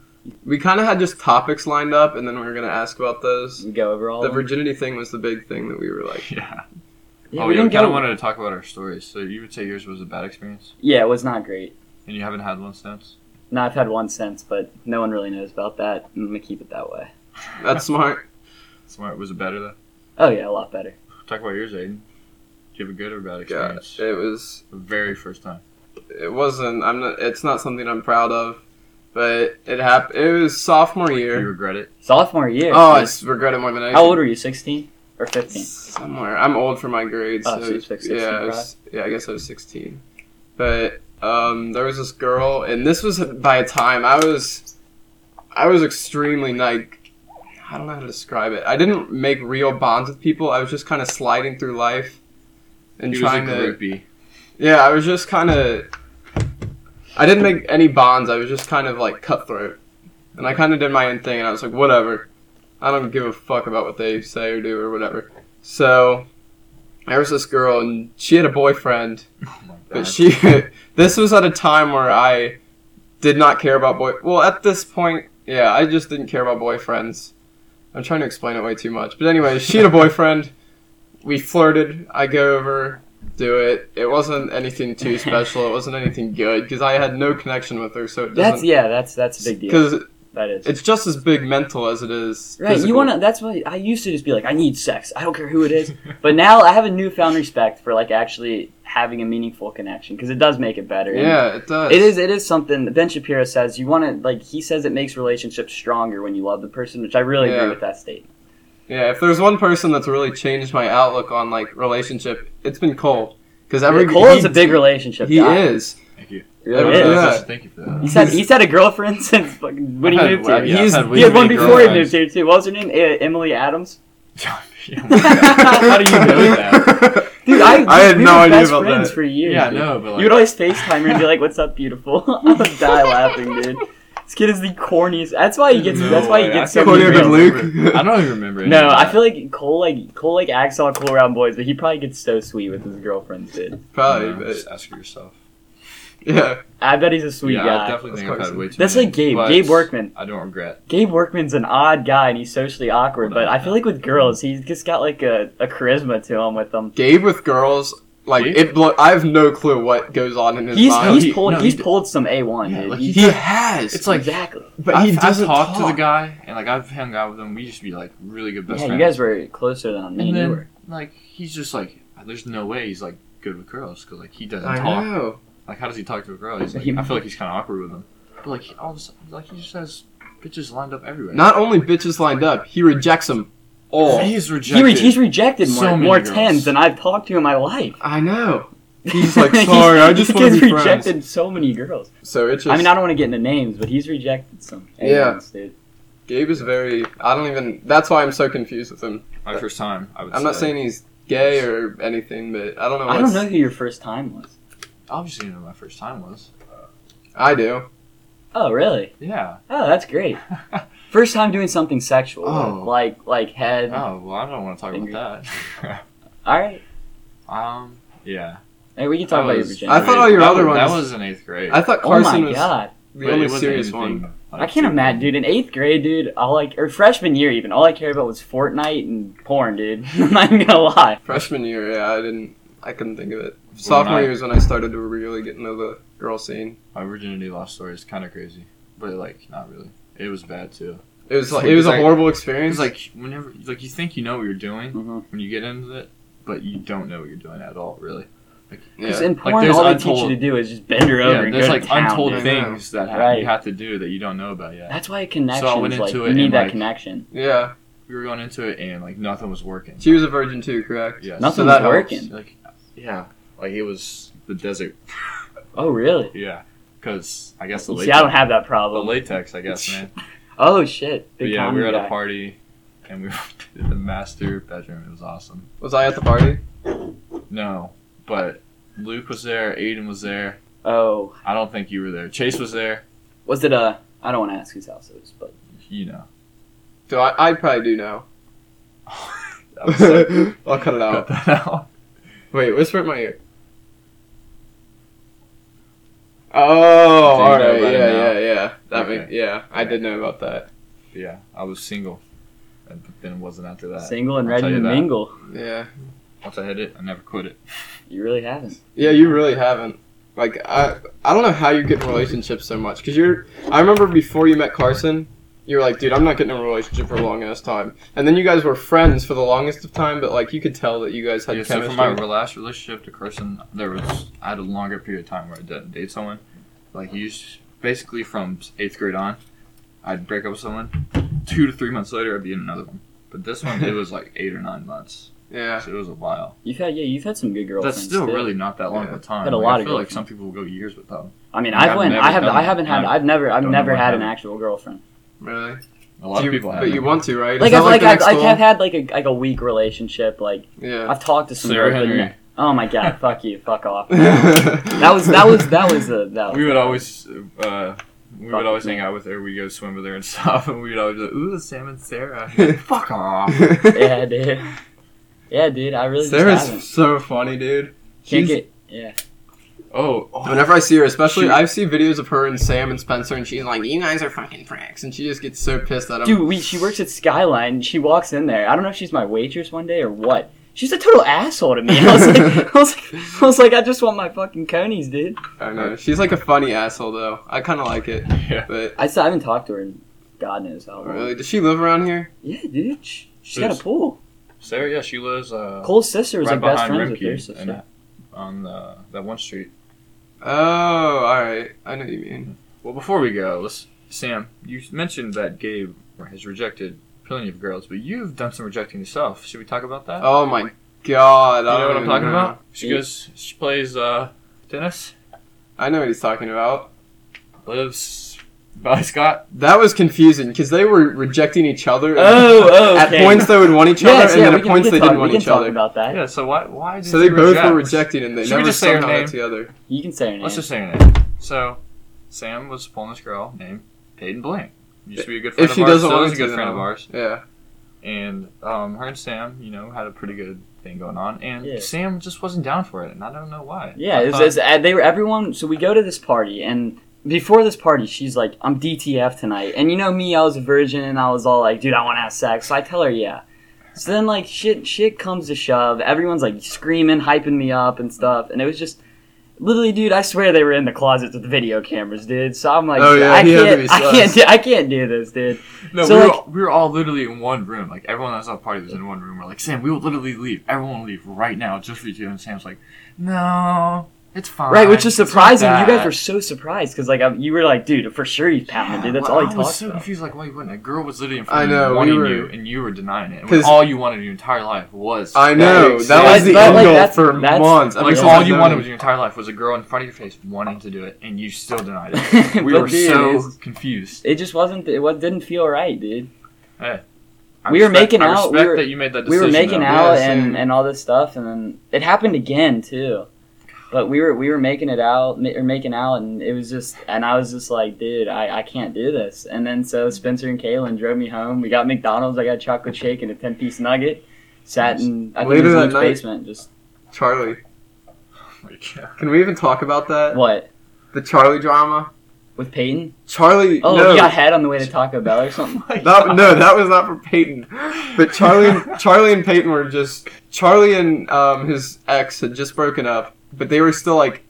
Speaker 3: We kind of had just topics lined up, and then we were gonna ask about those.
Speaker 1: We go over all
Speaker 3: The
Speaker 1: of them?
Speaker 3: virginity thing was the big thing that we were like.
Speaker 2: yeah.
Speaker 1: Yeah,
Speaker 2: oh,
Speaker 1: we
Speaker 2: yeah, we
Speaker 1: didn't
Speaker 2: kind
Speaker 1: go.
Speaker 2: of wanted to talk about our stories. So you would say yours was a bad experience,
Speaker 1: yeah, it was not great.
Speaker 2: and you haven't had one since?
Speaker 1: No, I've had one since, but no one really knows about that. I'm gonna keep it that way.
Speaker 3: That's smart.
Speaker 2: Smart. Was it better, though?
Speaker 1: Oh yeah, a lot better.
Speaker 2: Talk about yours, Aiden. Do you have a good or bad
Speaker 3: God,
Speaker 2: experience?
Speaker 3: it was
Speaker 2: The very first time.
Speaker 3: it wasn't I'm not it's not something I'm proud of, but it happened. It was sophomore
Speaker 2: Do you
Speaker 3: year.
Speaker 2: regret it?
Speaker 1: Sophomore year.
Speaker 3: Oh, I s- regret it more than anything.
Speaker 1: how old were you? 16 or 15?
Speaker 3: Somewhere I'm old for my grades.
Speaker 1: Oh,
Speaker 3: so
Speaker 1: so you picked 16,
Speaker 3: yeah, I was, yeah, I guess I was 16. But um, there was this girl, and this was by a time I was, I was extremely like, I don't know how to describe it. I didn't make real bonds with people. I was just kind of sliding through life, and
Speaker 2: He was a
Speaker 3: trying to.
Speaker 2: groupie.
Speaker 3: Yeah, I was just kind of. I didn't make any bonds. I was just kind of like cutthroat, and I kind of did my own thing. And I was like, whatever. I don't give a fuck about what they say or do or whatever. So, there was this girl, and she had a boyfriend,
Speaker 2: Oh my
Speaker 3: but
Speaker 2: God.
Speaker 3: she. this was at a time where I did not care about boy. Well, at this point, yeah, I just didn't care about boyfriends. I'm trying to explain it way too much, but anyway, she had a boyfriend. We flirted. I go over, do it. It wasn't anything too special. It wasn't anything good because I had no connection with her, so it
Speaker 1: That's
Speaker 3: doesn't.
Speaker 1: yeah, that's that's a big deal.
Speaker 3: Because
Speaker 1: That is.
Speaker 3: it's just as big mental as it is.
Speaker 1: Right, you
Speaker 3: physical.
Speaker 1: want to. That's why I used to just be like, I need sex. I don't care who it is. But now I have a newfound respect for like actually having a meaningful connection because it does make it better. And
Speaker 3: Yeah, it does.
Speaker 1: It is. It is something that Ben Shapiro says. You want to like. He says it makes relationships stronger when you love the person, which I really
Speaker 3: Yeah.
Speaker 1: agree with that statement.
Speaker 3: Yeah, if there's one person that's really changed my outlook on like relationship, it's been Cole. Because every
Speaker 1: Cole
Speaker 3: he-
Speaker 1: is a big relationship.
Speaker 3: He
Speaker 1: guy.
Speaker 3: is.
Speaker 2: Thank you.
Speaker 1: Really
Speaker 3: Yeah.
Speaker 1: is.
Speaker 2: That's- Thank you for that.
Speaker 1: He's had he's had a girlfriend since fucking when he
Speaker 2: I've had-
Speaker 1: moved
Speaker 2: I've-
Speaker 1: here.
Speaker 2: yeah, I've
Speaker 3: He's-
Speaker 2: had
Speaker 1: He had
Speaker 2: way
Speaker 1: one
Speaker 2: too many
Speaker 1: before he moved
Speaker 2: girlfriends.
Speaker 1: here too. What was her name? Uh, Emily Adams.
Speaker 2: How do you know that?
Speaker 1: Dude, I,
Speaker 3: I had
Speaker 1: we
Speaker 3: no
Speaker 1: were
Speaker 3: idea
Speaker 1: best
Speaker 3: about
Speaker 1: friends
Speaker 3: that.
Speaker 1: for years.
Speaker 2: Yeah, I
Speaker 1: dude.
Speaker 2: know, but like,
Speaker 1: You would always FaceTime her and be like, "What's up, beautiful?" I would die laughing, dude. This kid is the corniest. That's why he gets.
Speaker 2: No
Speaker 1: that's why he
Speaker 2: way.
Speaker 1: gets
Speaker 2: I
Speaker 1: so
Speaker 2: can't
Speaker 1: many
Speaker 3: Cornier than
Speaker 1: girls.
Speaker 3: Luke.
Speaker 2: I don't even remember. any
Speaker 1: No,
Speaker 2: of
Speaker 1: I
Speaker 2: that.
Speaker 1: feel like Cole like Cole like acts all cool around boys, but he probably gets so sweet with his girlfriends, dude.
Speaker 3: Probably,
Speaker 2: No,
Speaker 3: but
Speaker 2: just ask for yourself.
Speaker 3: yeah.
Speaker 1: I bet he's a sweet
Speaker 2: yeah, I
Speaker 1: guy.
Speaker 2: definitely
Speaker 3: That's
Speaker 2: think I've had
Speaker 3: Carson.
Speaker 2: way too
Speaker 1: That's
Speaker 2: many,
Speaker 1: like Gabe,
Speaker 2: but
Speaker 1: Gabe Workman.
Speaker 2: I don't regret.
Speaker 1: Gabe Workman's an odd guy and he's socially awkward,
Speaker 2: Well,
Speaker 1: but
Speaker 2: no,
Speaker 1: I feel
Speaker 2: no.
Speaker 1: like with girls, he's just got like a, a charisma to him with them.
Speaker 3: Gabe with girls, Like
Speaker 2: Yeah.
Speaker 3: it, blo- I have no clue what goes on in his
Speaker 1: He's
Speaker 3: mind.
Speaker 1: he's
Speaker 2: he-
Speaker 1: pulled
Speaker 2: no,
Speaker 1: he's
Speaker 2: he-
Speaker 1: pulled some A one.
Speaker 2: Yeah, like,
Speaker 1: he,
Speaker 2: he-
Speaker 3: has.
Speaker 2: It's like-
Speaker 1: exactly.
Speaker 3: but
Speaker 2: I've,
Speaker 3: he doesn't
Speaker 2: I've talked
Speaker 3: talk.
Speaker 2: to the guy, and like I've hung out with him. We used to be like really good best
Speaker 1: Yeah, you
Speaker 2: friends.
Speaker 1: guys were closer than me
Speaker 2: and
Speaker 1: and you
Speaker 2: then
Speaker 1: were.
Speaker 2: like he's just like, there's no way he's like good with girls because like he doesn't
Speaker 3: I
Speaker 2: talk.
Speaker 3: know.
Speaker 2: Like how does he talk to a girl? He's like,
Speaker 1: He-
Speaker 2: I feel like he's kind of awkward with them. But like he, all of a sudden, like he just has bitches lined up everywhere.
Speaker 3: Not only bitches lined up, he rejects them all.
Speaker 2: he's
Speaker 1: He
Speaker 2: rejected.
Speaker 1: re- he's rejected more,
Speaker 2: so many
Speaker 1: more
Speaker 2: girls.
Speaker 1: tens than I've talked to in my life.
Speaker 3: I know. He's like, "Sorry, I just
Speaker 1: He's
Speaker 3: wanna be friends."
Speaker 1: rejected so many girls.
Speaker 3: So it's just.
Speaker 1: I mean, I don't want to get into names, but he's rejected some.
Speaker 3: Yeah.
Speaker 1: A1s, dude.
Speaker 3: Gabe is very. I don't even. That's why I'm so confused with him.
Speaker 2: my first time. I would
Speaker 3: I'm not
Speaker 2: say.
Speaker 3: saying he's gay or anything, but I don't know.
Speaker 1: I
Speaker 3: What's,
Speaker 1: don't know who your first time was.
Speaker 2: Obviously, you know what my first time was.
Speaker 3: I do.
Speaker 1: Oh, really?
Speaker 2: Yeah.
Speaker 1: Oh, that's great.
Speaker 2: oh
Speaker 1: First time doing something sexual,
Speaker 2: Oh.
Speaker 1: like like head.
Speaker 3: Oh.
Speaker 2: well, I don't want to talk about that.
Speaker 1: All right,
Speaker 2: um. Yeah.
Speaker 1: hey, we can talk
Speaker 2: That
Speaker 1: about your
Speaker 2: was-
Speaker 1: virginity.
Speaker 3: I thought all your
Speaker 2: that
Speaker 3: other
Speaker 2: was, That
Speaker 3: ones-
Speaker 2: was in eighth grade.
Speaker 3: I thought
Speaker 1: oh
Speaker 3: Carson
Speaker 1: my
Speaker 3: was
Speaker 1: god,
Speaker 3: the
Speaker 2: But it
Speaker 3: only
Speaker 2: wasn't
Speaker 3: serious
Speaker 2: anything,
Speaker 3: one.
Speaker 2: like,
Speaker 1: I can't
Speaker 2: too
Speaker 1: imagine,
Speaker 2: bad.
Speaker 1: dude. In eighth grade, dude, all like or freshman year even, all I cared about was Fortnite and porn, dude. I'm not even gonna lie.
Speaker 3: Freshman year, yeah, I didn't. I couldn't think of it.
Speaker 2: When
Speaker 3: Sophomore
Speaker 2: I-
Speaker 3: year is when I started to really get into the girl scene.
Speaker 2: My virginity loss story is kind of crazy, but like not really. It was bad too.
Speaker 3: It was like
Speaker 2: It's
Speaker 3: it was a
Speaker 2: like-
Speaker 3: horrible
Speaker 2: It's
Speaker 3: experience.
Speaker 2: like whenever, like you think you know what you're doing
Speaker 1: Mm-hmm.
Speaker 2: when you get into it, but you don't know what you're doing at all, really.
Speaker 1: Because
Speaker 3: yeah.
Speaker 1: in porn,
Speaker 2: there's
Speaker 1: all they
Speaker 2: untold-
Speaker 1: teach you to do is just bend her over
Speaker 2: Yeah,
Speaker 1: and
Speaker 2: there's
Speaker 1: go
Speaker 2: like
Speaker 1: to town.
Speaker 2: untold
Speaker 1: dude.
Speaker 3: thing.
Speaker 2: things that ha-
Speaker 1: Right.
Speaker 2: you have to do that you don't know about yet.
Speaker 1: That's why a connection
Speaker 2: So I went
Speaker 1: is like
Speaker 2: into
Speaker 1: you
Speaker 2: it
Speaker 1: need
Speaker 2: and,
Speaker 1: that
Speaker 2: like-
Speaker 1: connection.
Speaker 3: yeah,
Speaker 2: We were going into it and like nothing was working.
Speaker 3: she was a virgin too, correct?
Speaker 2: Yeah,
Speaker 1: Nothing's
Speaker 3: that helps.
Speaker 1: working.
Speaker 2: Like, yeah, like it was the desert.
Speaker 1: Oh, really?
Speaker 2: Yeah, because I guess the
Speaker 1: You
Speaker 2: latex.
Speaker 1: See, I don't have that
Speaker 2: the
Speaker 1: problem.
Speaker 2: latex, I guess, man.
Speaker 1: Oh shit!
Speaker 2: But
Speaker 1: Big
Speaker 2: yeah, we were at
Speaker 1: comedy
Speaker 2: a
Speaker 1: guy.
Speaker 2: party, and we were in the master bedroom. It was awesome.
Speaker 3: Was I at the party?
Speaker 2: No, but Luke was there. Aiden was there.
Speaker 1: Oh,
Speaker 2: I don't think you were there. Chase was there.
Speaker 1: was it a? I don't want to ask whose house it was, but
Speaker 2: You know.
Speaker 3: So I, I probably do know.
Speaker 2: That was sick.
Speaker 3: I'll cut it
Speaker 2: Cut
Speaker 3: out.
Speaker 2: that out.
Speaker 3: Wait, whisper in my ear. Oh,
Speaker 2: Do you know
Speaker 3: all right, yeah,
Speaker 2: about it now?
Speaker 3: yeah, yeah. That
Speaker 2: Okay.
Speaker 3: make, yeah, I did know about that.
Speaker 2: Yeah, I was single, and then it wasn't after that.
Speaker 1: single and
Speaker 2: I'll
Speaker 1: ready
Speaker 2: tell you
Speaker 1: to
Speaker 2: that.
Speaker 1: mingle.
Speaker 3: Yeah,
Speaker 2: Once I hit it, I never quit it.
Speaker 1: You really haven't.
Speaker 3: yeah, you really haven't. Like I, I don't know how you get in relationships so much because you're. I remember before you met Carson, you were like, dude, I'm not getting in a relationship for a long ass time. And then you guys were friends for the longest of time, but like you could tell that you guys had
Speaker 2: Yeah, so
Speaker 3: chemistry.
Speaker 2: from my last relationship to Carson, there was I had a longer period of time where I didn't date someone. Like you, s- basically from eighth grade on, I'd break up with someone. Two to three months later, I'd be in another one. But this one, it was like eight or nine months.
Speaker 3: yeah,
Speaker 2: So it was a while.
Speaker 1: You've had yeah, you've had some good girlfriends.
Speaker 2: That's still
Speaker 1: too.
Speaker 2: really not that long of a time.
Speaker 1: Had a
Speaker 2: Like,
Speaker 1: lot
Speaker 2: I
Speaker 1: of
Speaker 2: feel like
Speaker 1: girlfriends.
Speaker 2: some people will go years without
Speaker 1: I mean,
Speaker 2: Like,
Speaker 1: I've
Speaker 2: I've
Speaker 1: went.
Speaker 2: never
Speaker 1: I haven't.
Speaker 2: done
Speaker 1: I
Speaker 2: it.
Speaker 1: haven't had.
Speaker 2: I've-
Speaker 1: I've never. I've
Speaker 2: don't know
Speaker 1: never
Speaker 2: what
Speaker 1: had an
Speaker 2: happened.
Speaker 1: actual girlfriend.
Speaker 3: really.
Speaker 2: a lot
Speaker 3: Do
Speaker 2: of
Speaker 3: you-
Speaker 2: people.
Speaker 3: but you want to, right?
Speaker 1: Like
Speaker 3: Is
Speaker 1: I've
Speaker 3: that,
Speaker 1: like,
Speaker 3: the
Speaker 1: I've,
Speaker 3: next
Speaker 1: I've,
Speaker 3: goal?
Speaker 1: I've had like a like a weak relationship. Like I've talked to some
Speaker 2: Sarah
Speaker 1: girls, but
Speaker 2: Henry.
Speaker 1: no- oh my god, fuck you, fuck off.
Speaker 3: yeah.
Speaker 1: That was that was that was the that was.
Speaker 2: We would always, uh, we
Speaker 1: Fuck
Speaker 2: would always
Speaker 1: me.
Speaker 2: hang out with her. We go swim with her and stuff, and we would always be like, "Ooh, Sam and Sarah." Fuck off.
Speaker 1: yeah, dude. Yeah, dude. I really just haven't.
Speaker 3: Sarah's so funny, dude.
Speaker 1: Can't
Speaker 3: She's,
Speaker 1: get. Yeah.
Speaker 2: Oh, oh,
Speaker 3: whenever I see her, especially
Speaker 2: She-
Speaker 3: I see videos of her and Sam and Spencer, and she's like, "You guys are fucking pricks," and she just gets so pissed at them.
Speaker 1: Dude, we, she works at Skyline. She walks in there. I don't know if she's my waitress one day or what. She's a total asshole to me. I was like, I was like, I, was like, I just want my fucking conies, dude.
Speaker 3: I know she's like a funny asshole though. I kind of like it,
Speaker 2: yeah.
Speaker 3: but
Speaker 1: I, still, I haven't talked to her in God knows how long.
Speaker 3: really, does she live around here?
Speaker 1: Yeah, dude. She, she's got a
Speaker 2: Who's-
Speaker 1: pool.
Speaker 2: Sarah, yeah, she lives uh,
Speaker 1: Cole's sister is
Speaker 2: right
Speaker 1: like best
Speaker 2: behind
Speaker 1: friends with her
Speaker 2: Rimke
Speaker 1: sister.
Speaker 2: and, uh, on uh, that one street.
Speaker 3: Oh, all right, I know what you mean.
Speaker 2: Well, before we go, let's, Sam, you mentioned that Gabe has rejected plenty of girls, but you've done some rejecting yourself. Should we talk about that?
Speaker 3: Oh my god,
Speaker 2: Do
Speaker 3: I
Speaker 2: you know what
Speaker 3: don't
Speaker 2: I'm talking
Speaker 3: even know.
Speaker 2: about? She
Speaker 1: Yeah.
Speaker 2: goes, she plays uh, tennis,
Speaker 3: I know what he's talking about.
Speaker 2: lives by Scott.
Speaker 3: That was confusing because they were rejecting each other.
Speaker 1: Oh, oh,
Speaker 3: At
Speaker 1: okay.
Speaker 3: points they would want each other,
Speaker 1: Yes,
Speaker 3: and
Speaker 1: yeah,
Speaker 3: then
Speaker 1: we
Speaker 3: at
Speaker 1: can,
Speaker 3: points
Speaker 1: we
Speaker 3: they
Speaker 1: can talk,
Speaker 3: didn't want
Speaker 1: we can
Speaker 3: each
Speaker 1: talk
Speaker 3: other.
Speaker 1: about that.
Speaker 2: Yeah, so why why did
Speaker 3: So they
Speaker 2: you
Speaker 3: both
Speaker 2: reject?
Speaker 3: were rejecting, and they
Speaker 2: Should we
Speaker 3: never
Speaker 2: just say her
Speaker 3: somehow got
Speaker 2: name?
Speaker 3: together.
Speaker 1: You can say her name.
Speaker 2: Let's just say her name. So, Sam was pulling this girl named Peyton Blank. Used to be a good friend
Speaker 3: If
Speaker 2: of
Speaker 3: she
Speaker 2: ours.
Speaker 3: doesn't
Speaker 2: still
Speaker 3: want
Speaker 2: is
Speaker 3: to,
Speaker 2: a good
Speaker 3: then
Speaker 2: friend of
Speaker 3: I'll-
Speaker 2: ours.
Speaker 3: Yeah.
Speaker 2: And um, her and Sam, you know, had a pretty good thing going on. And
Speaker 1: Yeah.
Speaker 2: Sam just wasn't down for it, and I don't know why.
Speaker 1: Yeah,
Speaker 2: I
Speaker 1: it's,
Speaker 2: thought-
Speaker 1: it's, uh, they were everyone. So we go to this party, and before this party, she's like, "I'm DTF tonight," and you know me, I was a virgin, and I was all like, "Dude, I want to have sex." So I tell her, "Yeah," So then like shit shit comes to shove. Everyone's like screaming, hyping me up and stuff, and it was just literally, dude. I swear they were in the closets with the video cameras, dude. So I'm like,
Speaker 3: Oh, yeah,
Speaker 1: I
Speaker 3: he had to
Speaker 1: can't,
Speaker 3: be
Speaker 1: I
Speaker 3: sus.
Speaker 1: can't, do, I can't do this, dude.
Speaker 2: No,
Speaker 1: So,
Speaker 2: we, were,
Speaker 1: like-
Speaker 2: we were all literally in one room. Like everyone that's on the party was in one room. We're like, Sam, we will literally leave. Everyone will leave right now just for you two. And Sam's like, No, it's fine.
Speaker 1: Right, which is
Speaker 2: It's not
Speaker 1: surprising. You guys
Speaker 2: bad."
Speaker 1: were so surprised because like I'm, you were like, dude, for sure he's pounding, dude. That's
Speaker 2: well,
Speaker 1: all he
Speaker 2: I was
Speaker 1: talks
Speaker 2: so
Speaker 1: about.
Speaker 2: confused, like why you wouldn't. A girl was literally in
Speaker 3: I
Speaker 2: front of
Speaker 3: know,
Speaker 2: you,
Speaker 3: we
Speaker 2: wanting
Speaker 3: were-
Speaker 2: you, and you were denying it. When
Speaker 3: 'Cause-
Speaker 2: all you wanted your entire life was.
Speaker 3: I know
Speaker 2: sex.
Speaker 3: that was the
Speaker 1: But,
Speaker 3: end
Speaker 1: like,
Speaker 3: goal
Speaker 1: that's-
Speaker 3: for
Speaker 1: that's-
Speaker 3: months.
Speaker 1: that
Speaker 2: Like
Speaker 1: makes
Speaker 2: all
Speaker 1: sense.
Speaker 2: you
Speaker 1: No.
Speaker 2: wanted was your entire life was a girl in front of your face wanting to do it, and you still denied it. We
Speaker 1: But,
Speaker 2: were
Speaker 1: dude,
Speaker 2: so
Speaker 1: it's-
Speaker 2: confused.
Speaker 1: It just wasn't. It was, didn't feel right, dude.
Speaker 2: I
Speaker 1: We were
Speaker 2: respect-
Speaker 1: making
Speaker 2: I
Speaker 1: out, we
Speaker 2: respect
Speaker 1: were-
Speaker 2: that you made that
Speaker 1: We
Speaker 2: decision.
Speaker 1: were making
Speaker 2: though.
Speaker 1: out
Speaker 3: Yeah, same.
Speaker 1: and, and all this stuff, and then it happened again too. But we were we were making it out ma- or making out, and it was just and I was just like, dude, I, I can't do this. And then so Spencer and Kaylin drove me home. We got McDonald's. I got a chocolate shake and a ten piece nugget. Sat in I think it
Speaker 3: Later
Speaker 1: was
Speaker 3: that
Speaker 1: Luke's
Speaker 3: night-
Speaker 1: basement. Just
Speaker 3: Charlie.
Speaker 2: Like,
Speaker 3: Can we even talk about that?
Speaker 1: what
Speaker 3: The Charlie drama.
Speaker 1: with Peyton?
Speaker 3: Charlie.
Speaker 1: Oh,
Speaker 3: no,
Speaker 1: you got head on the way to Taco Bell or something.
Speaker 3: that, no, that was not for Peyton. But Charlie, and, Charlie and Peyton were just Charlie and um, his ex had just broken up, but they were still like,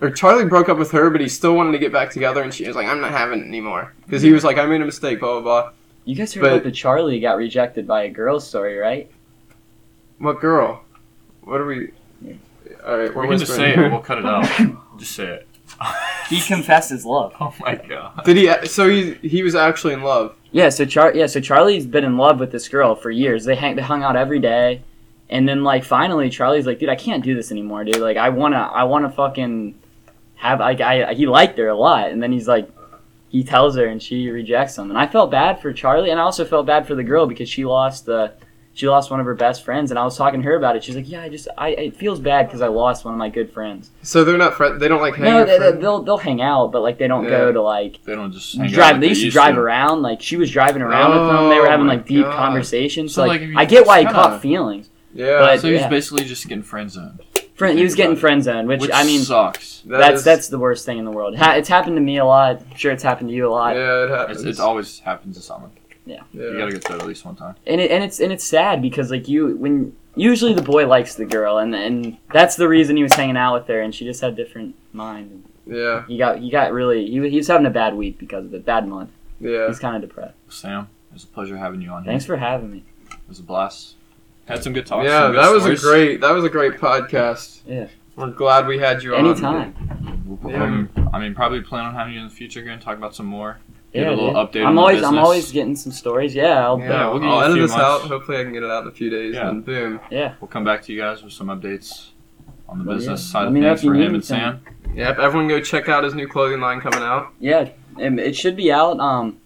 Speaker 3: or Charlie broke up with her, but he still wanted to get back together, and she was like, "I'm not having it anymore," because he was like, "I made a mistake," blah blah blah.
Speaker 1: You guys heard
Speaker 3: But-
Speaker 1: about the Charlie got rejected by a girl story, right?
Speaker 3: What girl? What are we? All right, we're
Speaker 2: we can just say
Speaker 3: whispering.
Speaker 2: it. We'll cut it out. just say it.
Speaker 1: He confessed his love.
Speaker 2: Oh my god.
Speaker 3: Did he? So he he was actually in love.
Speaker 1: Yeah, so Char- yeah, so Charlie's been in love with this girl for years. They hang they hung out every day. And then like finally Charlie's like, dude, I can't do this anymore, dude. Like I wanna I wanna fucking have like I he liked her a lot and then he's like he tells her and she rejects him. And I felt bad for Charlie and I also felt bad for the girl because she lost the she lost one of her best friends and I was talking to her about it. She's like, "Yeah, I just I it feels bad because I lost one of my good friends."
Speaker 3: So they're not friends. They don't like hang.
Speaker 1: No,
Speaker 3: out
Speaker 1: they,
Speaker 3: friends?
Speaker 1: they'll they'll hang out, but like they don't go
Speaker 3: Yeah.
Speaker 1: to like
Speaker 2: They don't just hang out
Speaker 1: drive.
Speaker 2: like
Speaker 1: They used to drive around. Like she was driving around with them. They were
Speaker 3: Oh
Speaker 1: having
Speaker 3: my
Speaker 1: like deep
Speaker 3: God.
Speaker 1: conversations.
Speaker 2: So,
Speaker 1: like,
Speaker 2: like, if you
Speaker 1: I get why he
Speaker 2: just
Speaker 1: caught
Speaker 2: kinda-
Speaker 1: feelings.
Speaker 3: yeah,
Speaker 1: but-
Speaker 2: So he's
Speaker 1: Yeah.
Speaker 2: basically just getting friend zoned,
Speaker 1: Friend, he was getting
Speaker 2: Right.
Speaker 1: friend zoned, which,
Speaker 2: which
Speaker 1: I mean,
Speaker 2: sucks.
Speaker 3: that
Speaker 1: that's
Speaker 3: is-
Speaker 1: that's the worst thing in the world. Ha- it's happened to me a lot. I'm sure it's happened to you a lot.
Speaker 3: yeah, it
Speaker 2: It's,
Speaker 3: happens.
Speaker 2: it always happens to someone.
Speaker 3: yeah.
Speaker 2: You gotta get that at least one time.
Speaker 1: And it, and it's and it's sad because like you when usually the boy likes the girl and and that's the reason he was hanging out with her and she just had different mind.
Speaker 3: yeah,
Speaker 1: He got he got really he, was- he was having a bad week because of it, bad month.
Speaker 3: yeah.
Speaker 1: He's kind of depressed.
Speaker 2: Sam, it was a pleasure having you on here.
Speaker 1: Thanks for having me.
Speaker 2: It was a blast. Had some good talks.
Speaker 3: yeah,
Speaker 2: some good
Speaker 3: that was
Speaker 2: stories.
Speaker 3: a great that was a great podcast.
Speaker 1: Yeah.
Speaker 3: We're glad we had you on.
Speaker 1: Anytime.
Speaker 2: We'll
Speaker 3: Yeah.
Speaker 2: probably- I mean, probably plan on having you in the future. Gonna talk about some more. Get
Speaker 1: Yeah,
Speaker 2: a little
Speaker 1: dude.
Speaker 2: update. on
Speaker 1: I'm
Speaker 2: the
Speaker 1: always I'm
Speaker 2: business.
Speaker 1: always getting some stories. Yeah, I'll,
Speaker 3: Yeah,
Speaker 2: Yeah, we'll
Speaker 3: we'll
Speaker 2: give you
Speaker 3: I'll
Speaker 2: a
Speaker 3: edit
Speaker 2: few
Speaker 3: this
Speaker 2: months.
Speaker 3: out. Hopefully, I can get it out in a few days,
Speaker 2: Yeah.
Speaker 3: and boom.
Speaker 2: We'll come back to you guys with some updates on the
Speaker 1: Well,
Speaker 2: business
Speaker 1: yeah.
Speaker 2: side
Speaker 1: Let
Speaker 2: of
Speaker 1: me know
Speaker 2: things
Speaker 1: if you
Speaker 2: for
Speaker 1: need
Speaker 2: him and
Speaker 1: anything.
Speaker 2: Sam.
Speaker 3: Yep. Everyone, go check out his new clothing line coming out.
Speaker 1: Yeah, and it should be out. Um,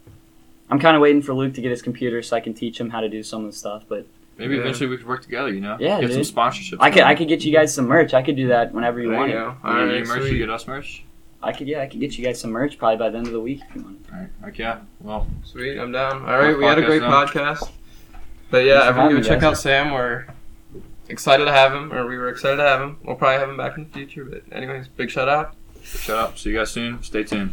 Speaker 1: I'm kind of waiting for Luke to get his computer so I can teach him how to do some of the stuff. But
Speaker 2: Maybe
Speaker 3: Yeah.
Speaker 2: eventually we could work together. You know,
Speaker 1: Yeah,
Speaker 2: get
Speaker 1: dude.
Speaker 2: some sponsorships.
Speaker 1: I could I
Speaker 2: going.
Speaker 1: could get you guys some merch. I could do that whenever you
Speaker 3: There
Speaker 1: want
Speaker 3: you
Speaker 1: it.
Speaker 3: go.
Speaker 2: You get
Speaker 3: All right,
Speaker 2: you merch,
Speaker 3: sweet.
Speaker 2: you get us merch.
Speaker 1: I could yeah I could get you guys some merch probably by the end of the week. If you want.
Speaker 2: All right. Like yeah. Well,
Speaker 3: sweet. I'm down. All right, we had a
Speaker 2: Podcast
Speaker 3: great
Speaker 2: down.
Speaker 3: podcast. But
Speaker 1: Thanks
Speaker 3: yeah,
Speaker 1: for
Speaker 3: everyone, go
Speaker 1: having me,
Speaker 3: check
Speaker 1: guys.
Speaker 3: out Sam. We're excited to have him, or we were excited to have him. We'll probably have him back in the future. But anyways, big shout out.
Speaker 2: shut up. See you guys soon. Stay tuned.